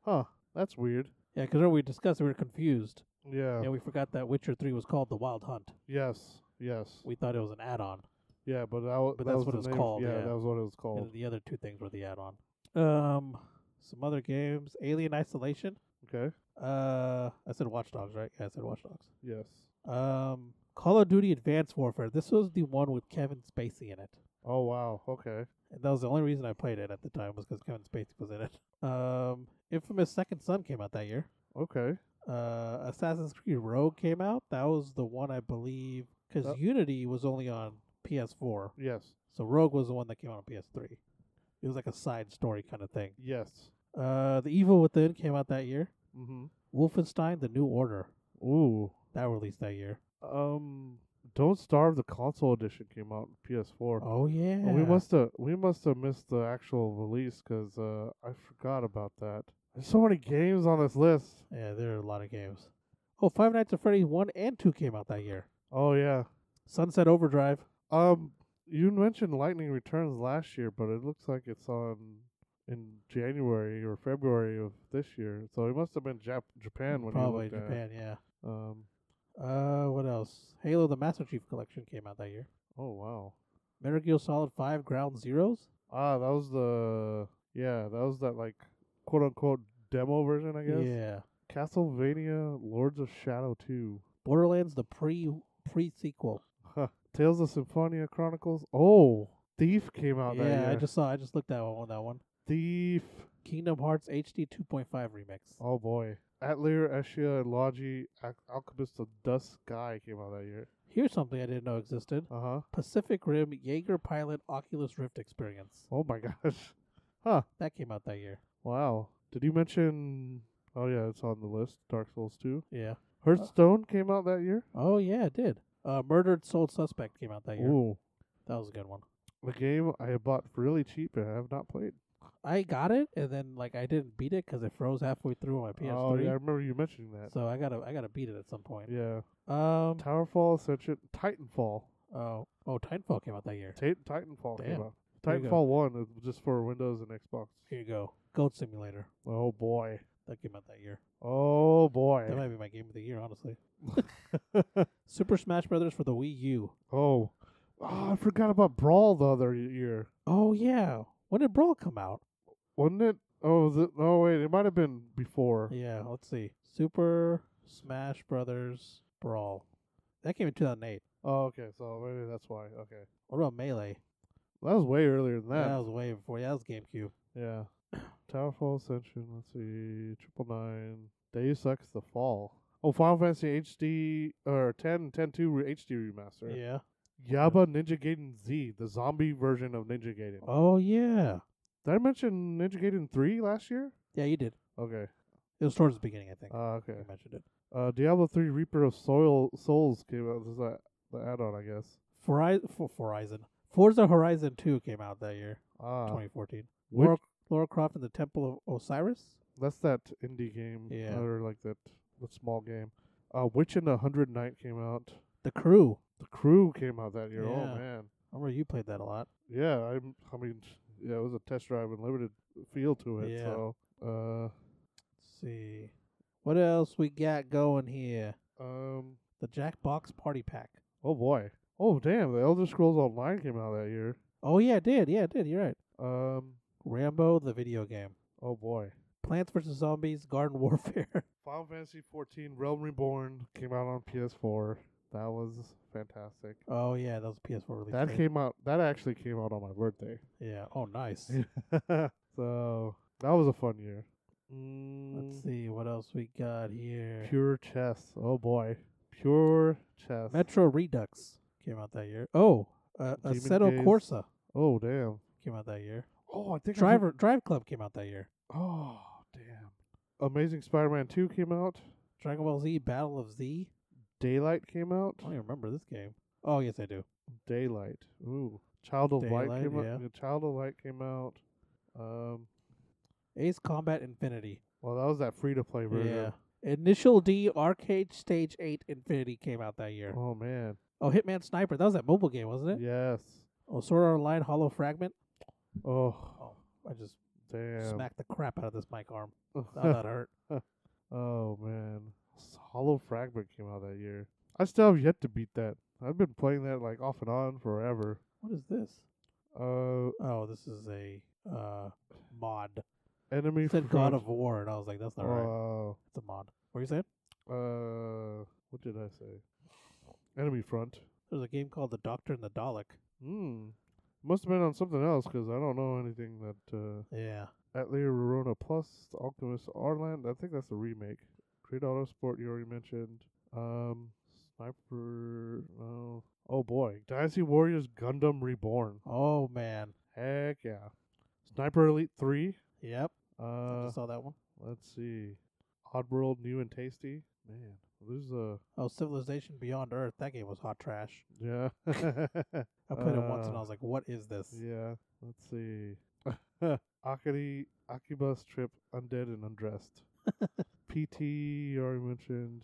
Huh? That's weird.
yeah, because we discussed, we were confused,
Yeah.
and we forgot that Witcher Three was called The Wild Hunt.
Yes. Yes.
We thought it was an add-on,
yeah, but that, w-
But
that
that's
was
what
the
it's
name.
called,
Yeah,
yeah.
that was what it was called.
and the other two things were the add-on. Um, some other games: Alien Isolation.
Okay.
Uh, I said Watch Dogs, right? Yeah, I said Watch Dogs.
Yes.
Um, Call of Duty Advanced Warfare. This was the one with Kevin Spacey in it.
Oh wow. Okay.
And that was the only reason I played it at the time was because Kevin Spacey was in it. Um, Infamous Second Son came out that year.
Okay.
Uh, Assassin's Creed Rogue came out. That was the one I believe because
That-
Unity was only on PS4,
Yes.
so Rogue was the one that came out on PS3. It was like a side story kind of thing.
Yes.
Uh, The Evil Within came out that year.
Mm-hmm.
Wolfenstein: The New Order
Ooh.
that released that year.
Um, Don't Starve the console edition came out on PS4.
Oh yeah,
Oh, we must have we must have missed the actual release because uh, I forgot about that. There's so many games on this list.
Yeah, there are a lot of games. Oh, Five Nights at Freddy's one and two came out that year.
Oh yeah.
Sunset Overdrive.
Um, you mentioned Lightning Returns last year, but it looks like it's on in January or February of this year. So it must have been Jap- Japan when
Probably
you looked at it.
Japan, yeah.
Um.
Uh, what else? Halo: The Master Chief Collection came out that year.
Oh wow.
Metal Gear Solid Five Ground Zeroes.
Ah, that was the yeah, that was that like quote unquote demo version, I guess.
Yeah.
Castlevania Lords of Shadow 2.
Borderlands: The Pre Pre Sequel.
Huh. Tales of Symphonia Chronicles. Oh, Thief came out that
yeah,
year.
I just saw. I just looked at one. That one.
Thief.
Kingdom Hearts HD 2.5 remix.
Oh boy. Atelier, Eshia, and Logi, Al- Alchemist of Dust Sky came out that year.
Here's something I didn't know existed:
Uh huh.
Pacific Rim Jaeger Pilot Oculus Rift Experience.
Oh my gosh.
That came out that year.
Wow. Did you mention? Oh yeah, it's on the list. Dark Souls 2.
Yeah.
Hearthstone came out that year.
Oh yeah, it did. Uh, Murdered Soul Suspect came out that year.
Ooh.
That was a good one.
The game I bought really cheap and I have not played.
I got it, and then like I didn't beat it because it froze halfway through on my
Oh,
PS3.
yeah, I remember you mentioning that.
So I gotta I gotta beat it at some point.
Yeah.
Um.
Towerfall, Ascension, Titanfall.
Oh. Oh. Titanfall came out that year.
Ta- Titanfall
Damn.
came out.
There you go.
Titanfall 1 is just for Windows and Xbox.
Here you go. Goat Simulator.
Oh boy.
That came out that year.
Oh
That
boy.
might be my game of the year, honestly. Super Smash Brothers for the Wii U.
Oh. oh. I forgot about Brawl the other year.
Oh yeah. When did Brawl come out?
Wasn't it? Oh, was it? Oh, wait. It might have been before.
Yeah. Let's see. Super Smash Brothers Brawl. That came in 2008.
Oh, okay. So maybe that's why. Okay.
What about Melee?
That was way earlier than that.
That was way before. Yeah, that was GameCube.
Yeah. Towerfall Ascension, let's see, triple nine. Deus Ex the Fall. Oh, Final Fantasy HD or 10, 10 2 re- HD remaster.
Yeah.
Yaba Ninja Gaiden Z, the zombie version of Ninja Gaiden.
Oh yeah.
Did I mention Ninja Gaiden three last year?
Yeah, you did.
Okay.
It was towards the beginning, I think.
Uh, okay.
you mentioned it.
Uh, Diablo three Reaper of Soil Souls came out. This is that the add-on, I guess.
Fori- for Horizon. Forza Horizon 2 came out that year,
Ah,
2014.
which-
Laura, Laura Croft and the Temple of Osiris?
that's that indie game.
Yeah.
Or like that, that small game. Uh, Witch and the Hundred Night came out.
The Crew.
The Crew came out that year.
Yeah.
Oh man.
I remember you played that a lot.
Yeah, I'm. I mean, yeah, it was a test drive and limited feel to it.
Yeah.
So, uh,
Let's see. What else we got going here?
um,
The Jackbox Party Pack.
oh boy, oh damn, the Elder Scrolls Online came out that year.
Oh, yeah, it did. Yeah, it did. You're right.
Um,
Rambo, the video game.
oh boy,
Plants vs. Zombies, Garden Warfare.
Final Fantasy 14 Realm Reborn came out on PS4. That was fantastic.
oh, yeah, that was a PS4 release.
That
right?
came out. That actually came out on my birthday.
Yeah. Oh, nice.
so that was a fun year.
Let's
Mm,
see what else we got here.
Pure chess. Oh boy. Pure chess.
Metro Redux came out that year. Oh, uh,
Demon
Assetto
Gaze.
Corsa
oh damn.
came out that year.
Oh, I think I
Driver Drive Club came out that year.
did- oh damn. Amazing Spider-Man Two came out.
Dragon Ball Z Battle of Z.
Daylight came out.
I don't even remember this game. Oh yes, I do.
Daylight. Ooh. Child of Light
Daylight,
came
yeah.
out. yeah, Child of Light came out. Um.
Ace Combat Infinity.
Well, that was that free-to-play version.
Yeah. Initial D Arcade Stage Eight Infinity came out that year.
Oh man.
Oh, Hitman Sniper. That was that mobile game, wasn't it?
Yes.
Oh, Sword Art Online Hollow Fragment.
Oh
I just
damn.
smacked the crap out of this mic arm. That, that hurt.
Oh man, S- Hollow Fragment came out that year. I still have yet to beat that. I've been playing that like off and on forever.
What is this?
Uh,
Oh, this is a uh, mod.
enemy
It said
front-
God of War, and I was like, that's not right.
Oh,
It's a mod. What are you saying?
uh, what did I say? Enemy front.
There's a game called The Doctor and the Dalek.
Hmm. Must have been on something else because I don't know anything that uh,
Yeah.
Atelier Rorona Plus, Alchemist Arland. I think that's a remake. Great Auto Sport you already mentioned. Um, Sniper. No. Oh boy, Dynasty Warriors Gundam Reborn.
Oh man.
Heck yeah. Sniper Elite 3.
Yep. I
Uh,
just saw that one.
let's see. Oddworld New and Tasty. Man, there's a.
Oh, Civilization Beyond Earth. That game was hot trash.
Yeah.
I played it once and
Uh,
I was like, what is this?
yeah. Let's see. Akari, Akiba's Trip, Undead and Undressed. PT, you already mentioned.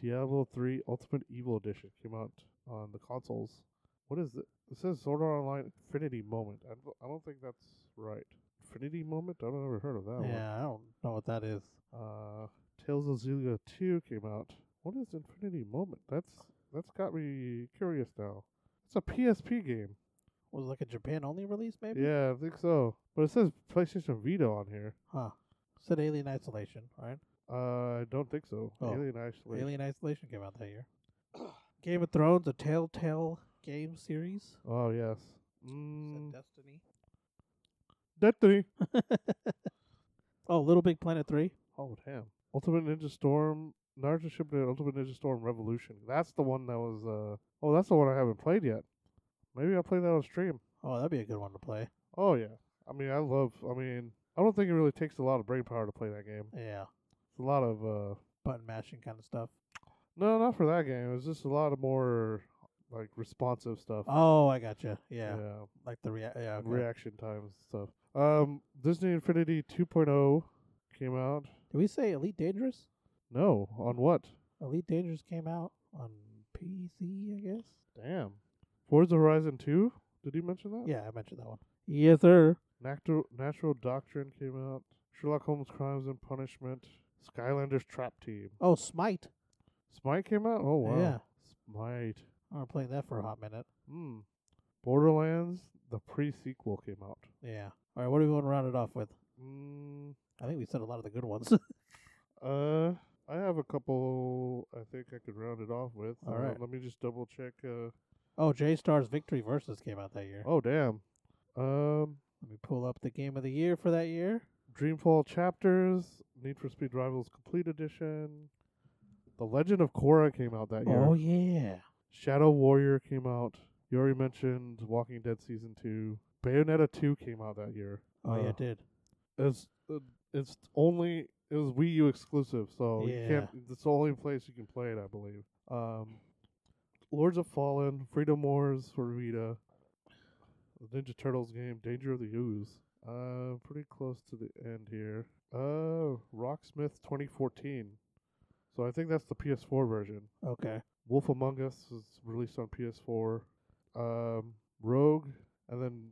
Diablo 3 Ultimate Evil Edition came out on the consoles. What is it? It says Sword Art Online Infinity Moment. I don't, I don't think that's right. Infinity Moment? I've never heard of that one.
yeah, I don't know what that is.
Uh, Tales of Zillia 2 came out. What is Infinity Moment? That's that's got me curious now. It's a PSP game.
Was it like a Japan only release, maybe?
Yeah, I think so. But it says PlayStation Vita on here.
Huh. Said Alien Isolation, right?
Uh, I don't think so.
Oh.
Alien Isolation.
Alien Isolation came out that year. game of Thrones, a Telltale game series. Said
Oh yes. Mm,
Destiny.
that thing.
Oh, Little Big Planet 3.
Oh damn. Ultimate Ninja Storm. Naruto Shippuden Ultimate Ninja Storm Revolution. That's the one that was. Uh, oh, that's the one I haven't played yet. Maybe I'll play that on stream.
Oh, that'd be a good one to play.
Oh yeah. I mean, I love. I mean, I don't think it really takes a lot of brain power to play that game.
Yeah.
It's a lot of. uh
Button mashing kind of stuff.
No, not for that game. It was just a lot of more like responsive stuff.
Oh, I gotcha. Yeah.
yeah.
Like the rea- yeah, okay.
Reaction times and stuff. Um, Disney Infinity 2.0 came out.
Did we say Elite Dangerous?
No, on what?
Elite Dangerous came out on PC, I guess.
Damn. Forza Horizon 2. Did you mention that?
Yeah, I mentioned that one. Yes, sir.
Natural Natural Doctrine came out. Sherlock Holmes Crimes and Punishment. Skylanders Trap Team.
Oh, Smite.
Smite came out. Oh wow.
Yeah.
Smite.
I remember playing that for a hot minute.
Hmm. Borderlands, the pre sequel came out.
Yeah. All right, what do we want to round it off with?
Mm,
I think we said a lot of the good ones.
uh, I have a couple. I think I could round it off with.
All
Uh,
right.
Let me just double check. Uh,
oh, J Star's Victory Versus came out that year.
oh damn. Um,
Let me pull up the game of the year for that year.
Dreamfall chapters, Need for Speed Rivals Complete Edition, The Legend of Korra came out that year.
Oh yeah.
Shadow Warrior came out. You already mentioned Walking Dead season two. Bayonetta two came out that year.
Oh yeah,
Uh,
it did.
it's uh, it's only it was Wii U exclusive, so you
Yeah.
can't. It's the only place you can play it, I believe. Um, Lords of Fallen, Freedom Wars for Vita, the Ninja Turtles game, Danger of the Ooze. Uh, pretty close to the end here. Uh, Rocksmith 2014. So I think that's the PS4 version.
Okay.
Wolf Among Us was released on PS4. Um, Rogue, and then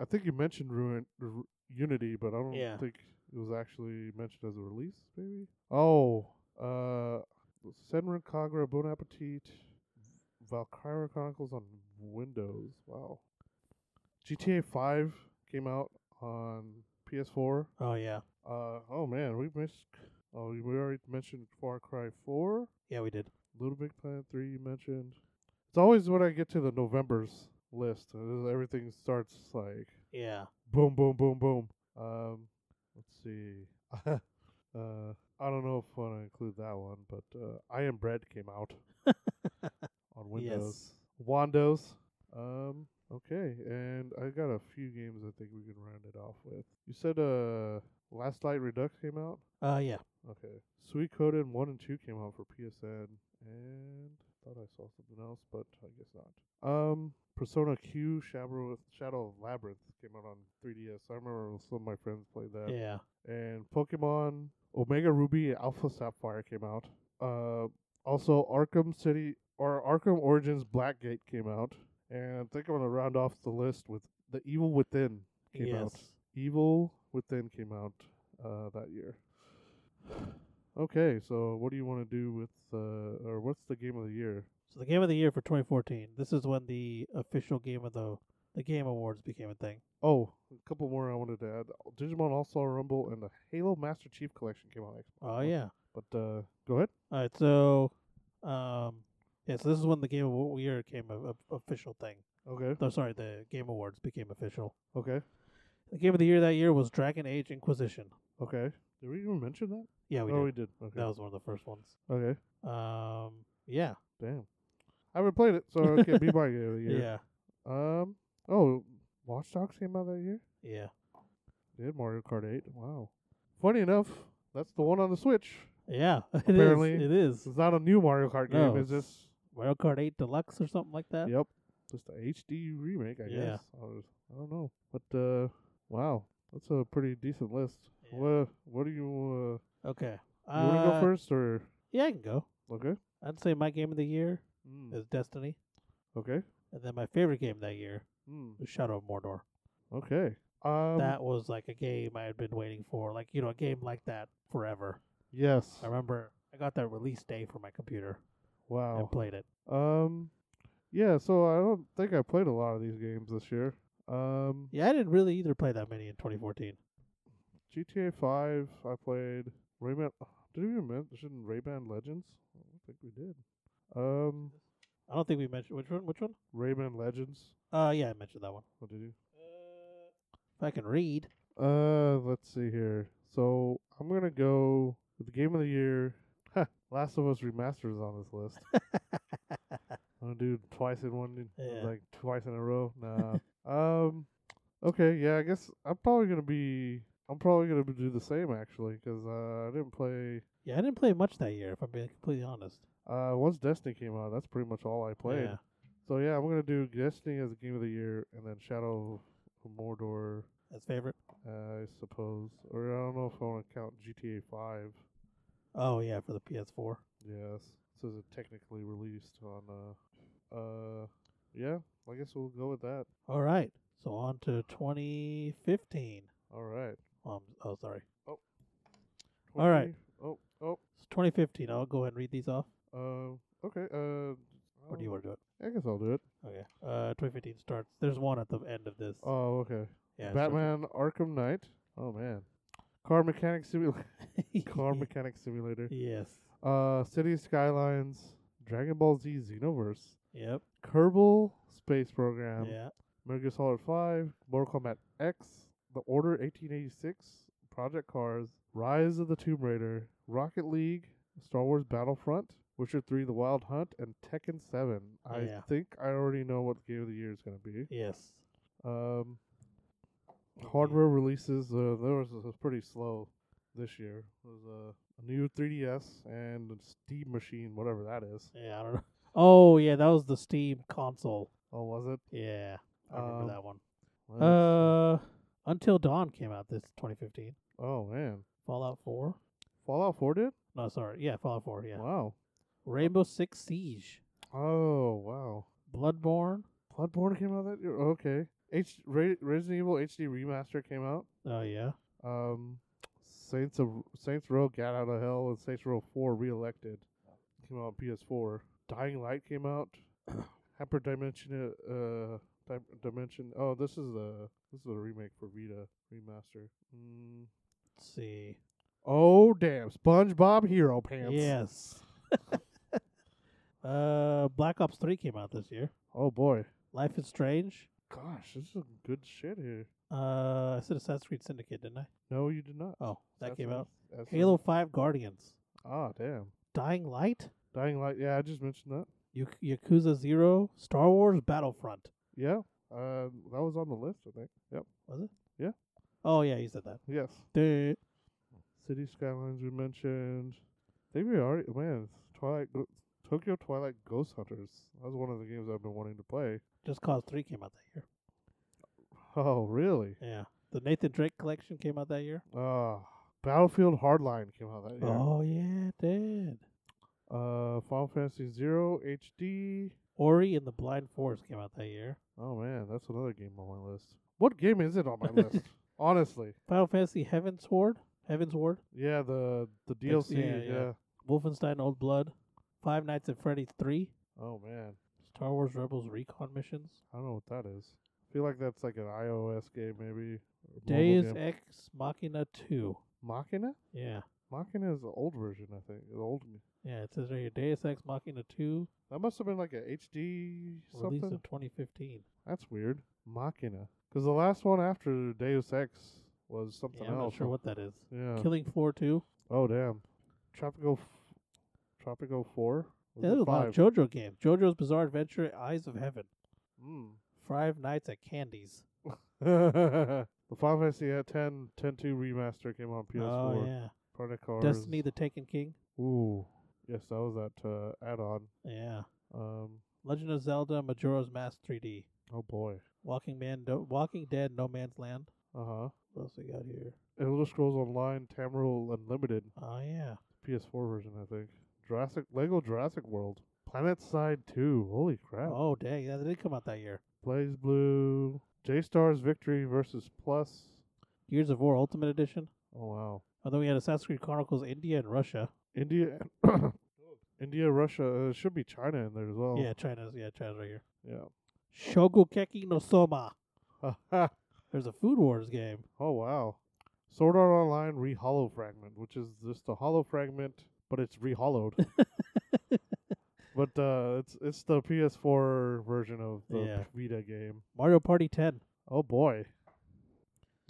I think you mentioned Ruin R- Unity, but I don't
Yeah.
think it was actually mentioned as a release. Maybe. Oh, uh, Senran Kagura, Bon Appetit, Valkyria Chronicles on Windows. Wow. GTA 5 came out on PS4.
Oh yeah.
Uh, oh man, we missed. Oh, we already mentioned Far Cry 4.
Yeah, we did.
Little Big Planet 3 you mentioned. It's always when I get to the November's list, uh, everything starts like
Yeah.
boom, boom, boom, boom. Um, let's see. Uh, I don't know if I want to include that one, but uh, I Am Bread came out on Windows. Windows. Um. Okay, and I got a few games I think we can round it off with. You said uh, Last Light Redux came out.
Uh, yeah.
Okay. Sweet Coden 1 and 2 came out for PSN, and thought I saw something else, but I guess not. Um, Persona Q Shadow, Shadow of Labyrinth came out on 3DS. I remember some of my friends played that.
Yeah.
And Pokemon Omega Ruby and Alpha Sapphire came out. Uh, also, Arkham City or Arkham Origins Blackgate came out. And I think I'm going to round off the list with The Evil Within came out.
yes.
Evil Within came out uh, that year. Okay, so what do you want to do with, uh, or what's the game of the year?
So the game of the year for 2014. This is when the official game of the the game awards became a thing.
Oh, a couple more I wanted to add. Digimon All Star Rumble and the Halo Master Chief Collection came out. next
Oh
month.
yeah.
But uh, go ahead.
All right. So, um, yeah. So this is when the game of the year came a, a official thing.
Okay.
No, sorry, the game awards became official.
Okay.
The game of the year that year was Dragon Age Inquisition.
Okay. Did we even mention that?
Yeah, we
oh,
did.
we did. Okay.
That was one of the first ones.
Okay.
Um, yeah,
Damn. I haven't played it, so it can't be my game of the
yeah,
year.
yeah,
Um. Oh, Watch Dogs came out that year.
yeah.
Did Mario Kart 8? Wow. Funny enough, that's the one on the Switch.
it is,
Apparently,
it is
It's not a new Mario Kart game.
No,
it's just
Mario Kart 8 Deluxe or something like that.
yep, just a HD remake, I
Yeah.
guess. Or, I don't know, but uh, wow, that's a pretty decent list.
Yeah.
What What do you
Okay.
uh, you want to
Uh,
go first or
Yeah, I can go.
okay?
I'd say my game of the year
Mm.
is Destiny,
Okay.
and then my favorite game that year
Mm.
was Shadow of Mordor.
Okay. Um.
that was like a game I had been waiting for, like you know, a game like that forever.
yes.
I remember I got that release day for my computer
Wow.
and played it.
Um. Yeah. So I don't think I played a lot of these games this year. Um.
Yeah, I didn't really either play that many in 2014.
GTA Five. I played Rayman. Did we even mention Rayman Legends? I don't think we did. Um,
I don't think we mentioned which one. Which one?
Rayman Legends.
Uh, yeah, I mentioned that one.
What did you?
If I can read,
Uh, let's see here. So I'm gonna go with the game of the year. Huh, Last of Us Remastered is on this list. I'm gonna do it twice in one,
Yeah.
like twice in a row. Nah. um. Okay. Yeah. I guess I'm probably gonna be. I'm probably gonna do the same actually, because uh, I didn't play.
yeah, I didn't play much that year. If I'm being completely honest,
Uh, once Destiny came out, that's pretty much all I played.
Yeah.
So yeah, I'm gonna do Destiny as the game of the year, and then Shadow of Mordor,
That's favorite.
uh, I suppose. Or I don't know if I want to count GTA Five.
Oh yeah, for the PS4.
Yes, this is technically released on. Uh, uh, yeah, I guess we'll go with that.
All right, so on to 2015.
All right.
Um, oh sorry, All right.
20 Oh, oh.
2015. I'll go ahead and read these off.
Uh, okay. Uh,
Or do you want to do it?
I guess I'll do it.
Okay. Uh, 2015 starts. There's one at the end of this.
Oh, okay.
yeah, it's
Batman: Arkham Knight. Oh man. Car mechanic simulator.
different.
Car mechanic simulator.
yes.
Uh, City Skylines, Dragon Ball Z Xenoverse,
Yep.
Kerbal Space Program,
yeah.
Metal Gear Solid 5, Mortal Kombat X, The Order 1886, Project Cars, Rise of the Tomb Raider, Rocket League, Star Wars Battlefront, Witcher 3 The Wild Hunt, and Tekken 7. I
Yeah.
think I already know what the game of the year is going to be.
Yes.
Um, hardware releases, uh, there was, was pretty slow this year. There was uh, a, a new 3DS and a Steam machine, whatever that is.
Yeah. I don't know. Oh yeah, that was the Steam console.
Oh, was it?
Yeah. I remember
Um,
that one.
Let's-
Uh, Until Dawn came out this 2015.
oh man,
Fallout 4.
Fallout 4 did.
No, sorry. Yeah, Fallout 4. Yeah.
Wow.
Rainbow Six Siege.
Oh wow.
Bloodborne.
Bloodborne came out that year. Okay. H Ra- Resident Evil HD remaster came out.
Oh yeah.
Um, Saints of Saints Row got out of hell and Saints Row Four reelected. Came out on PS4. Dying Light came out. Hyperdimension uh Di- Dimension. Oh, this is the this is a remake for Vita remaster. Mm.
Let's see.
Oh damn! SpongeBob Hero Pants.
Yes. uh, Black Ops 3 came out this year.
Oh boy.
Life is Strange.
Gosh, this is some good shit here.
Uh, I said Assassin's Creed Syndicate, didn't I?
No, you did not.
Oh, that
That's
came
what-
out.
that's what-
Halo Five Guardians,
Ah, damn.
Dying Light,
Dying Light. Yeah, I just mentioned that.
Yak- Yakuza Zero, Star Wars Battlefront.
Yeah, uh, that was on the list, I think. Yep.
Was it?
Yeah.
Oh yeah, you said that.
Yes.
Duh.
City Skylines we mentioned. I think we already man Twilight Go- Tokyo Twilight Ghost Hunters. That was one of the games I've been wanting to play.
Just Cause Three came out that
Oh really?
year. Yeah. The Nathan Drake collection came out that year.
Uh Battlefield Hardline came out that year.
Oh yeah, it did.
Uh, Final Fantasy Zero HD.
Ori and the Blind Forest came out that year.
Oh man, that's another game on my list. What game is it on my list? Honestly,
Final Fantasy Heaven's Ward, Heaven's Ward,
yeah, the the
It's-
DLC.
yeah, yeah.
yeah.
Wolfenstein Old Blood, Five Nights at Freddy's Three,
Oh man,
Star Wars Rebels Recon Missions,
I don't know what that is. I feel like that's like an iOS game, maybe. or mobile
Days
game.
Ex Machina Two.
Machina?
Yeah,
Machina is the old version, I think. The old.
yeah. It says right here, Deus Ex Machina Two,
That must have been like a HD
released
something.
in 2015.
That's weird. Machina. Because the last one after Deus Ex was something
Yeah, I'm
else. Uh,
not sure what that is.
Yeah.
Killing Floor Two.
oh damn. Tropical. F- Tropical Four. Was
Yeah,
it
there's a lot of
five?
JoJo games. JoJo's Bizarre Adventure, Eyes of Heaven,
Mm.
Five Nights at Candy's.
the Final Fantasy uh, 10 10 2 remaster came on PS4.
Oh yeah,
Product cars.
Destiny: The Taken King.
Ooh. Yes, that was that uh, add-on.
Yeah,
Um.
Legend of Zelda: Majora's Mask 3D.
Oh boy.
Walking Man, no, Walking Dead, No Man's Land.
Uh huh.
What else we got here?
Elder Scrolls Online Tamriel Unlimited.
Oh yeah,
PS4 version, I think. Jurassic Lego Jurassic World, Planetside 2. Holy crap!
Oh dang, yeah, that did come out that year.
Blaze Blue, J Stars Victory versus Plus.
Gears of War Ultimate Edition.
Oh wow!
And then we had Assassin's Creed Chronicles India and Russia.
India, India, Russia. Uh, should be China in there as well.
Yeah, China's yeah, China's right here.
Yeah.
Shogukeki no Soma.
Yeah.
There's a Food Wars game.
oh wow! Sword Art Online re hollow fragment, which is just a hollow fragment, but it's re hollowed. but uh, it's it's the PS4 version of the
Yeah.
Vita game.
Mario Party 10.
Oh boy.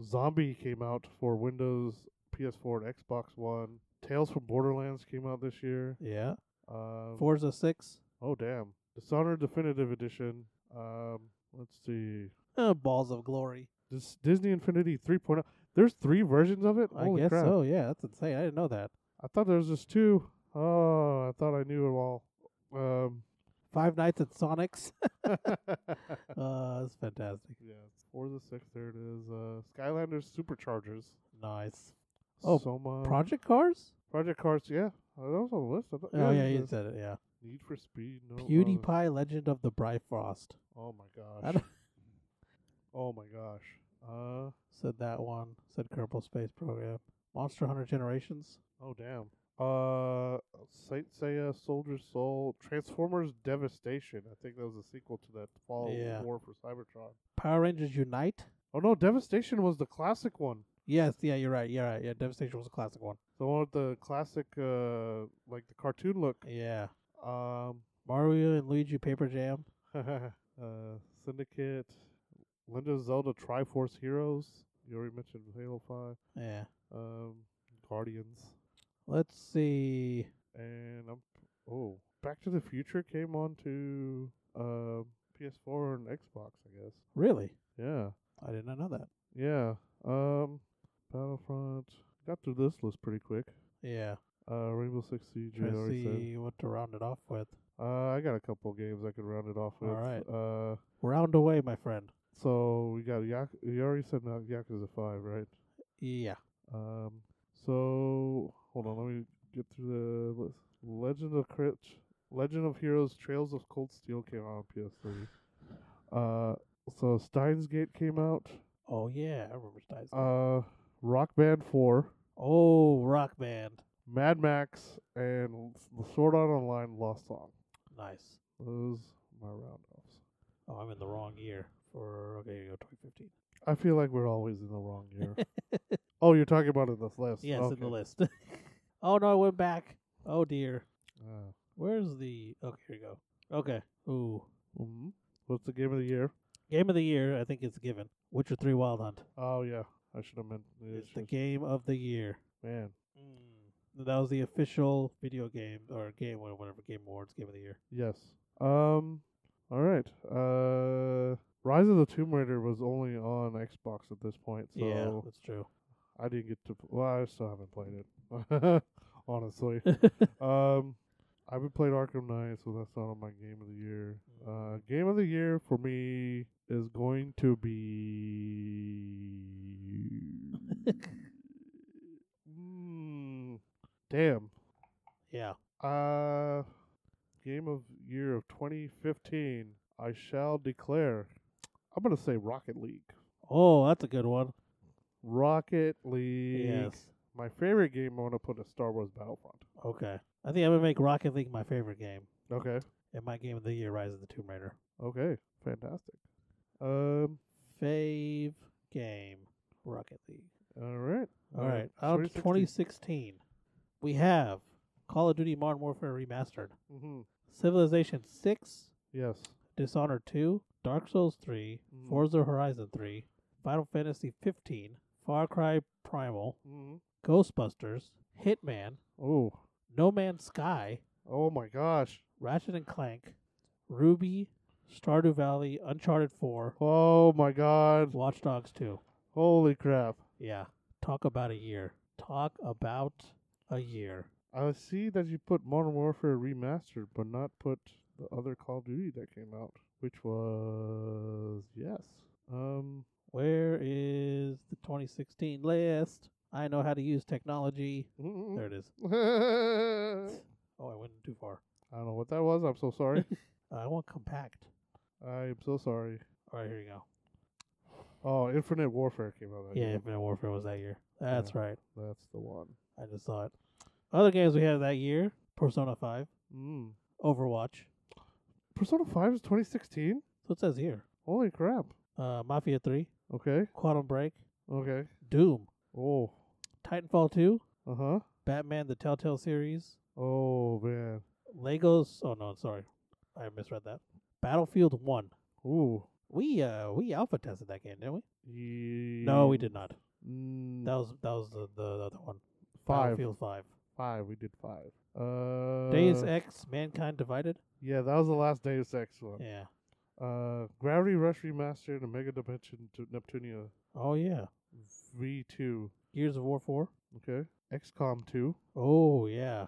Zombie came out for Windows, PS4, and Xbox One. Tales from Borderlands came out this year.
Yeah.
Um,
Forza 6.
oh damn. Dishonored Definitive Edition. Um, let's see.
Uh, Balls of Glory.
Dis- Disney Infinity 3.0. There's three versions of it. Holy
I guess
crap.
so. Yeah, that's insane. I didn't know that.
I thought there was just two. Oh, I thought I knew it all. Um,
Five Nights at Sonic's.
yeah,
uh, that's fantastic.
four the six. There it is. Uh, Skylanders Superchargers.
Nice. Oh,
Soma.
Project Cars?
Project Cars, yeah. Uh, that was on the list. I thought-
Oh yeah,
it
you
says
said it. Yeah.
Need for Speed. No, other-
PewDiePie Legend of the Bifrost.
Oh my
I
gosh.
don't-
Oh my gosh. Uh
Said that one. Said Kerbal Space Program. Monster Hunter Generations.
oh damn. Uh, Saint Seiya, Soldier Soul, Transformers Devastation. I think that was a sequel to that Fall
Yeah.
War for Cybertron.
Power Rangers Unite.
Oh no, Devastation was the classic one.
Yes, yeah, you're right. You're right. Yeah, Devastation was a classic one.
The one with the classic, uh, like the cartoon look.
Yeah.
Um,
Mario and Luigi Paper Jam.
uh, Syndicate, Legend of Zelda Triforce Heroes. You already mentioned Halo 5,
Yeah.
um, Guardians,
Let's see.
and I'm oh, Back to the Future came on to uh, PS4 and Xbox, I guess.
Really?
Yeah,
I did not know that.
yeah. Um, Battlefront got through this list pretty quick.
Yeah.
Uh, Rainbow Six Siege. I
Trying to
already said.
see what to round it off with.
Uh, I got a couple games I could round it off with.
Alright.
Uh,
Round away, my friend.
so we got Yak. You already said not Yakuza Five, right?
Yeah.
Um, so hold on, let me get through the list. Legend of Crit, Legend of Heroes, Trails of Cold Steel came out on PS3. Uh, so Steins Gate came out.
Oh yeah, I remember Steins.
Uh, Rock Band Four,
oh, Rock Band.
Mad Max, and the Sword Art Online Lost Song.
Nice.
Those are my roundoffs.
Oh, I'm in the wrong year for okay, here you go 2015.
I feel like we're always in the wrong year. oh, you're talking about in this list.
Yes, in the
Okay.
list. oh no, I went back. Oh dear. oh,
Ah.
Where's the? Okay, here we go. Okay. Ooh.
Mhm. What's Mm-hmm. the game of the year?
Game of the year, I think it's given. Witcher Three Wild Hunt.
Oh yeah, I should have meant. yeah,
It's the
shit.
game of the year.
Man, Hmm.
That was the official video game or game or whatever game awards game of the year.
yes. Um, all right. Uh, Rise of the Tomb Raider was only on Xbox at this point, so
yeah, that's true.
I didn't get to. p- Well, I still haven't played it. Honestly, um, I haven't played Arkham Knight, so that's not on my game of the year. Uh, game of the year for me is going to be. mm, damn.
yeah.
Uh, game of year of 2015. I shall declare. I'm gonna say Rocket League.
Oh, that's a good one.
Rocket League.
Yes.
My favorite game. I want to put is Star Wars Battlefront.
Okay. I think I'm gonna make Rocket League my favorite game.
Okay.
And my game of the year, Rise of the Tomb Raider.
Okay. Fantastic. Um.
Fave game, Rocket League.
All right.
All right, out of 2016, we have Call of Duty Modern Warfare Remastered,
Mm-hmm.
Civilization 6,
Yes.
Dishonored 2, Dark Souls 3,
Mm.
Forza Horizon 3, Final Fantasy 15, Far Cry Primal,
Mm-hmm.
Ghostbusters, Hitman,
Oh.
No Man's Sky,
Oh my gosh.
Ratchet and Clank, Ruby, Stardew Valley, Uncharted 4,
Oh my god.
Watch Dogs 2.
Holy crap.
Yeah, talk about a year. Talk about a year.
I see that you put Modern Warfare Remastered, but not put the other Call of Duty that came out, which was yes. Um.
Where is the 2016 list? I know how to use technology.
Hmm?
There it is.
I
Oh, I went too far.
don't know what that was. I'm so sorry.
Uh, I want compact.
I'm so sorry.
All right, here you go.
Oh, Infinite Warfare came out. That
Yeah,
year.
Infinite Warfare was that year. That's right.
that's the one.
I just saw it. Other games we had that year Persona 5,
Mm.
Overwatch.
Persona Five is 2016.
So it says here
Holy crap.
uh, Mafia 3,
Okay.
Quantum Break,
Okay.
Doom,
Oh.
Titanfall 2,
Uh huh.
Batman the Telltale series,
Oh man.
Legos. Oh, no, sorry. I misread that. Battlefield 1.
Ooh.
We uh we alpha tested that game, didn't we?
Ye-
No, we did not.
Mm,
That was that was the, the, the other one.
five.
Battlefield Five.
Five. We did five. Uh.
Days X, Mankind Divided.
Yeah, that was the last Deus Ex one.
Yeah.
Uh, Gravity Rush Remastered and Mega Dimension to Neptunia
Oh yeah.
V2.
Gears of War Four.
Okay. XCOM 2.
Oh yeah.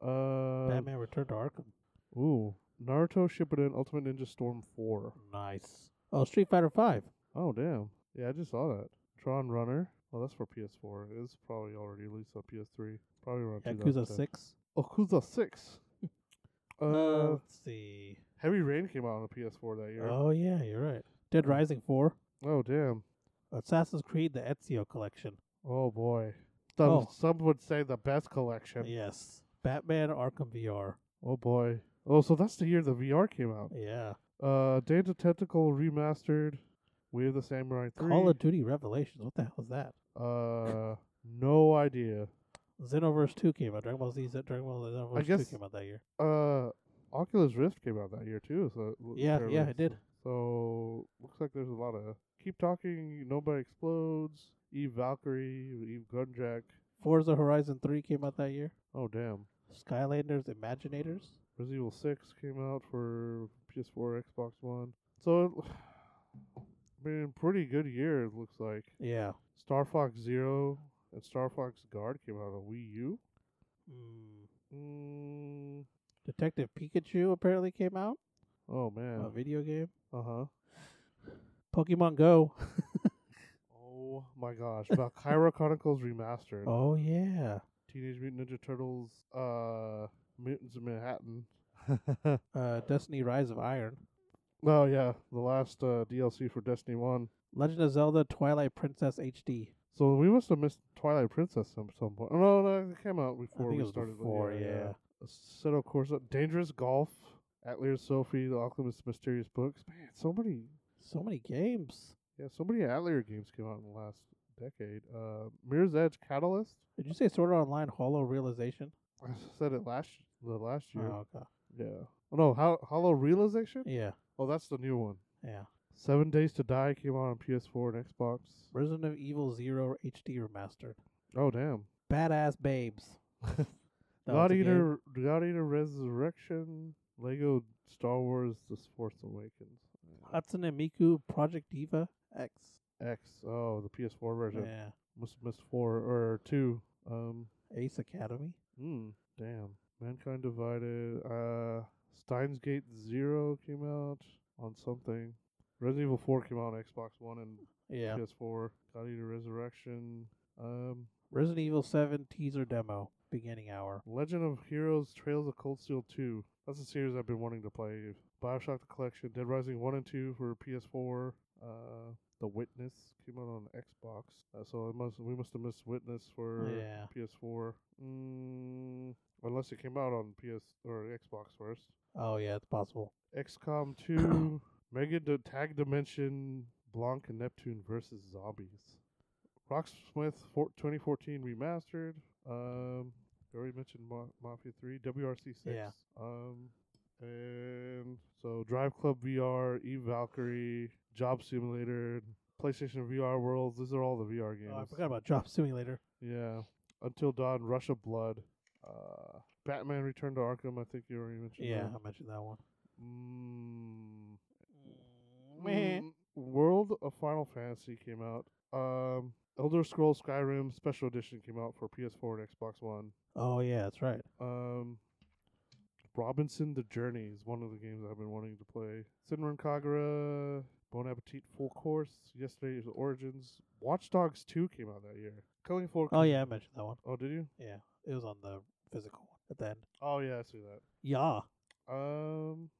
Uh,
Batman Return to Arkham.
Ooh. Naruto Shippuden Ultimate Ninja Storm 4.
Nice. Oh, Street Fighter Five.
Oh, damn. Yeah, I just saw that. Tron Runner. Oh, that's for PS4. It's probably already released on PS3. Probably around
Yakuza
2010.
Six.
Yakuza 6. uh,
Uh, let's see.
Heavy Rain came out on the PS4 that year.
Oh yeah, you're right. Dead Rising Four.
oh, damn.
Assassin's Creed: The Ezio Collection.
Oh, boy. Some,
Oh.
some would say the best collection.
Yes. Batman Arkham VR.
Oh, boy. Oh, so that's the year the VR came out.
Yeah.
Uh, Data Tentacle Remastered. Way of the Samurai 3.
Call of Duty Revelations. What the hell is that?
Uh, no idea.
Xenoverse Two came out. Dragon Ball Z. Z- Dragon Ball Xenoverse
guess-
Two came out that year.
Uh, Oculus Rift came out that year too. So it loo-
Yeah,
apparently,
yeah, it did.
So looks like there's a lot of keep talking. Nobody explodes. Eve Valkyrie, Eve Gunjack.
Forza Horizon 3 came out that year.
Oh damn.
Skylanders Imaginators.
Resident Evil Six came out for PS4, Xbox One. So it been a pretty good year. It looks like
Yeah.
Star Fox Zero and Star Fox Guard came out on Wii U.
Mm.
Mm,
Detective Pikachu apparently came out.
oh
A
man.
video game.
Uh huh.
Pokemon Go.
Oh my gosh, Valkyra Chronicles Remastered,
oh yeah.
Teenage Mutant Ninja Turtles, uh, Mutants of Manhattan.
Uh, Destiny Rise of Iron.
Oh yeah, the last uh, DLC for Destiny One.
Legend of Zelda Twilight Princess HD.
So we must have missed Twilight Princess some some point. Oh, no, no, it came out before
I think
we
it was
started.
before, yeah.
Set of course, Dangerous Golf, Atlas Sophie, The Alchemist's Mysterious Books. Man, so many,
So many games.
yeah, so many Atelier games came out in the last decade. Uh, Mirror's Edge Catalyst.
Did you say Sword Art Online Hollow Realization?
I said it last the last year.
Oh, okay.
Yeah. Oh, no, Hol- Hollow Realization?
Yeah.
Oh, that's the new one.
Yeah.
Seven Days to Die came out on PS4 and Xbox.
Resident Evil Zero HD Remastered.
Oh damn!
Badass Babes. That
God
was a game.
Eater, God Eater Resurrection, Lego Star Wars: The Force Awakens.
Hatsune Miku Project Diva X.
X. Oh, the PS4 version.
Yeah.
Must have missed four or two. Um.
Ace Academy.
Mm, damn. Mankind Divided. Uh, Steins Gate Zero came out on something. Resident Evil Four came out on Xbox One and
Yeah.
PS4. God Eater Resurrection. Um,
Resident Evil 7 teaser demo, beginning hour.
Legend of Heroes Trails of Cold Steel 2. That's a series I've been wanting to play. Bioshock the Collection, Dead Rising 1 and 2 for PS4. Uh, the Witness came out on Xbox. Uh, so it must, we must have missed Witness for
Yeah.
PS4. Mm, unless it came out on PS or Xbox first.
Oh, yeah, it's possible.
XCOM 2, Mega D- Tag Dimension, Blanc and Neptune versus Zombies. Rocksmith for- 2014 remastered. Um, I already mentioned Ma- Mafia 3, WRC 6.
Yeah.
Um, and so Drive Club VR, E Valkyrie, Job Simulator, PlayStation VR Worlds. These are all the VR games.
Oh, I forgot about Job Simulator.
Yeah. Until Dawn, Rush of Blood, uh, Batman Return to Arkham. I think you already mentioned.
Yeah,
that.
I mentioned that one.
Mm,
Meh.
Mm, World of Final Fantasy came out. Um, Elder Scrolls Skyrim Special Edition came out for PS4 and Xbox One.
Oh, yeah, that's right.
Um, Robinson the Journey is one of the games I've been wanting to play. Sinran Kagura, Bon Appetit Full Course, Yesterday's Origins. Watch Dogs 2 came out that year. Killing Floor.
Oh, yeah, I mentioned that one.
Oh, did you?
Yeah, it was on the physical one at the end.
Oh, yeah, I see that.
Yeah.
Um,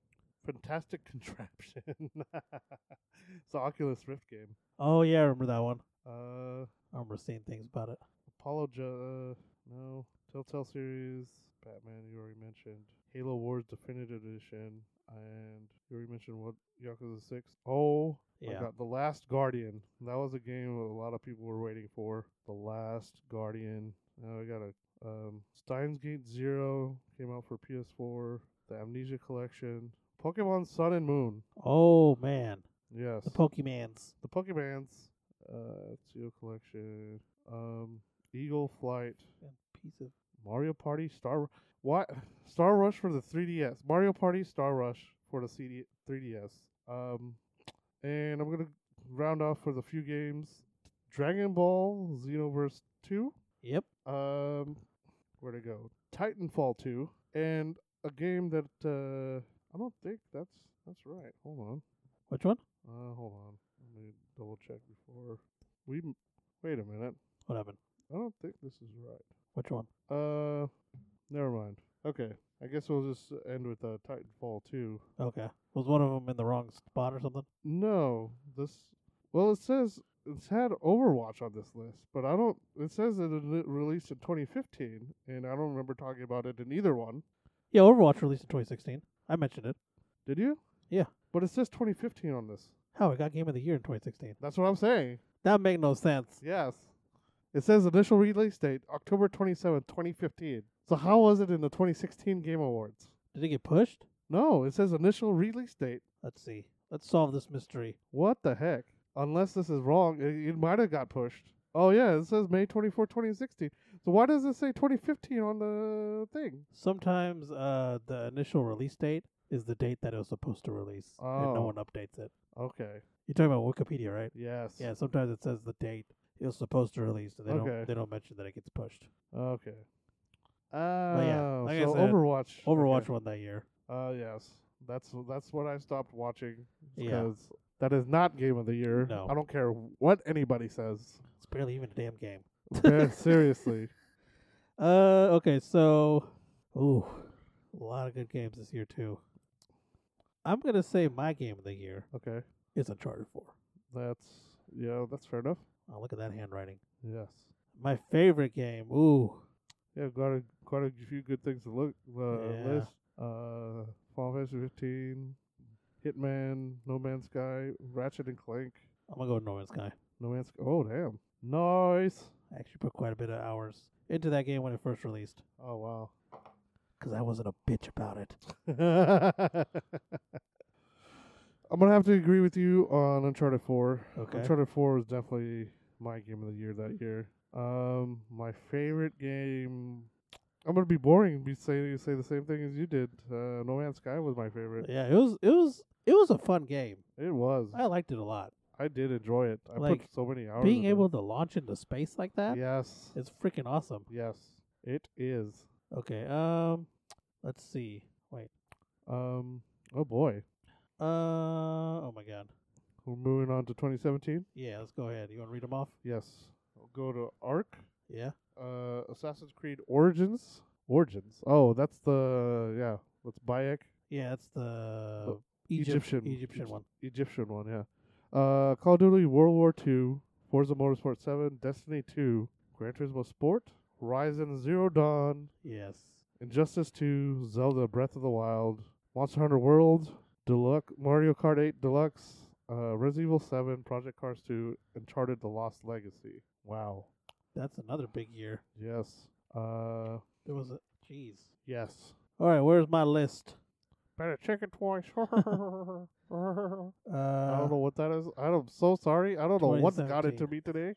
Fantastic Contraption. it's the Oculus Rift game.
Oh, yeah, I remember that one.
Uh,
I remember seeing things about it.
Apollo, uh, no, Telltale series, Batman. You already mentioned Halo Wars Definitive Edition, and you already mentioned what Yakuza Six. Oh my
Yeah.
God, The Last Guardian. That was a game a lot of people were waiting for. The Last Guardian. Now I got a um, Steins Gate Zero came out for PS4. The Amnesia Collection, Pokemon Sun and Moon.
Oh, man.
Yes,
The Pokemans.
the Pokemans. Uh, Seal Collection. Um, Eagle Flight.
And piece of.
Mario Party Star what Star Rush for the 3DS. Mario Party Star Rush for the CD 3DS. Um, and I'm gonna round off with a few games. Dragon Ball Xenoverse 2.
Yep.
Um, where to go? Titanfall 2 and a game that uh, I don't think that's that's right. Hold on.
Which one?
Uh, hold on. Let me double check before we. m- Wait a minute.
What happened?
I don't think this is right.
Which one?
Uh, never mind. Okay, I guess we'll just end with uh, Titanfall two.
Okay. Was one of them in the wrong spot or something?
No, this. Well, it says it's had Overwatch on this list, but I don't. It says that it li- released in 2015, and I don't remember talking about it in either one.
Yeah, Overwatch released in 2016. I mentioned it.
Did you?
Yeah.
But it says 2015 on this.
How it got Game of the Year in 2016.
That's what I'm saying.
That make no sense.
Yes. It says initial release date October 27, 2015. So how was it in the 2016 Game Awards?
Did it get pushed?
No, it says initial release date.
Let's see. Let's solve this mystery.
What the heck? Unless this is wrong, it, it might have got pushed. Oh yeah, it says May 24, 2016. So why does it say 2015 on the thing?
Sometimes uh, the initial release date is the date that it was supposed to release, and no
Oh.
one updates it.
Okay.
You're talking about Wikipedia, right?
Yes.
Yeah. Sometimes it says the date it was supposed to release, and they
Okay.
don't they don't mention that it gets pushed.
Okay. Oh,
yeah, like I
so
said,
Overwatch.
Overwatch
Okay.
won that year.
Uh, yes. That's that's what I stopped watching
Yeah.
because that is not game of the year.
No.
I don't care what anybody says.
It's barely even a damn game.
Yeah, Seriously.
Uh. Okay. So, ooh, a lot of good games this year too. I'm gonna say my game of the year
Okay.
is Uncharted 4.
That's yeah. That's fair enough.
Oh, look at that handwriting.
Yes.
My favorite game. Ooh.
Yeah, got a quite a few good things to look uh,
Yeah.
list. Uh, Final Fantasy 15, Hitman, No Man's Sky, Ratchet and Clank,
I'm gonna go with No Man's Sky.
No Man's Sky. Oh damn, nice.
I actually put quite a bit of hours into that game when it first released
Oh wow.
because I wasn't a bitch about it.
I'm gonna have to agree with you on Uncharted Four.
Okay.
Uncharted Four was definitely my game of the year that year. Um, my favorite game. I'm gonna be boring and be say say the same thing as you did. Uh, no Man's Sky was my favorite.
Yeah, it was it was it was a fun game.
It was.
I liked it a lot.
I did enjoy it. I
Like,
put so many hours.
Being
into
able
it.
to launch into space like that is
Yes.
freaking awesome.
Yes. It is.
Okay, um, let's see. Wait,
Um. Oh boy.
uh, oh my god.
We're moving on to 2017.
Yeah, let's go ahead. You want to read them off?
Yes. I'll go to Arc.
Yeah.
Uh, Assassin's Creed Origins. Origins. Oh, that's the yeah. That's Bayek.
Yeah, it's the
Oh,
Egypt-
Egyptian-
Egyptian
Egypt-
one.
Egyptian one, yeah. Uh, Call of Duty World War Two, Forza Motorsport 7, Destiny 2, Gran Turismo Sport, Horizon Zero Dawn,
Yes.
Injustice 2, Zelda Breath of the Wild, Monster Hunter World, Deluxe, Mario Kart 8 Deluxe, uh, Resident Evil 7, Project Cars 2, Uncharted The Lost Legacy. Wow.
That's another big year.
Yes. Uh,
There was a jeez.
yes.
All right, where's my list?
Better check it twice. I
Uh,
don't know what that is. I'm so sorry. I don't know what got
2017.
into me today.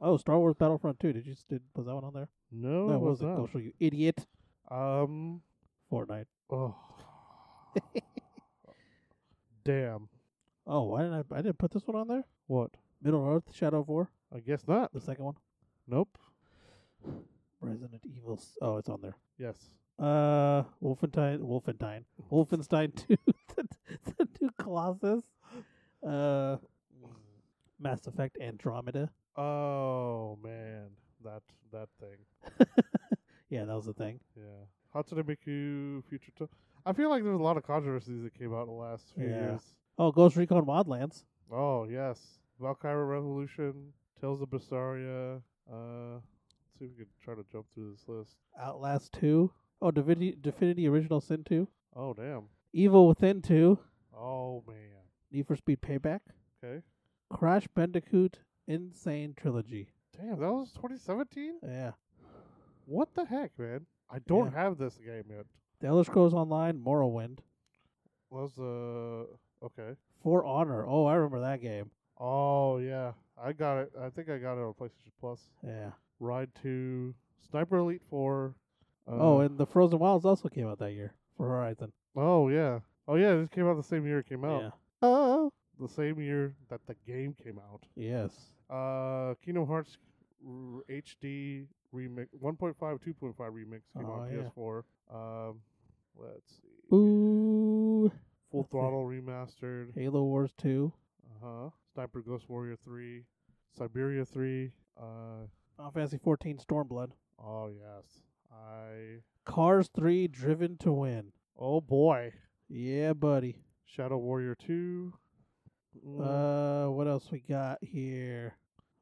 Oh, Star Wars Battlefront 2. Did you s- did was that one on there?
No,
no,
it
it
was
wasn't. Go show you idiot.
not. Um.
Fortnite.
Oh. Damn.
Oh, why didn't I? I didn't put this one on there.
What?
Middle Earth Shadow of War,
I guess not.
the second one.
Nope.
Resident Evil. s- Oh, it's on there.
Yes.
Uh, Wolfenstein, Wolfenstein, Wolfenstein Two, the, the new Colossus, uh, Mass Effect Andromeda.
Oh man, that that thing.
Yeah, that was the thing.
Yeah. Hatsune Miku Future. To- I feel like there's a lot of controversies that came out in the last few
Yeah.
years.
Oh, Ghost Recon Wildlands.
Oh yes, Valkyra Revolution, Tales of Berseria. Uh, let's see if we can try to jump through this list.
Outlast 2. Oh, Divinity, Divinity Original Sin 2.
Oh damn.
Evil Within 2.
Oh man.
Need for Speed Payback.
Okay.
Crash Bandicoot Insane Trilogy.
Damn, that was 2017.
Yeah.
What the heck, man? I don't
Yeah.
have this game yet.
The Elder Scrolls Online Morrowind.
Was uh okay.
For Honor. Oh, I remember that game.
Oh yeah, I got it. I think I got it on PlayStation Plus.
Yeah.
Ride to Sniper Elite Four. Uh,
oh, and The Frozen Wilds also came out that year for Horizon.
oh yeah, oh yeah. This came out the same year it came out.
Yeah. Oh.
The same year that the game came out.
Yes.
Uh, Kingdom Hearts r- HD remix 1.5, 2.5 remix came out
Oh,
on
yeah.
PS4. Um, let's see.
Ooh.
Full
Let's see.
Throttle remastered.
Halo Wars 2.
Uh huh. Sniper Ghost Warrior 3, Siberia 3. Uh,
Final Fantasy 14 Stormblood.
oh, yes. I.
Cars 3 Driven to Win.
Oh, boy.
Yeah, buddy.
Shadow Warrior 2. Mm.
Uh, what else we got here?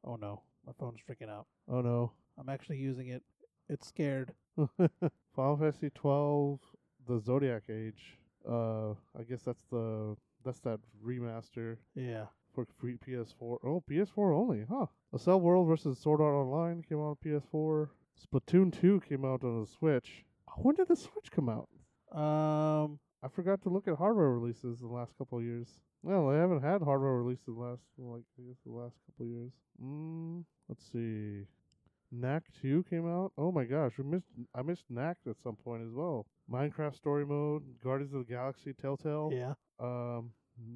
Oh no, my phone's freaking out.
oh, no.
I'm actually using it. It's scared.
Final Fantasy 12, The Zodiac Age. Uh, I guess that's the. That's that remaster
Yeah.
for free PS4. Oh, PS4 only, huh? A Cell World versus Sword Art Online came out on PS4. Splatoon 2 came out on the Switch. Oh, When did the Switch come out?
Um.
I forgot to look at hardware releases in the last couple of years. Well, I haven't had hardware releases the last like I guess the last couple of years. Mm, let's see. Knack 2 came out. Oh my gosh, we missed I missed Knack at some point as well. Minecraft Story Mode, Guardians of the Galaxy, Telltale,
Yeah.
um,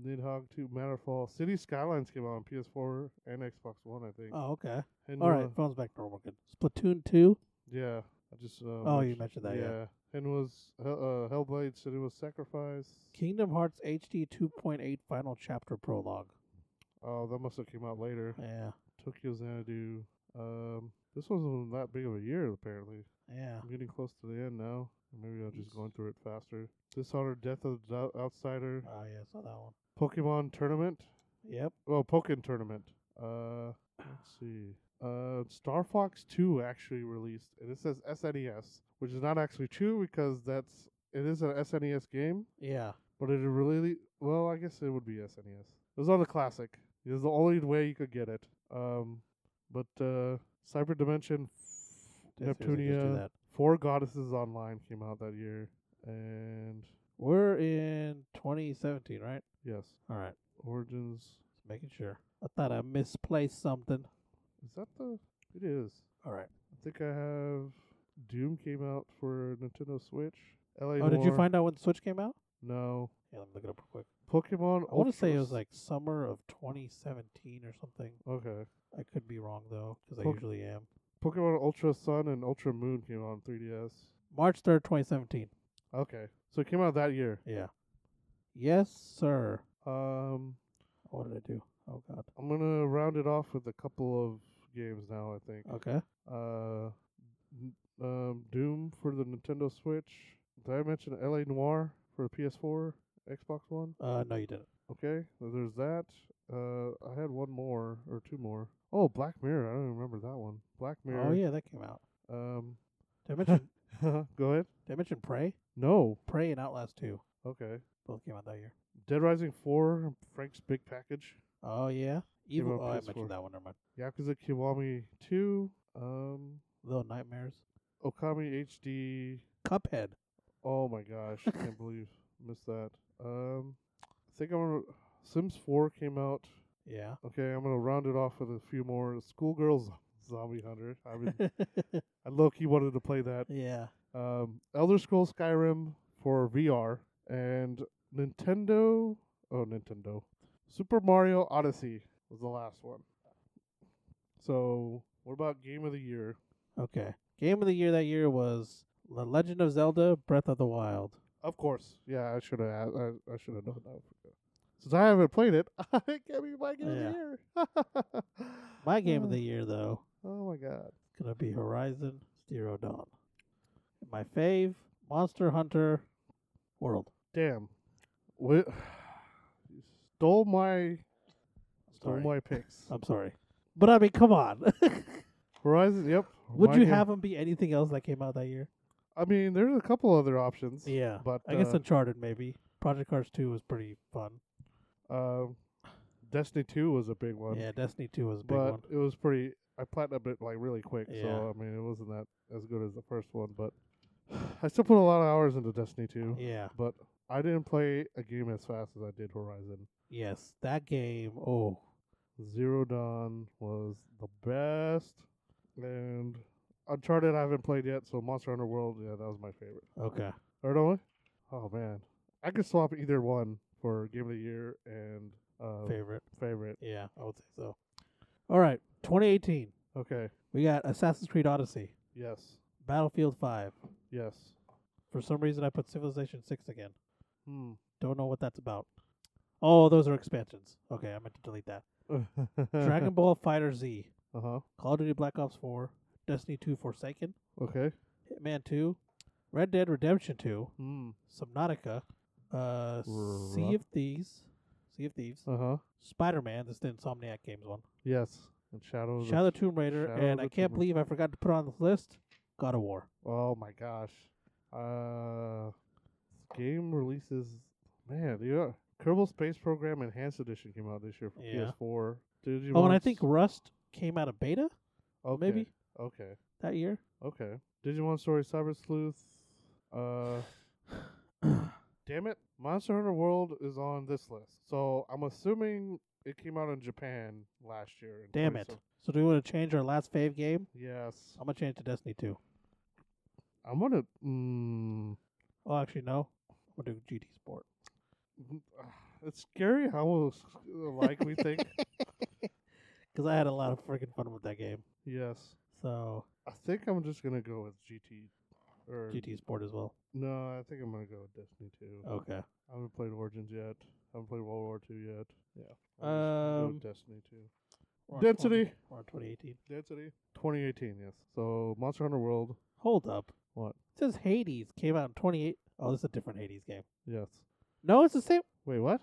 Nidhogg 2, Matterfall, City Skylines came out on PS4 and Xbox One, I think.
Oh, okay.
and,
All right. Phone's back to normal. Good. Splatoon two.
Yeah, I just. Uh,
Oh, you mentioned that, yeah.
and was Hel- uh, Hellblade said it was Sacrifice.
Kingdom Hearts HD 2.8 Final Chapter Prologue.
Oh, that must have came out later.
Yeah.
Tokyo Xanadu. Um, this wasn't that big of a year apparently.
Yeah.
I'm getting close to the end now. Maybe I'm just
Jeez.
going through it faster. Dishonored, Death of the Dou- Outsider,
Oh yeah. I saw that one.
Pokemon Tournament.
Yep.
Well, Pokemon Oh, Tournament. Uh, let's see. Uh, Star Fox 2 actually released, and it says SNES, which is not actually true because that's it is an SNES game,
Yeah.
but it really well, I guess it would be SNES. It was on the classic. It was the only way you could get it. Um, but uh, Cyber Dimension,
Did I seriously just do
Neptunia,
that?
Four Goddesses Online came out that year, and
We're in 2017, right?
Yes.
All right.
Origins.
Just making sure. I thought I misplaced something.
Is that the? It is.
All right.
I think I have. Doom came out for Nintendo Switch. LA
Oh, did you
Noire,
find out when Switch came out?
No.
Yeah, let me look it up real quick.
Pokemon.
I want to say it
Ultra
was
S-
like summer of 2017 or something.
Okay.
I could be wrong though, because I
Pok-
usually am.
Pokemon Ultra Sun and Ultra Moon came out on 3DS.
March 3rd, 2017.
Okay. So it came out that year.
Yeah. Yes, sir.
Um,
What did I do? Oh God.
I'm gonna round it off with a couple of games now. I think.
Okay.
Uh, n- um, Doom for the Nintendo Switch. Did I mention LA Noir for PS4, Xbox One?
Uh, no, you didn't.
Okay, so there's that. Uh, I had one more or two more. Oh, Black Mirror. I don't remember that one. Black Mirror.
Oh yeah, that came out.
Um,
Did I mention?
go ahead.
did I mention Prey?
No.
Prey and Outlast 2
Okay.
both came out that year.
Dead Rising 4, Frank's Big Package.
Oh yeah. Evil.
out
Oh, I
PS4.
mentioned that one. Never mind.
Yakuza Kiwami 2. Um,
Little Nightmares.
Okami HD.
Cuphead.
Oh my gosh, I can't believe missed that. Um, I think I'm gonna, Sims 4 came out.
Yeah.
Okay, I'm gonna round it off with a few more. Schoolgirls Zombie Hunter. I mean, I low key wanted to play that.
yeah.
Um, Elder Scrolls Skyrim for VR and Nintendo. Oh, Nintendo. Super Mario Odyssey was the last one. So, what about Game of the Year?
Okay. Game of the year that year was The Legend of Zelda: Breath of the Wild.
Of course. Yeah, I should have. I, I should have known that. Since I haven't played it, it can't be my game
Yeah.
of the year.
My game of
Uh,
the year though
Oh my god.
is gonna be Horizon Zero Dawn. My fave, Monster Hunter World.
Damn. What? You stole my.
Sorry.
Stole
Um,
my picks.
I'm sorry. But I mean, come on.
Horizon. Yep.
Would
my
you
game.
have them be anything else that came out that year?
I mean, there's a couple other options.
Yeah.
But
I guess
uh,
Uncharted maybe. Project Cars 2 was pretty fun.
um, Destiny Two was a big one.
Yeah, Destiny 2 was a big
but
one.
it was pretty. I platinumed it like really quick,
Yeah.
so I mean, it wasn't that as good as the first one, but I still put a lot of hours into Destiny Two.
Yeah.
But I didn't play a game as fast as I did Horizon.
Yes, that game. Oh,
Zero Dawn was the best, and Uncharted I haven't played yet, so Monster Hunter World, yeah, that was my favorite.
okay.
Or no? Oh man, I could swap either one for Game of the Year and uh,
Favorite.
favorite.
Yeah, I would say so. All right, 2018.
Okay.
We got Assassin's Creed Odyssey,
Yes.
Battlefield 5.
Yes.
For some reason, I put Civilization 6 again.
Hmm.
Don't know what that's about. Oh, those are expansions. Okay, I meant to delete that. Dragon Ball Fighter Z,
Uh huh.
Call of Duty Black Ops 4, Destiny 2 Forsaken,
Okay.
Hitman 2, Red Dead Redemption 2,
Hmm.
Subnautica, uh, Sea
Ru-
of Thieves, Sea of Thieves,
Uh huh.
Spider Man. This is the Insomniac Games one.
Yes. And Shadow. of Oh, the-
Shadow of the Tomb Raider,
Shadow of
and I
the
can't
Tomb-
believe I forgot to put on this list. God of War.
Oh my gosh. Uh, game releases. Man, yeah. Kerbal Space Program Enhanced Edition came out this year for
Yeah.
PS4. Did you?
Oh, and I think Rust came out of beta
okay.
maybe
Okay.
that year.
Okay. Digimon Story Cyber Sleuth. Uh, damn it. Monster Hunter World is on this list. So I'm assuming it came out in Japan last year. in
Damn it.
27.
So do we want to change our last fave game?
Yes.
I'm gonna change to Destiny 2.
I'm gonna. Mm,
Oh, actually no. I'm gonna do GT Sport.
it's scary how alike we think.
Because I had a lot of freaking fun with that game.
Yes.
So
I think I'm just gonna go with GT. Or
GT Sport as well.
no, I think I'm gonna go with Destiny 2.
Okay.
I haven't played Origins yet. I haven't played World War 2 yet. Yeah. I'm just gonna go with Destiny 2.
We're on
Density.
20 we're on 2018.
Density. 2018, yes. So Monster Hunter World.
Hold up.
What?
It says Hades came out in 28. Oh, this is a different Hades game.
Yes.
No, it's the same.
Wait, what?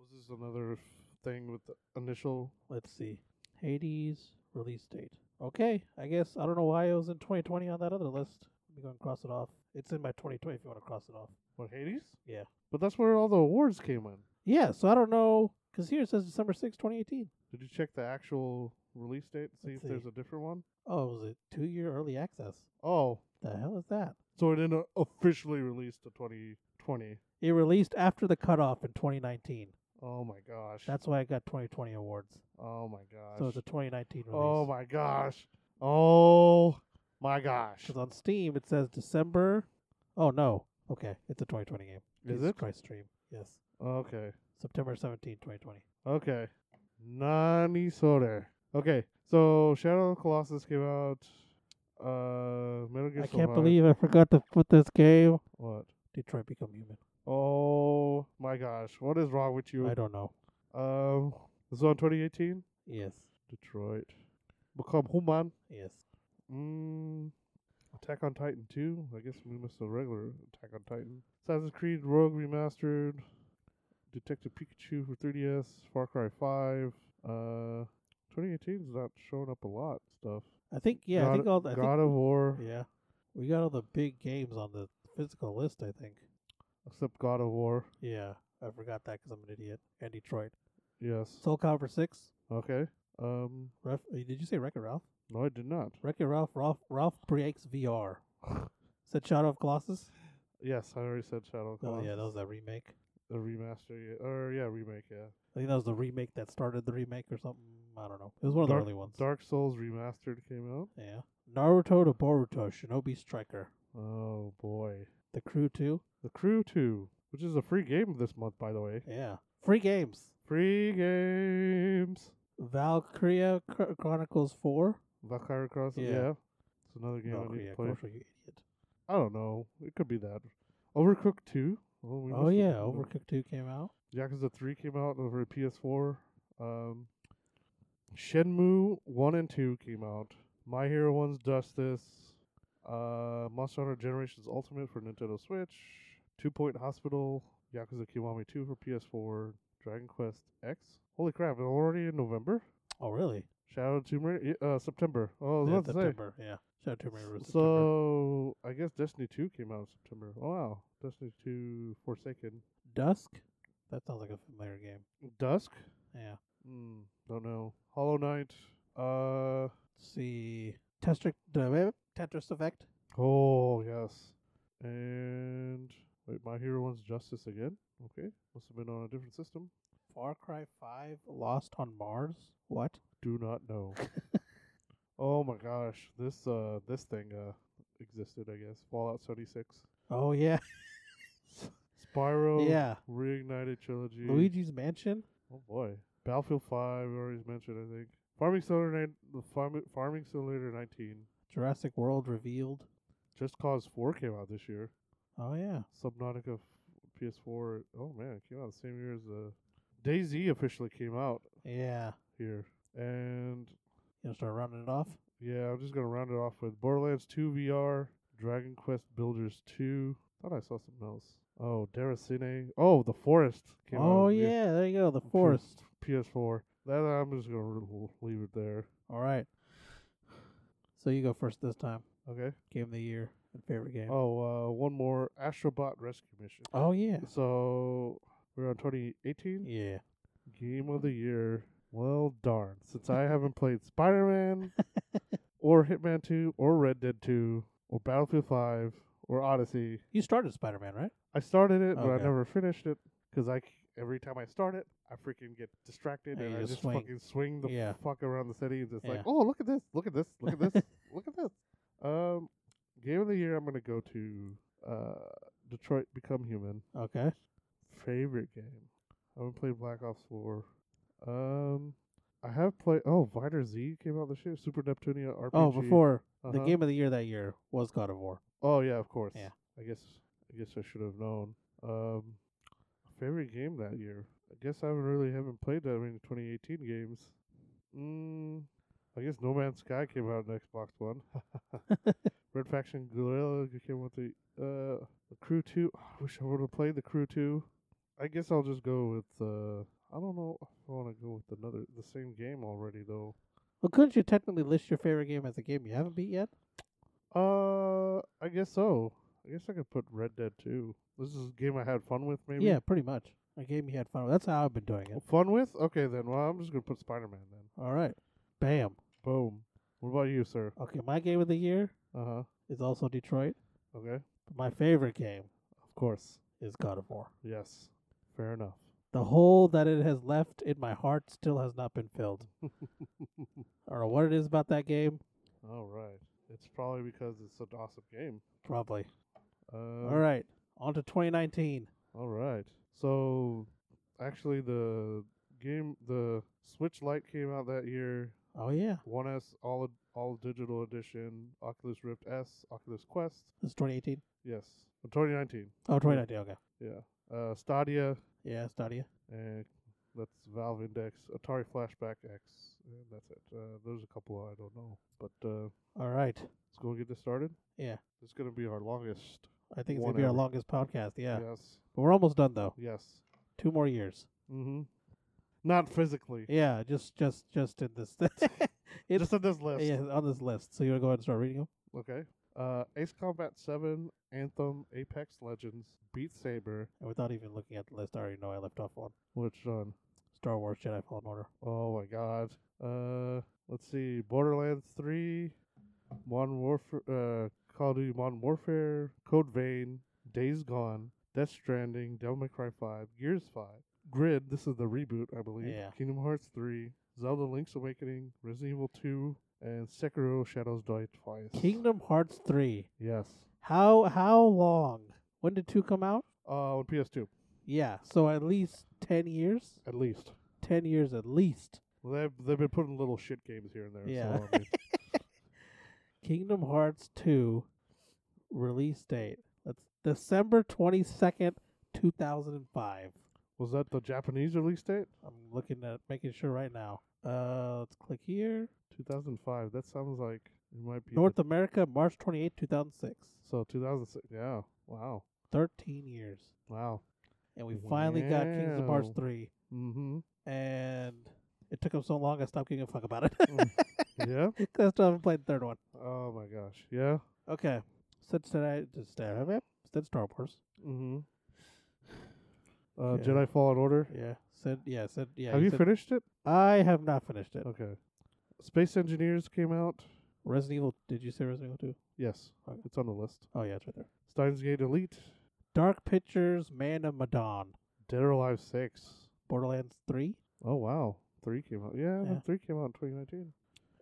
Was this another thing with the initial?
Let's see. Hades release date. Okay, I guess I don't know why it was in 2020 on that other list. Let me go and cross it off. It's in my 2020 if you want to cross it off.
What Hades?
Yeah.
But that's where all the awards came in.
Yeah, so I don't know because here it says December 6, 2018.
Did you check the actual release date? See
Let's
if there's
see.
a different one.
Oh, it was a two year early access.
Oh,
The hell is that?
so it didn't officially release to 2020.
It released after the cutoff in 2019.
Oh my gosh.
That's why I got 2020 awards.
oh my gosh.
So it's a 2019 release.
oh my gosh. Oh my gosh.
Because on Steam it says December. Oh no. Okay, it's a 2020 game.
Is
Jesus
it?
Christ stream. Yes.
Okay.
September 17, 2020.
Okay. Nani sore. Okay. So Shadow of the Colossus came out. Uh, Metal Gear
I can't
Survive-
believe I forgot to put this game.
what.
Detroit Become Human.
Oh my gosh. What is wrong with you?
I don't know.
Um, this is on 2018.
Yes.
Detroit. Become human.
Yes.
Mm, Attack on Titan 2. I guess we missed the regular Attack on Titan. Assassin's Creed Rogue Remastered. Detective Pikachu for 3DS. Far Cry 5. Uh, 2018 is not showing up a lot of stuff.
I think yeah. I
God-
think all. The, I
God of War.
think, yeah. We got all the big games on the physical list. I think.
Except God of War.
Yeah. I forgot that because I'm an idiot. And Detroit.
Yes.
Soul Calibur Six.
Okay. Um,
Ref, uh, did you say Wreck-It Ralph?
no, I did not.
Wreck-It Ralph. Ralph. Ralph creates VR. Said Shadow of Colossus.
Yes, I already said Shadow of
Oh yeah,
Colossus.
that was that remake.
A remaster. Yeah. Or, yeah, remake, yeah.
I think that was the remake that started the remake or something. I don't know. It was one of the
Dark-
early ones.
Dark Souls Remastered came out.
Yeah. Naruto to Boruto, Shinobi Striker,
Oh, boy.
The Crew Two.
The Crew 2, which is a free game this month, by the way.
Yeah. Free games.
Free games.
Valkyria Chr- Chronicles Four. Oh,
Valkyrie Cross.
Yeah.
Yeah. It's another game I need
Valkyria
to play.
Chronicles, you idiot.
I don't know. It could be that. Overcooked 2. Oh, we
Oh
missed
yeah,
that one.
Overcooked Two came out.
Yakuza 3 came out over PS4. Um, Shenmue 1 and 2 came out. My Hero 1's Justice. Uh, Monster Hunter Generations Ultimate for Nintendo Switch. Two Point Hospital. Yakuza Kiwami 2 for PS4. Dragon Quest X. Holy crap, it's already in November?
Oh really?
Shadow of the Tomb Raider? yeah, Uh, September. Oh, I was
yeah,
about to say.
September. Yeah. Shadow Tomb Raider was September.
So, I guess Destiny 2 came out in September. Oh, wow. Destiny 2 Forsaken.
Dusk. That sounds like a familiar game.
Dusk?
Yeah.
Mm, don't know. Hollow Knight. Uh
Let's see. Tetris, the- Tetris Effect.
oh yes. And wait, My Hero wants justice again. Okay, must have been on a different system.
Far Cry Five. Lost on Mars. What?
Do not know. oh my gosh, this uh this thing uh existed, I guess. Fallout seventy six,
Oh yeah.
Spyro,
Yeah.
Reignited trilogy.
Luigi's Mansion.
Oh boy, Battlefield five. We already mentioned, I think. Farming Simulator, nine- the Farm- Farming Simulator nineteen.
Jurassic World Revealed.
Just Cause four came out this year.
Oh yeah.
Subnautica f- PS4. Oh man, it came out the same year as uh, DayZ officially came out
Yeah.
here. And
You know, start rounding it off.
yeah, I'm just gonna round it off with Borderlands 2 VR, Dragon Quest Builders 2. Thought I saw something else. Oh, Deracine. Oh, The Forest came out.
oh
on the
yeah, there you go. The
P-
forest.
PS4. That I'm just gonna re- leave it there.
All right. So you go first this time.
Okay.
Game of the year and favorite game.
Oh, uh, one more Astrobot Rescue Mission.
Oh, yeah.
So we're on 2018.
Yeah.
Game of the year. Well, darn. Since I haven't played Spider Man or Hitman 2 or Red Dead 2 or Battlefield 5 or Odyssey,
You started Spider Man, right?
I started it, but I
Okay.
never finished it because I. c- Every time I start it, I freaking get distracted
And
and,
you
I
just
just
swing.
fucking swing the
Yeah.
fuck around the city and just like,
Yeah.
oh, look at this, look at this, look at this, look at this. Um, game of the year, I'm gonna go to uh, Detroit Become Human
Okay.
favorite game. I haven't played Black Ops 4. Um, I have played. Oh, Viter Z came out this year. Super Neptunia RPG.
Oh, before the
Uh-huh.
game of the year that year was God of War.
Oh yeah, of course.
Yeah.
I guess. I guess I should have known. Um, favorite game that year. I guess I haven't really haven't played that many 2018 games. Mm, I guess No Man's Sky came out on Xbox One. Red Faction Guerrilla came out the uh the Crew Two. I wish I would have played the Crew Two. I guess I'll just go with uh I don't know if I want to go with another the same game already though.
Well, couldn't you technically list your favorite game as a game you haven't beat yet?
Uh, I guess so. I guess I could put Red Dead 2. This is a game I had fun with, maybe.
Yeah, pretty much. A game you had fun with. That's how I've been doing it.
Fun with? Okay, then. Well, I'm just gonna put Spider Man then.
All right. Bam.
Boom. What about you, sir?
Okay, my game of the year
Uh huh.
is also Detroit.
Okay.
But my favorite game
Of course.
is God of War.
Yes. Fair enough.
The hole that it has left in my heart still has not been filled. I don't know what it is about that game.
All right. It's probably because it's an awesome game.
Probably.
Uh,
All right. On to 2019.
All right. So, actually, the game, the Switch Lite came out that year.
Oh, yeah.
One S all all digital edition, Oculus Rift S, Oculus Quest.
This is 2018.
Yes, 2019.
Oh, 2019. Okay.
Yeah. Uh, Stadia
Yeah, Stadia.
and that's Valve Index, Atari Flashback X, and that's it. Uh, there's a couple I don't know, but uh,
All right.
let's go get this started.
Yeah.
It's gonna be our longest.
I think it's
One
going to be our
hour.
longest podcast. Yeah.
Yes.
But we're almost done, though.
Yes.
Two more years.
Mm-hmm. Not physically.
Yeah, just just just in this. it's
Just on this list.
yeah, on this list. So you want to go ahead and start reading them?
Okay. Uh, Ace Combat 7, Anthem, Apex Legends, Beat Saber.
And without even looking at the list, I already know I left off one.
Which um, one?
Star Wars Jedi Fallen Order.
Oh my god. Uh, let's see. Borderlands 3, Modern Warfare, uh, Call of Duty Modern Warfare, Code Vein, Days Gone, Death Stranding, Devil May Cry 5, Gears 5, Grid. This is the reboot, I believe.
Yeah.
Kingdom Hearts 3, Zelda Link's Awakening, Resident Evil 2, and Sekiro Shadows Die Twice.
Kingdom Hearts 3.
Yes.
How how long? When did 2 come out?
Uh, on PS2,
Yeah, so at least 10 years?
at least.
10 years at least.
Well, They've, they've been putting little shit games here and there.
Yeah.
So, I mean,
Kingdom Hearts 2 release date. That's December 22nd, 2005.
was that the Japanese release date?
I'm looking at making sure right now. Uh, let's click here.
2005. That sounds like it might be. the-
North America, March 28, 2006.
so 2006. Yeah. Wow.
13 years.
Wow.
And we finally got Kingdom Hearts
Wow.
3.
Mm-hmm.
And it took them so long, I stopped giving a fuck about it.
yeah.
Because I still haven't played the third one.
Oh my gosh. Yeah.
Okay. Since today, since today, have it? Since Star Wars.
Mm-hmm. Uh,
Okay.
Jedi Fallen Order.
Yeah. Said yeah. Said yeah.
Have you
said-
finished it?
I have not finished it.
Okay. Space Engineers came out.
Resident Evil. Did you say Resident Evil 2?
Yes.
Okay.
It's on the list.
Oh yeah, it's right there.
Steins Gate Elite.
Dark Pictures, Man of Madon,
Dead or Alive 6.
Borderlands 3,
Oh wow. Three came out. Yeah.
Yeah.
Three came out in 2019.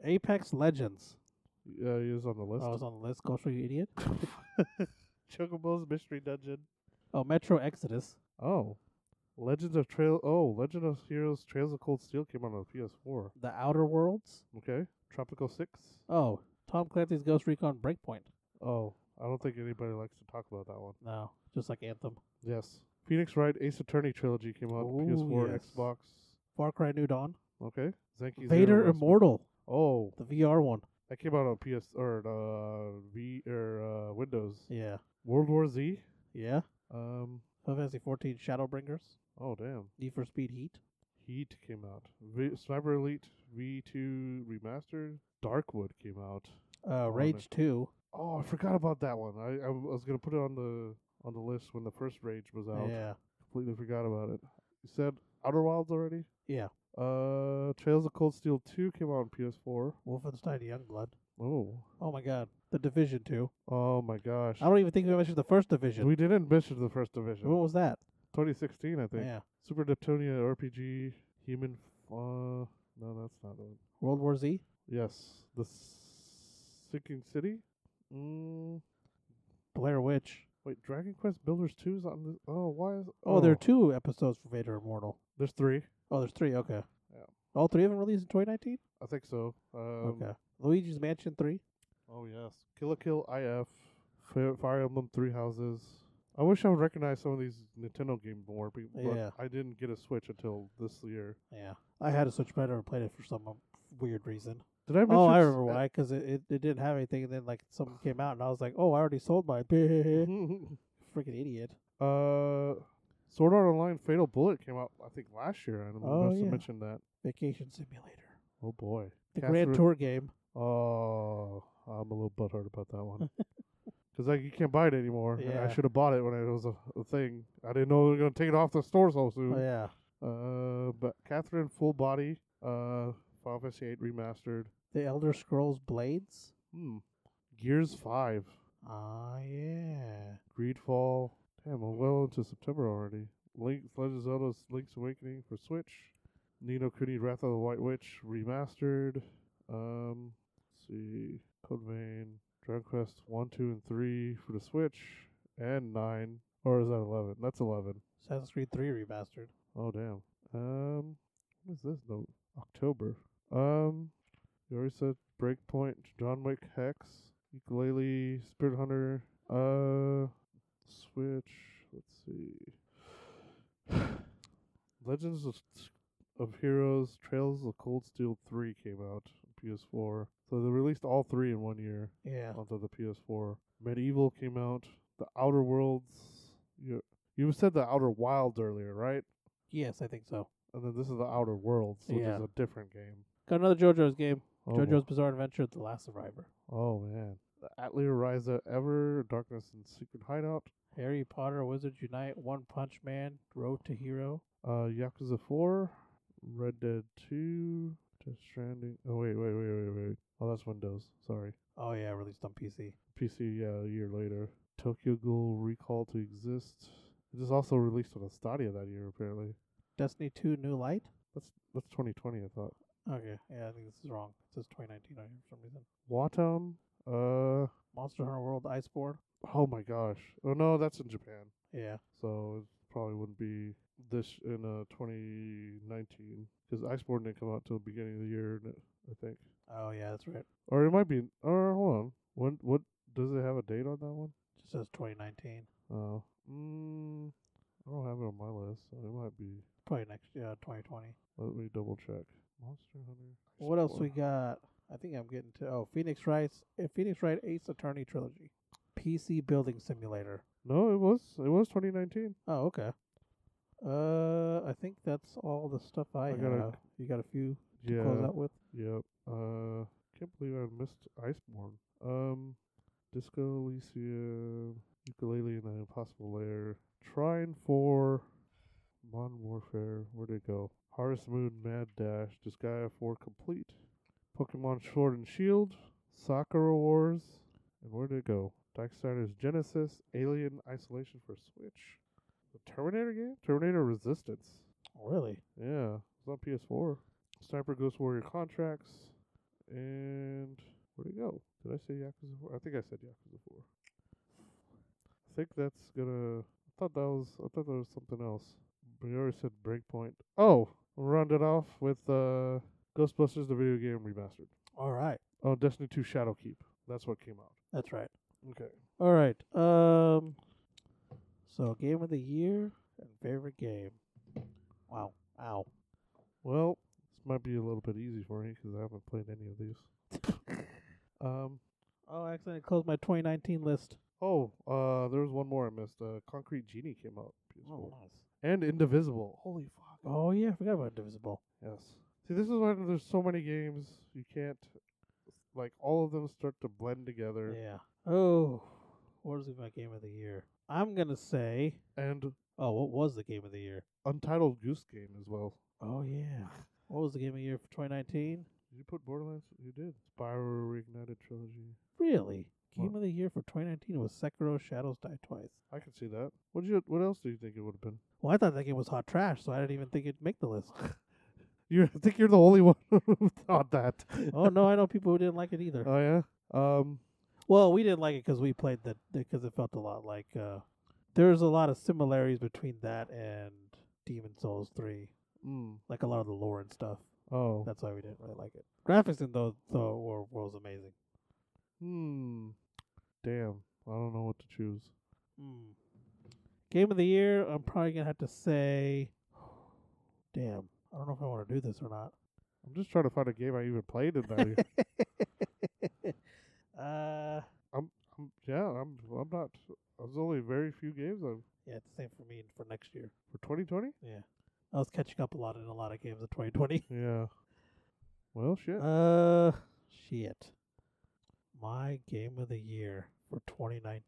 Apex Legends.
Yeah, it is on the list.
Oh, it's on the list. Go for you idiot.
Chocobo's Mystery Dungeon.
Oh, Metro Exodus.
Oh. Legends of Trail Oh, Legend of Heroes Trails of Cold Steel came out on the PS4.
The Outer Worlds.
Okay. Tropical Six.
Oh, Tom Clancy's Ghost Recon Breakpoint.
Oh. I don't think anybody likes to talk about that one.
No, just like Anthem.
Yes. Phoenix Wright Ace Attorney trilogy came out on
Ooh,
PS4,
Oh, yes.
Xbox.
Far Cry New Dawn.
Okay. Zanky Zero
Vader
Rescue.
Immortal,
Oh.
the VR one.
That came out on PS or uh V or uh Windows.
Yeah.
World War Z.
Yeah.
Um
Final Fantasy 14 Shadowbringers.
oh damn.
Need for Speed Heat.
Heat came out. V- Sniper Elite V2 remastered. Darkwood came out.
Uh, Rage 2.
Oh, I forgot about that one. I, I w- I was gonna put it on the on the list when the first Rage was out.
Yeah.
Completely forgot about it. You said Outer Wilds already.
Yeah.
Uh, Trails of Cold Steel Two came out on PS4.
Wolfenstein Youngblood.
Oh,
Oh my god. The Division 2.
oh my gosh.
I don't even think we mentioned the first Division.
We didn't mention the first division.
what was that?
2016, I think.
Yeah.
Super Neptunia RPG Human. F- uh, no, that's not the one.
World War Z.
Yes, the S- Sinking City. Mm,
Blair Witch.
wait, Dragon Quest Builders 2 is on this. Oh, why is?
Oh, there are two episodes for Vader Immortal.
There's three.
Oh, there's three. Okay.
Yeah.
All three of them released in 2019?
I think so. Um,
okay. Luigi's Mansion 3.
Oh yes, Kill a Kill IF, Fire, Fire Emblem Three Houses. I wish I would recognize some of these Nintendo games more, be- but
Yeah.
I didn't get a Switch until this year.
Yeah. I had a Switch, but I never played it for some um, weird reason.
Did I mention?
Oh, I
s-
remember why. Because it, it, it didn't have anything, and then, like, something came out, and I was like, oh, I already sold my
Mm-hmm.
Freaking idiot.
uh, Sword Art Online Fatal Bullet came out, I think, last year, and I
Oh,
must
yeah.
have mentioned that.
Vacation Simulator.
Oh boy,
The
Catherine-
Grand Tour game.
Oh, I'm a little butthurt about that one. Because like you can't buy it anymore. and
Yeah.
I should have bought it when it was a, a thing. I didn't know they were gonna take it off the store so soon.
Oh, yeah.
Uh, but Catherine Full Body, uh, Final Fantasy VIII Remastered,
The Elder Scrolls Blades.
hmm, Gears Five,
Ah, yeah.
Greedfall. Damn, we're well into September already. Link, Legend of Zelda: Link's Awakening for Switch. Nino Kuni: Wrath of the White Witch remastered. Um, let's see, Code Vein, Dragon Quest One, Two, and Three for the Switch, and Nine, or is that Eleven? That's Eleven.
Assassin's Creed 3 remastered.
Oh damn. Um, what is this note? October. Um, you already said Breakpoint, John Wick Hex, Ukulele, Spirit Hunter. Uh, Switch. Let's see. Legends of, of Heroes, Trails of Cold Steel 3 came out on PS4. So they released all three in one year
Yeah.
onto the PS4. Medieval came out. The Outer Worlds. You you said the Outer Wilds earlier, right?
Yes, I think so.
And then this is the Outer Worlds, which
Yeah.
is a different game.
Got another JoJo's game.
Oh,
JoJo's Bizarre Adventure: The Last Survivor.
boy. oh man. The Atelier Rise of Ever, Darkness and Secret Hideout,
Harry Potter, Wizards Unite, One Punch Man, Road to Hero.
Uh, Yakuza 4, Red Dead 2, Death Stranding. Oh, wait, wait, wait, wait, wait. Oh, that's Windows. Sorry.
Oh yeah, released on PC.
PC, yeah, a year later. Tokyo Ghoul Recall to Exist. It is also released on Stadia that year, apparently.
Destiny 2: New Light.
That's that's 2020, I thought.
Okay, yeah, I think this is wrong. It says 2019 on here for some reason.
Watam. Uh,
Monster Hunter World Iceborne.
oh my gosh. Oh no, that's in Japan.
Yeah,
So it probably wouldn't be this in uh, 2019. Because Iceborne didn't come out till the beginning of the year, n- I think.
Oh yeah, that's right.
Or it might be. Or hold on. When what does it have a date on that one?
It says 2019.
Oh, mm, I don't have it on my list. So it might be.
Probably next year, 2020.
Let me double check. Monster Hunter.
What else we got?
Explorer.
I think I'm getting to oh Phoenix Wright, Phoenix Wright Ace Attorney trilogy, PC Building Simulator.
No, it was it was 2019.
Oh okay. Uh, I think that's all the stuff I,
I
have.
gotta-
you got a few to
Yeah.
close out with?
Yep. Uh, can't believe I missed Iceborne. Um, Disco Elysium, Ukulele and the Impossible Lair, Trine Four, Modern Warfare. Where'd it go? Harvest Moon, Mad Dash, Disgaea Four Complete, Pokemon Sword and Shield, Sakura Wars, and where'd it go? Darksiders Genesis, Alien Isolation for Switch, the Terminator game, Terminator Resistance.
Oh, Really?
Yeah, it's on PS4. Sniper Ghost Warrior Contracts. And where'd it go? Did I say Yakuza 4? I think I said Yakuza 4. I think that's gonna. I thought that was. I thought that was something else. But you already said Breakpoint. Oh, we'll round it off with uh, Ghostbusters, the video game remastered.
All right,
Oh, Destiny 2 Shadowkeep. That's what came out.
that's right.
Okay.
All right. Um. So game of the year and favorite game. Wow. Ow.
Well, this might be a little bit easy for me 'cause I haven't played any of these. um.
Oh, I accidentally closed my 2019 list.
Oh, uh, there was one more I missed. Uh, Concrete Genie came out. PS4.
nice.
And Indivisible. Holy fuck.
Oh yeah, I forgot about Divisible.
Yes. See, this is why there's so many games you can't. Like all of them start to blend together,
Yeah. Oh, what is my game of the year? I'm gonna say.
and
Oh, what was the game of the year?
Untitled Goose Game as well.
Oh yeah. What was the game of the year for 2019?
Did you put Borderlands? You did. Spyro Reignited Trilogy.
Really? Game
What?
of the year for 2019 was Sekiro: Shadows Die Twice.
I can see that. What you? What else do you think it would have been?
Well, I thought that game was hot trash, so I didn't even think it'd make the list.
You I think you're the only one who thought that?
oh no, I know people who didn't like it either.
Oh yeah. Um.
Well, we didn't like it because we played that because it felt a lot like uh, there's a lot of similarities between that and Demon Souls three,
Mm,
like a lot of the lore and stuff.
oh.
That's why we didn't really like it. Graphics in though though were was amazing.
Hmm. Damn. I don't know what to choose.
Mm. Game of the year, I'm probably gonna have to say, damn, I don't know if I want to do this or not.
I'm just trying to find a game I even played in that. year.
uh,
I'm, yeah, I'm. I'm not. There's only very few games i
yeah, it's the same for me for next year.
for 2020.
Yeah, I was catching up a lot in a lot of games of 2020.
Yeah. Well, shit.
Uh, shit. My game of the year for 2019.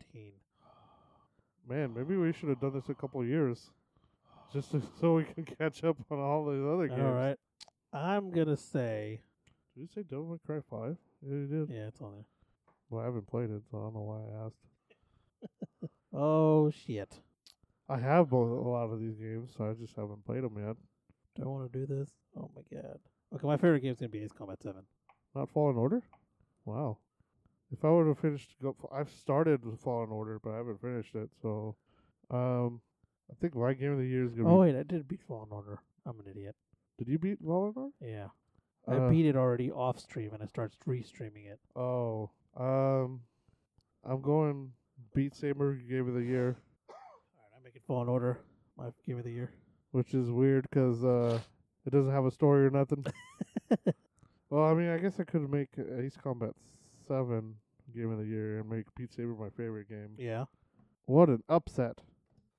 Man, maybe we should have done this a couple of years, just to, so we can catch up on all these other games.
All right, I'm gonna say
Did you say Devil May Cry Five? Yeah, you did.
yeah, it's on there.
Well, I haven't played it, so I don't know why I asked.
Oh shit.
I have both, a lot of these games, so I just haven't played them yet.
Do I want to do this? Oh my god. Okay, my favorite game's gonna be Ace Combat Seven.
Not Fallen Order? Wow. If I would have finished, go, I've started with Fallen Order, but I haven't finished it. So, um, I think my game of the year is gonna.
Oh
be,
wait, I did beat Fallen Order. I'm an idiot.
did you beat Fallen Order?
Yeah.
Uh,
I beat it already off stream and I started re-streaming it.
Oh, um, I'm going Beat Saber game of the year,
Alright, I'm making Fallen Order my game of the year.
which is weird because uh, it doesn't have a story or nothing. well, I mean, I guess I could make uh, Ace Combat Seven game of the year and make Beat Saber my favorite game.
Yeah.
What an upset!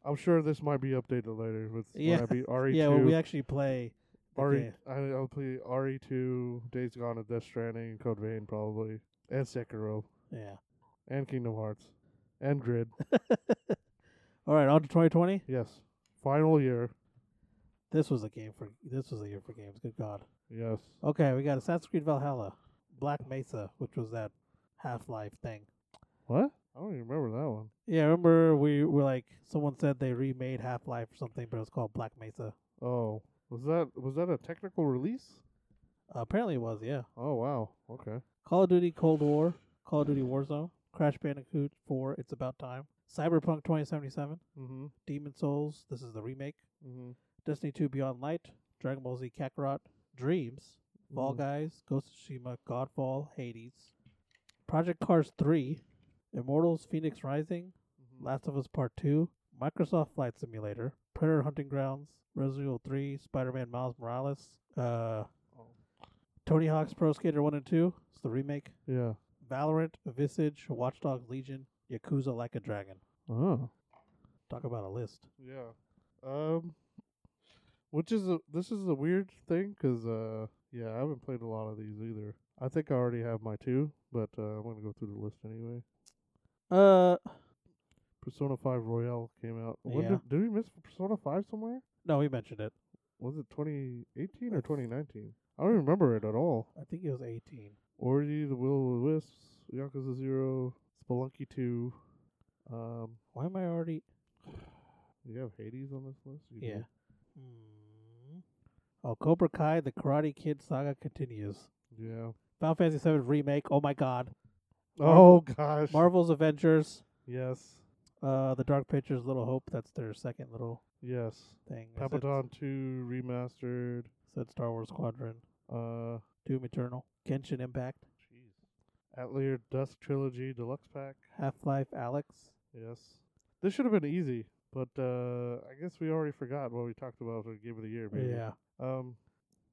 I'm sure this might be updated later with when
Yeah.
I beat E RE2.
Yeah, when we actually play the
RE,
game.
E, I, I'll play RE2, Days Gone, and Death Stranding, Code Vein probably, and Sekiro,
Yeah.
and Kingdom Hearts, and Grid.
Alright, on to twenty twenty.
Yes. Final year.
This was a game for this was a year for games, good god.
Yes.
Okay, we got Assassin's Creed Valhalla, Black Mesa, which was that Half Life thing.
What? I don't even remember that one.
Yeah, remember we were like someone said they remade Half Life or something, but it was called Black Mesa.
Oh. Was that was that a technical release?
Uh, apparently it was, yeah.
Oh wow. Okay.
Call of Duty Cold War, Call of Duty Warzone, Crash Bandicoot 4, It's About Time, Cyberpunk 2077,
Mhm.
Demon Souls, this is the remake,
Mhm.
Destiny 2 Beyond Light, Dragon Ball Z Kakarot, Dreams, Fall
Mhm.
Guys, Ghost of Tsushima, Godfall, Hades, Project Cars 3, Immortals Phoenix Rising,
Mhm.
Last of Us Part 2, Microsoft Flight Simulator, Predator Hunting Grounds, Resident Evil 3, Spider Man Miles Morales, uh,
Oh.
Tony Hawk's Pro Skater 1 and 2, it's the remake,
Yeah.
Valorant, Visage, Watch Dogs Legion, Yakuza Like a Dragon.
Oh.
Talk about a list.
Yeah. Um. Which is a this is a weird thing because uh yeah I haven't played a lot of these either. I think I already have my two, but uh, I'm gonna go through the list anyway.
Uh,
Persona Five Royale came out. When
Yeah.
did, did we miss Persona Five somewhere?
no, we mentioned it.
Was it 2018 or
That's-
2019? I don't remember it at all.
I think it was 18.
Ori, The Will o' the Wisps, Yakuza Zero, Spelunky Two. Um,
Why am I already?
do you have Hades on this list? You
Yeah.
do.
Hmm. Oh, Cobra Kai: The Karate Kid Saga continues.
Yeah.
Final Fantasy VII remake. Oh my God.
Oh gosh.
Marvel's Avengers.
yes.
Uh, The Dark Pictures, Little Hope. That's their second little
Yes.
thing. Is it-
Papadon Two remastered.
Said Star Wars Squadron.
Uh,
Doom Eternal. Genshin Impact.
jeez. Atelier Dusk Trilogy Deluxe Pack.
Half Life. Alex.
Yes. This should have been easy, but uh, I guess we already forgot what we talked about for Game of the Year. Maybe.
Yeah.
Um,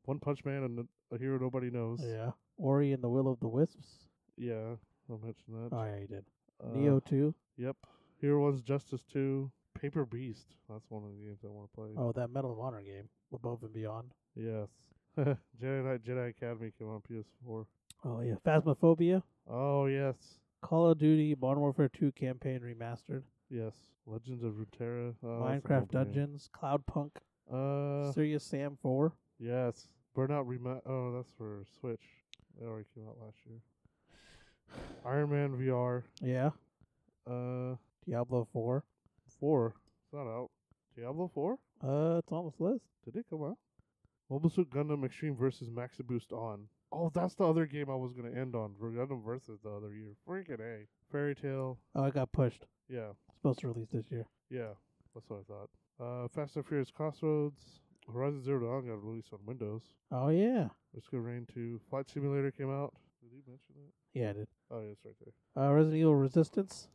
One Punch Man and the- a Hero Nobody Knows.
Yeah. Ori and the Will of the Wisps.
Yeah, I'll mention that.
Oh yeah, you did.
Uh,
Neo two.
Yep. Hero One's Justice Two. Paper Beast. That's one of the games I want to play.
Oh, that Medal of Honor game, Above and Beyond.
Yes. Jedi Knight Jedi Academy came on PS4.
Oh yeah, Phasmophobia,
Oh yes,
Call of Duty Modern Warfare two campaign remastered,
yes. Legends of Runeterra. Oh, that's a
Minecraft
good one, yeah.
Dungeons, Cloud Punk,
Uh,
Serious Sam four.
yes. Burnout Rema. Oh, that's for Switch. That already came out last year. Iron Man VR.
Yeah,
Uh,
Diablo four.
four. It's not out. Diablo four.
Uh, it's on this list.
Did it come out? Mobile Suit Gundam Extreme versus Max Boost on. Oh, that's the other game I was gonna end on. for Gundam versus the other year. Freaking a. Fairy Tale.
Oh, it got pushed.
Yeah,
supposed to release this year.
yeah. That's what I thought. Uh, Fast and Furious Crossroads. Horizon Zero Dawn got released on Windows.
Oh yeah,
Risk of Rain 2. Flight Simulator came out. Did you mention that?
yeah, it did.
Oh, yeah, it's right there.
Uh, Resident Evil Resistance.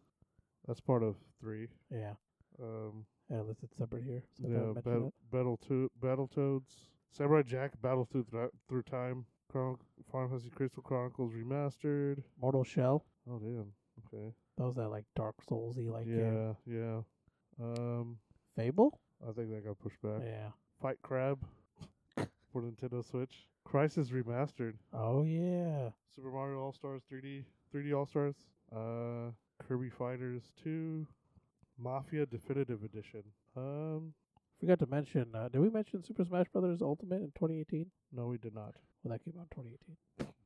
That's part of three.
Yeah,
Um,
yeah, listed separate here. So
yeah,
don't mention
Battle Battle to Battletoads, Samurai Jack, Battle Through Thro- Through Time, Chron- Final Fantasy Crystal Chronicles remastered.
it. Mortal Shell.
Oh damn. Okay.
That was that like Dark Soulsy like game.
yeah, yeah. Um,
Fable.
I think that got pushed back.
Yeah.
Fight Crab for Nintendo Switch. Crisis Remastered.
Oh yeah.
Super Mario All Stars 3D, 3D All Stars. Uh, Kirby Fighters 2. Mafia Definitive Edition. Um,
Forgot to mention. Uh, did we mention Super Smash Brothers Ultimate in 2018?
no, we did not.
Well, that came out in 2018.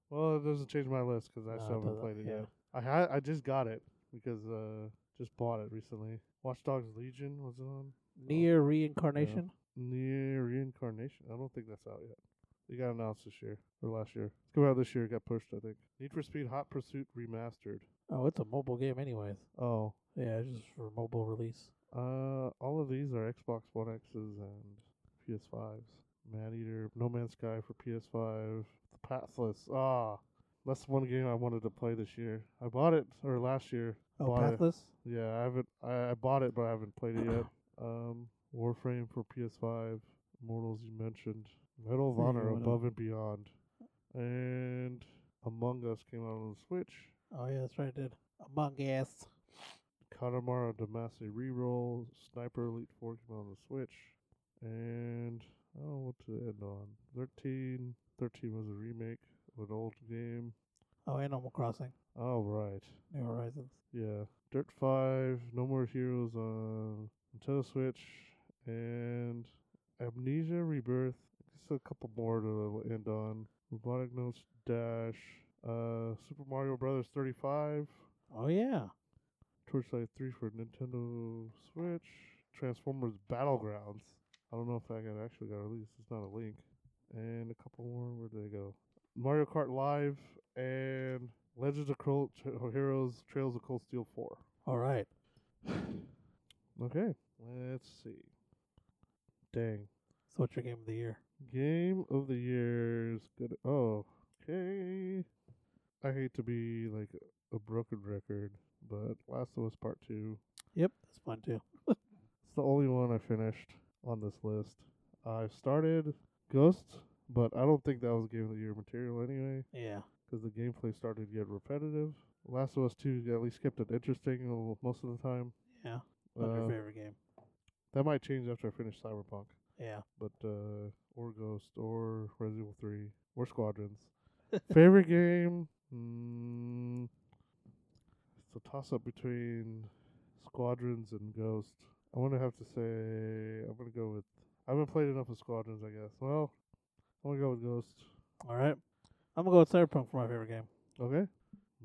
Well, it doesn't change my list because I
No, it
still haven't
doesn't,
played it
yeah.
yet. I ha- I just got it because uh, just bought it recently. Watch Dogs Legion was on.
Near reincarnation.
Near reincarnation. I don't think that's out yet. It got announced this year or last year. It's coming out this year. It got pushed, I think. Need for Speed Hot Pursuit remastered.
Oh, it's a mobile game, anyways.
Oh,
Yeah, it's just for mobile release.
uh, all of these are Xbox One X's and PS5s. Mad Eater, No Man's Sky for PS5, The Pathless. Ah, that's one game I wanted to play this year. I bought it or last year.
Oh,
bought it.
Pathless.
Yeah, I haven't. I, I bought it, but I haven't played it yet. Um, Warframe for PS5, Mortals you mentioned, Medal of
Yeah,
Honor,
what
Above and Beyond, and Among Us came out on the Switch.
Oh yeah, that's right. I did Among Us.
Katamara Damacy Reroll, Sniper Elite Four came out on the Switch, and I don't know what to end on. Thirteen. Thirteen was a remake of an old game.
Oh, Animal Crossing.
All right.
New Horizons.
Yeah. Dirt 5, No More Heroes on Nintendo Switch, and Amnesia Rebirth. Just a couple more to end on. Robotic Notes Dash, uh, Super Mario Brothers 35,
Oh yeah.
Torchlight 3 for Nintendo Switch, Transformers Battlegrounds. I don't know if that got actually got released. It's not a link. And a couple more. Where did they go? Mario Kart Live and Legends of Cold Heroes Trails of Cold Steel 4.
All right.
Okay. Let's see. Dang.
So what's your game of the year?
Game of the year is good. Oh, okay. I hate to be like a broken record, but Last of Us Part 2.
Yep, that's fun too.
It's the only one I finished on this list. I started Ghost, but I don't think that was Game of the Year material anyway,
Yeah.
'cause the gameplay started to get repetitive. Last of Us 2 at least kept it interesting a- most of the time.
Yeah. What's your
Uh,
favorite game?
that might change after I finish Cyberpunk.
Yeah.
but uh, or Ghost or Resident Evil Three or Squadrons. Favorite game? Mm, it's a toss up between Squadrons and Ghost. I'm gonna have to say I'm gonna go with. I haven't played enough of Squadrons, I guess. Well, I'm gonna go with Ghost.
All right. I'm gonna go with Cyberpunk for my favorite game.
Okay,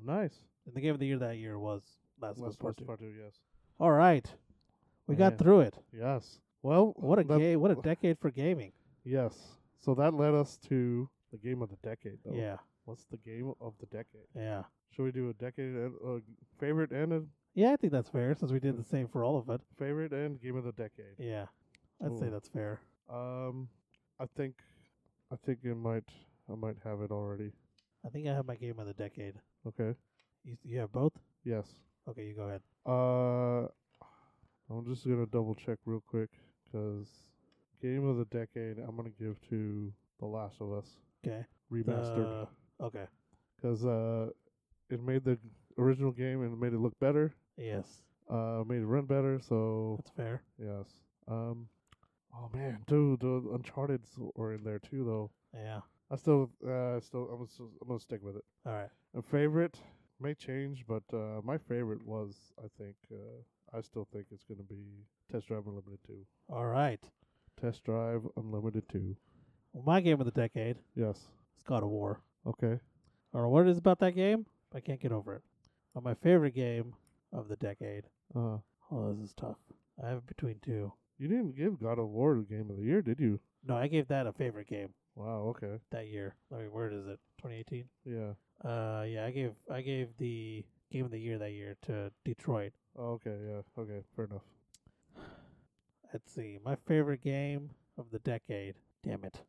nice.
And the game of the year that year was Last of Us
Last
Part
part,
Two.
part two, yes,
All right. We got
Man.
through it.
yes. Well,
What a
that-
game! What a decade for gaming.
Yes. So that led us to the game of the decade, though.
Yeah.
What's the game of the decade?
Yeah.
Should we do a decade and uh, favorite and a
Yeah, I think that's fair since we did the same for all of it.
favorite and game of the decade?
Yeah. I'd say
Ooh.
that's fair.
Um, I think I think it might I might have it already.
I think I have my game of the decade.
Okay.
You, you have both?
Yes.
Okay, you go ahead.
Uh, I'm just gonna double check real quick because game of the decade I'm gonna give to The Last of Us
Okay. The-
remastered
okay.
because uh, it made the original game and made it look better.
Yes.
Uh, made it run better. So
That's fair.
Yes. Um. Oh man, dude, the Uncharted's were in there too, though.
Yeah.
I still, uh, I still, I'm, s- I'm gonna stick with it.
All right.
A favorite may change, but uh, my favorite was, I think, uh, I still think it's gonna be Test Drive Unlimited Two.
All right.
Test Drive Unlimited Two.
Well, my game of the decade
Yes.
is God of War.
Okay.
I don't know what it is about that game, but I can't get over it. But my favorite game of the decade.
Uh,
Oh, this is tough. I have it between two.
you didn't give God of War the Game of the Year, did you?
No, I gave that a favorite game
Wow. Okay.
that year. I mean, where is it? 2018.
Yeah.
Uh, yeah, I gave I gave the game of the year that year to Detroit.
Oh, okay. Yeah. Okay. Fair enough.
Let's see, my favorite game of the decade. Damn it!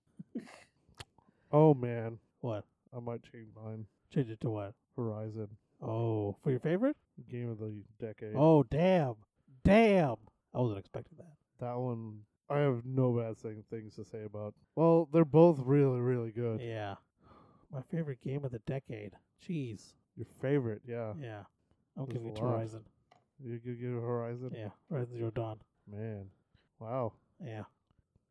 Oh man,
What?
I might change mine.
Change it to what?
Horizon
Oh, for your favorite?
Game of the Decade.
Oh, damn, damn! I wasn't expecting that.
That one, I have no bad thing, things to say about. Well, they're both really, really good.
Yeah, my favorite game of the decade. Jeez.
Your favorite, yeah.
Yeah, I'm
There's
giving
a
it to
lot.
Horizon.
You could give Horizon.
Yeah, Horizon Zero Dawn.
Man, wow.
Yeah,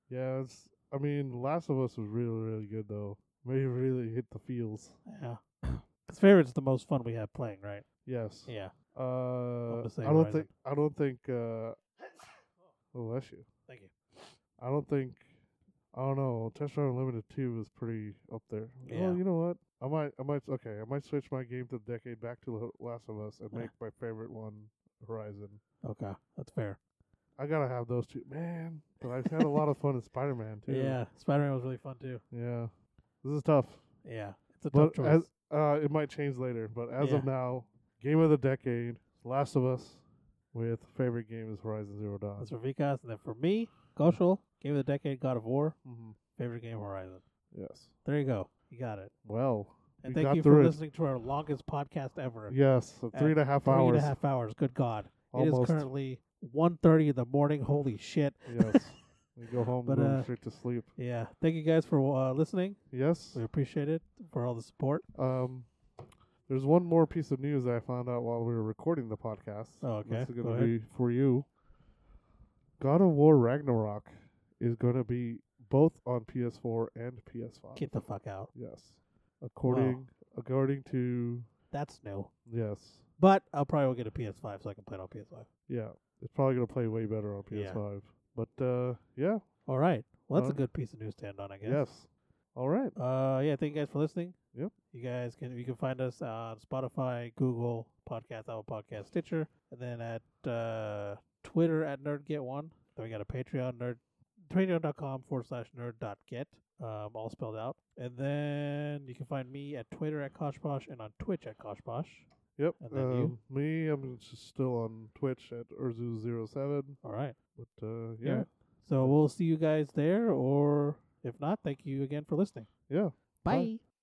Yeah, it's. I mean, Last of Us was really, really good though. Maybe really hit the feels.
yeah. Because favorite's the most fun we have playing, right?
Yes.
Yeah.
Uh,
gonna say
I don't
Horizon.
think. I don't think. Uh, oh, bless you.
Thank you.
I don't think. I don't know. Test Drive Unlimited Two is pretty up there.
Yeah.
Well, you know what? I might. I might. Okay, I might switch my game to the decade back to the Last of Us and
Yeah.
make my favorite one Horizon.
Okay, that's fair.
I gotta have those two, man. But I've had a lot of fun in Spider Man too.
Yeah, Spider Man was really fun too.
yeah. This is tough,
Yeah, it's a tough
but
choice.
as uh, it might change later. But as of
Yeah.
now, game of the decade, Last of Us, with favorite game is Horizon Zero Dawn.
That's for Vikas, and then for me, Goshal, game of the decade, God of War,
Mm-hmm.
favorite game, Horizon.
Yes.
There you go, you got it.
Well,
And
we
thank
got
you
through
for
it.
listening to our longest podcast ever.
Yes, so
At
three and a half
Three and
hours.
a half hours. Good God, it is
Almost.
currently 1.30 in the morning. Holy shit!
yes. We go home,
But,
go
uh,
straight to sleep.
Yeah, thank you guys for uh, listening.
Yes.
We appreciate it for all the support.
Um, there's one more piece of news I found out while we were recording the podcast.
Oh, okay.
This is
Go
going to
ahead.
be for you. God of War Ragnarok is going to be both on PS4 and PS5.
Get the fuck out.
Yes. According according to
That's new.
yes.
But I'll probably will get a PS5 so I can play it on PS5.
Yeah. It's probably going to play way better on
Yeah.
PS5. But uh yeah.
All right. Well, that's
Alright.
a good piece of news to end on, I guess.
Yes. All right.
Uh, yeah. Thank you guys for listening.
Yep.
You guys can you can find us on Spotify, Google Podcast, Apple Podcast, Stitcher, and then at uh, Twitter at NerdGet1. Then we got a Patreon nerd patreon.com forward slash nerd dot get um, all spelled out. And then you can find me at Twitter at Koshposh and on Twitch at Koshposh.
Yep.
And then you?
Um, me I'm just still on Twitch at urzu07
All right.
but uh yeah.
So we'll see you guys there, or if not, thank you again for listening.
Yeah. Bye.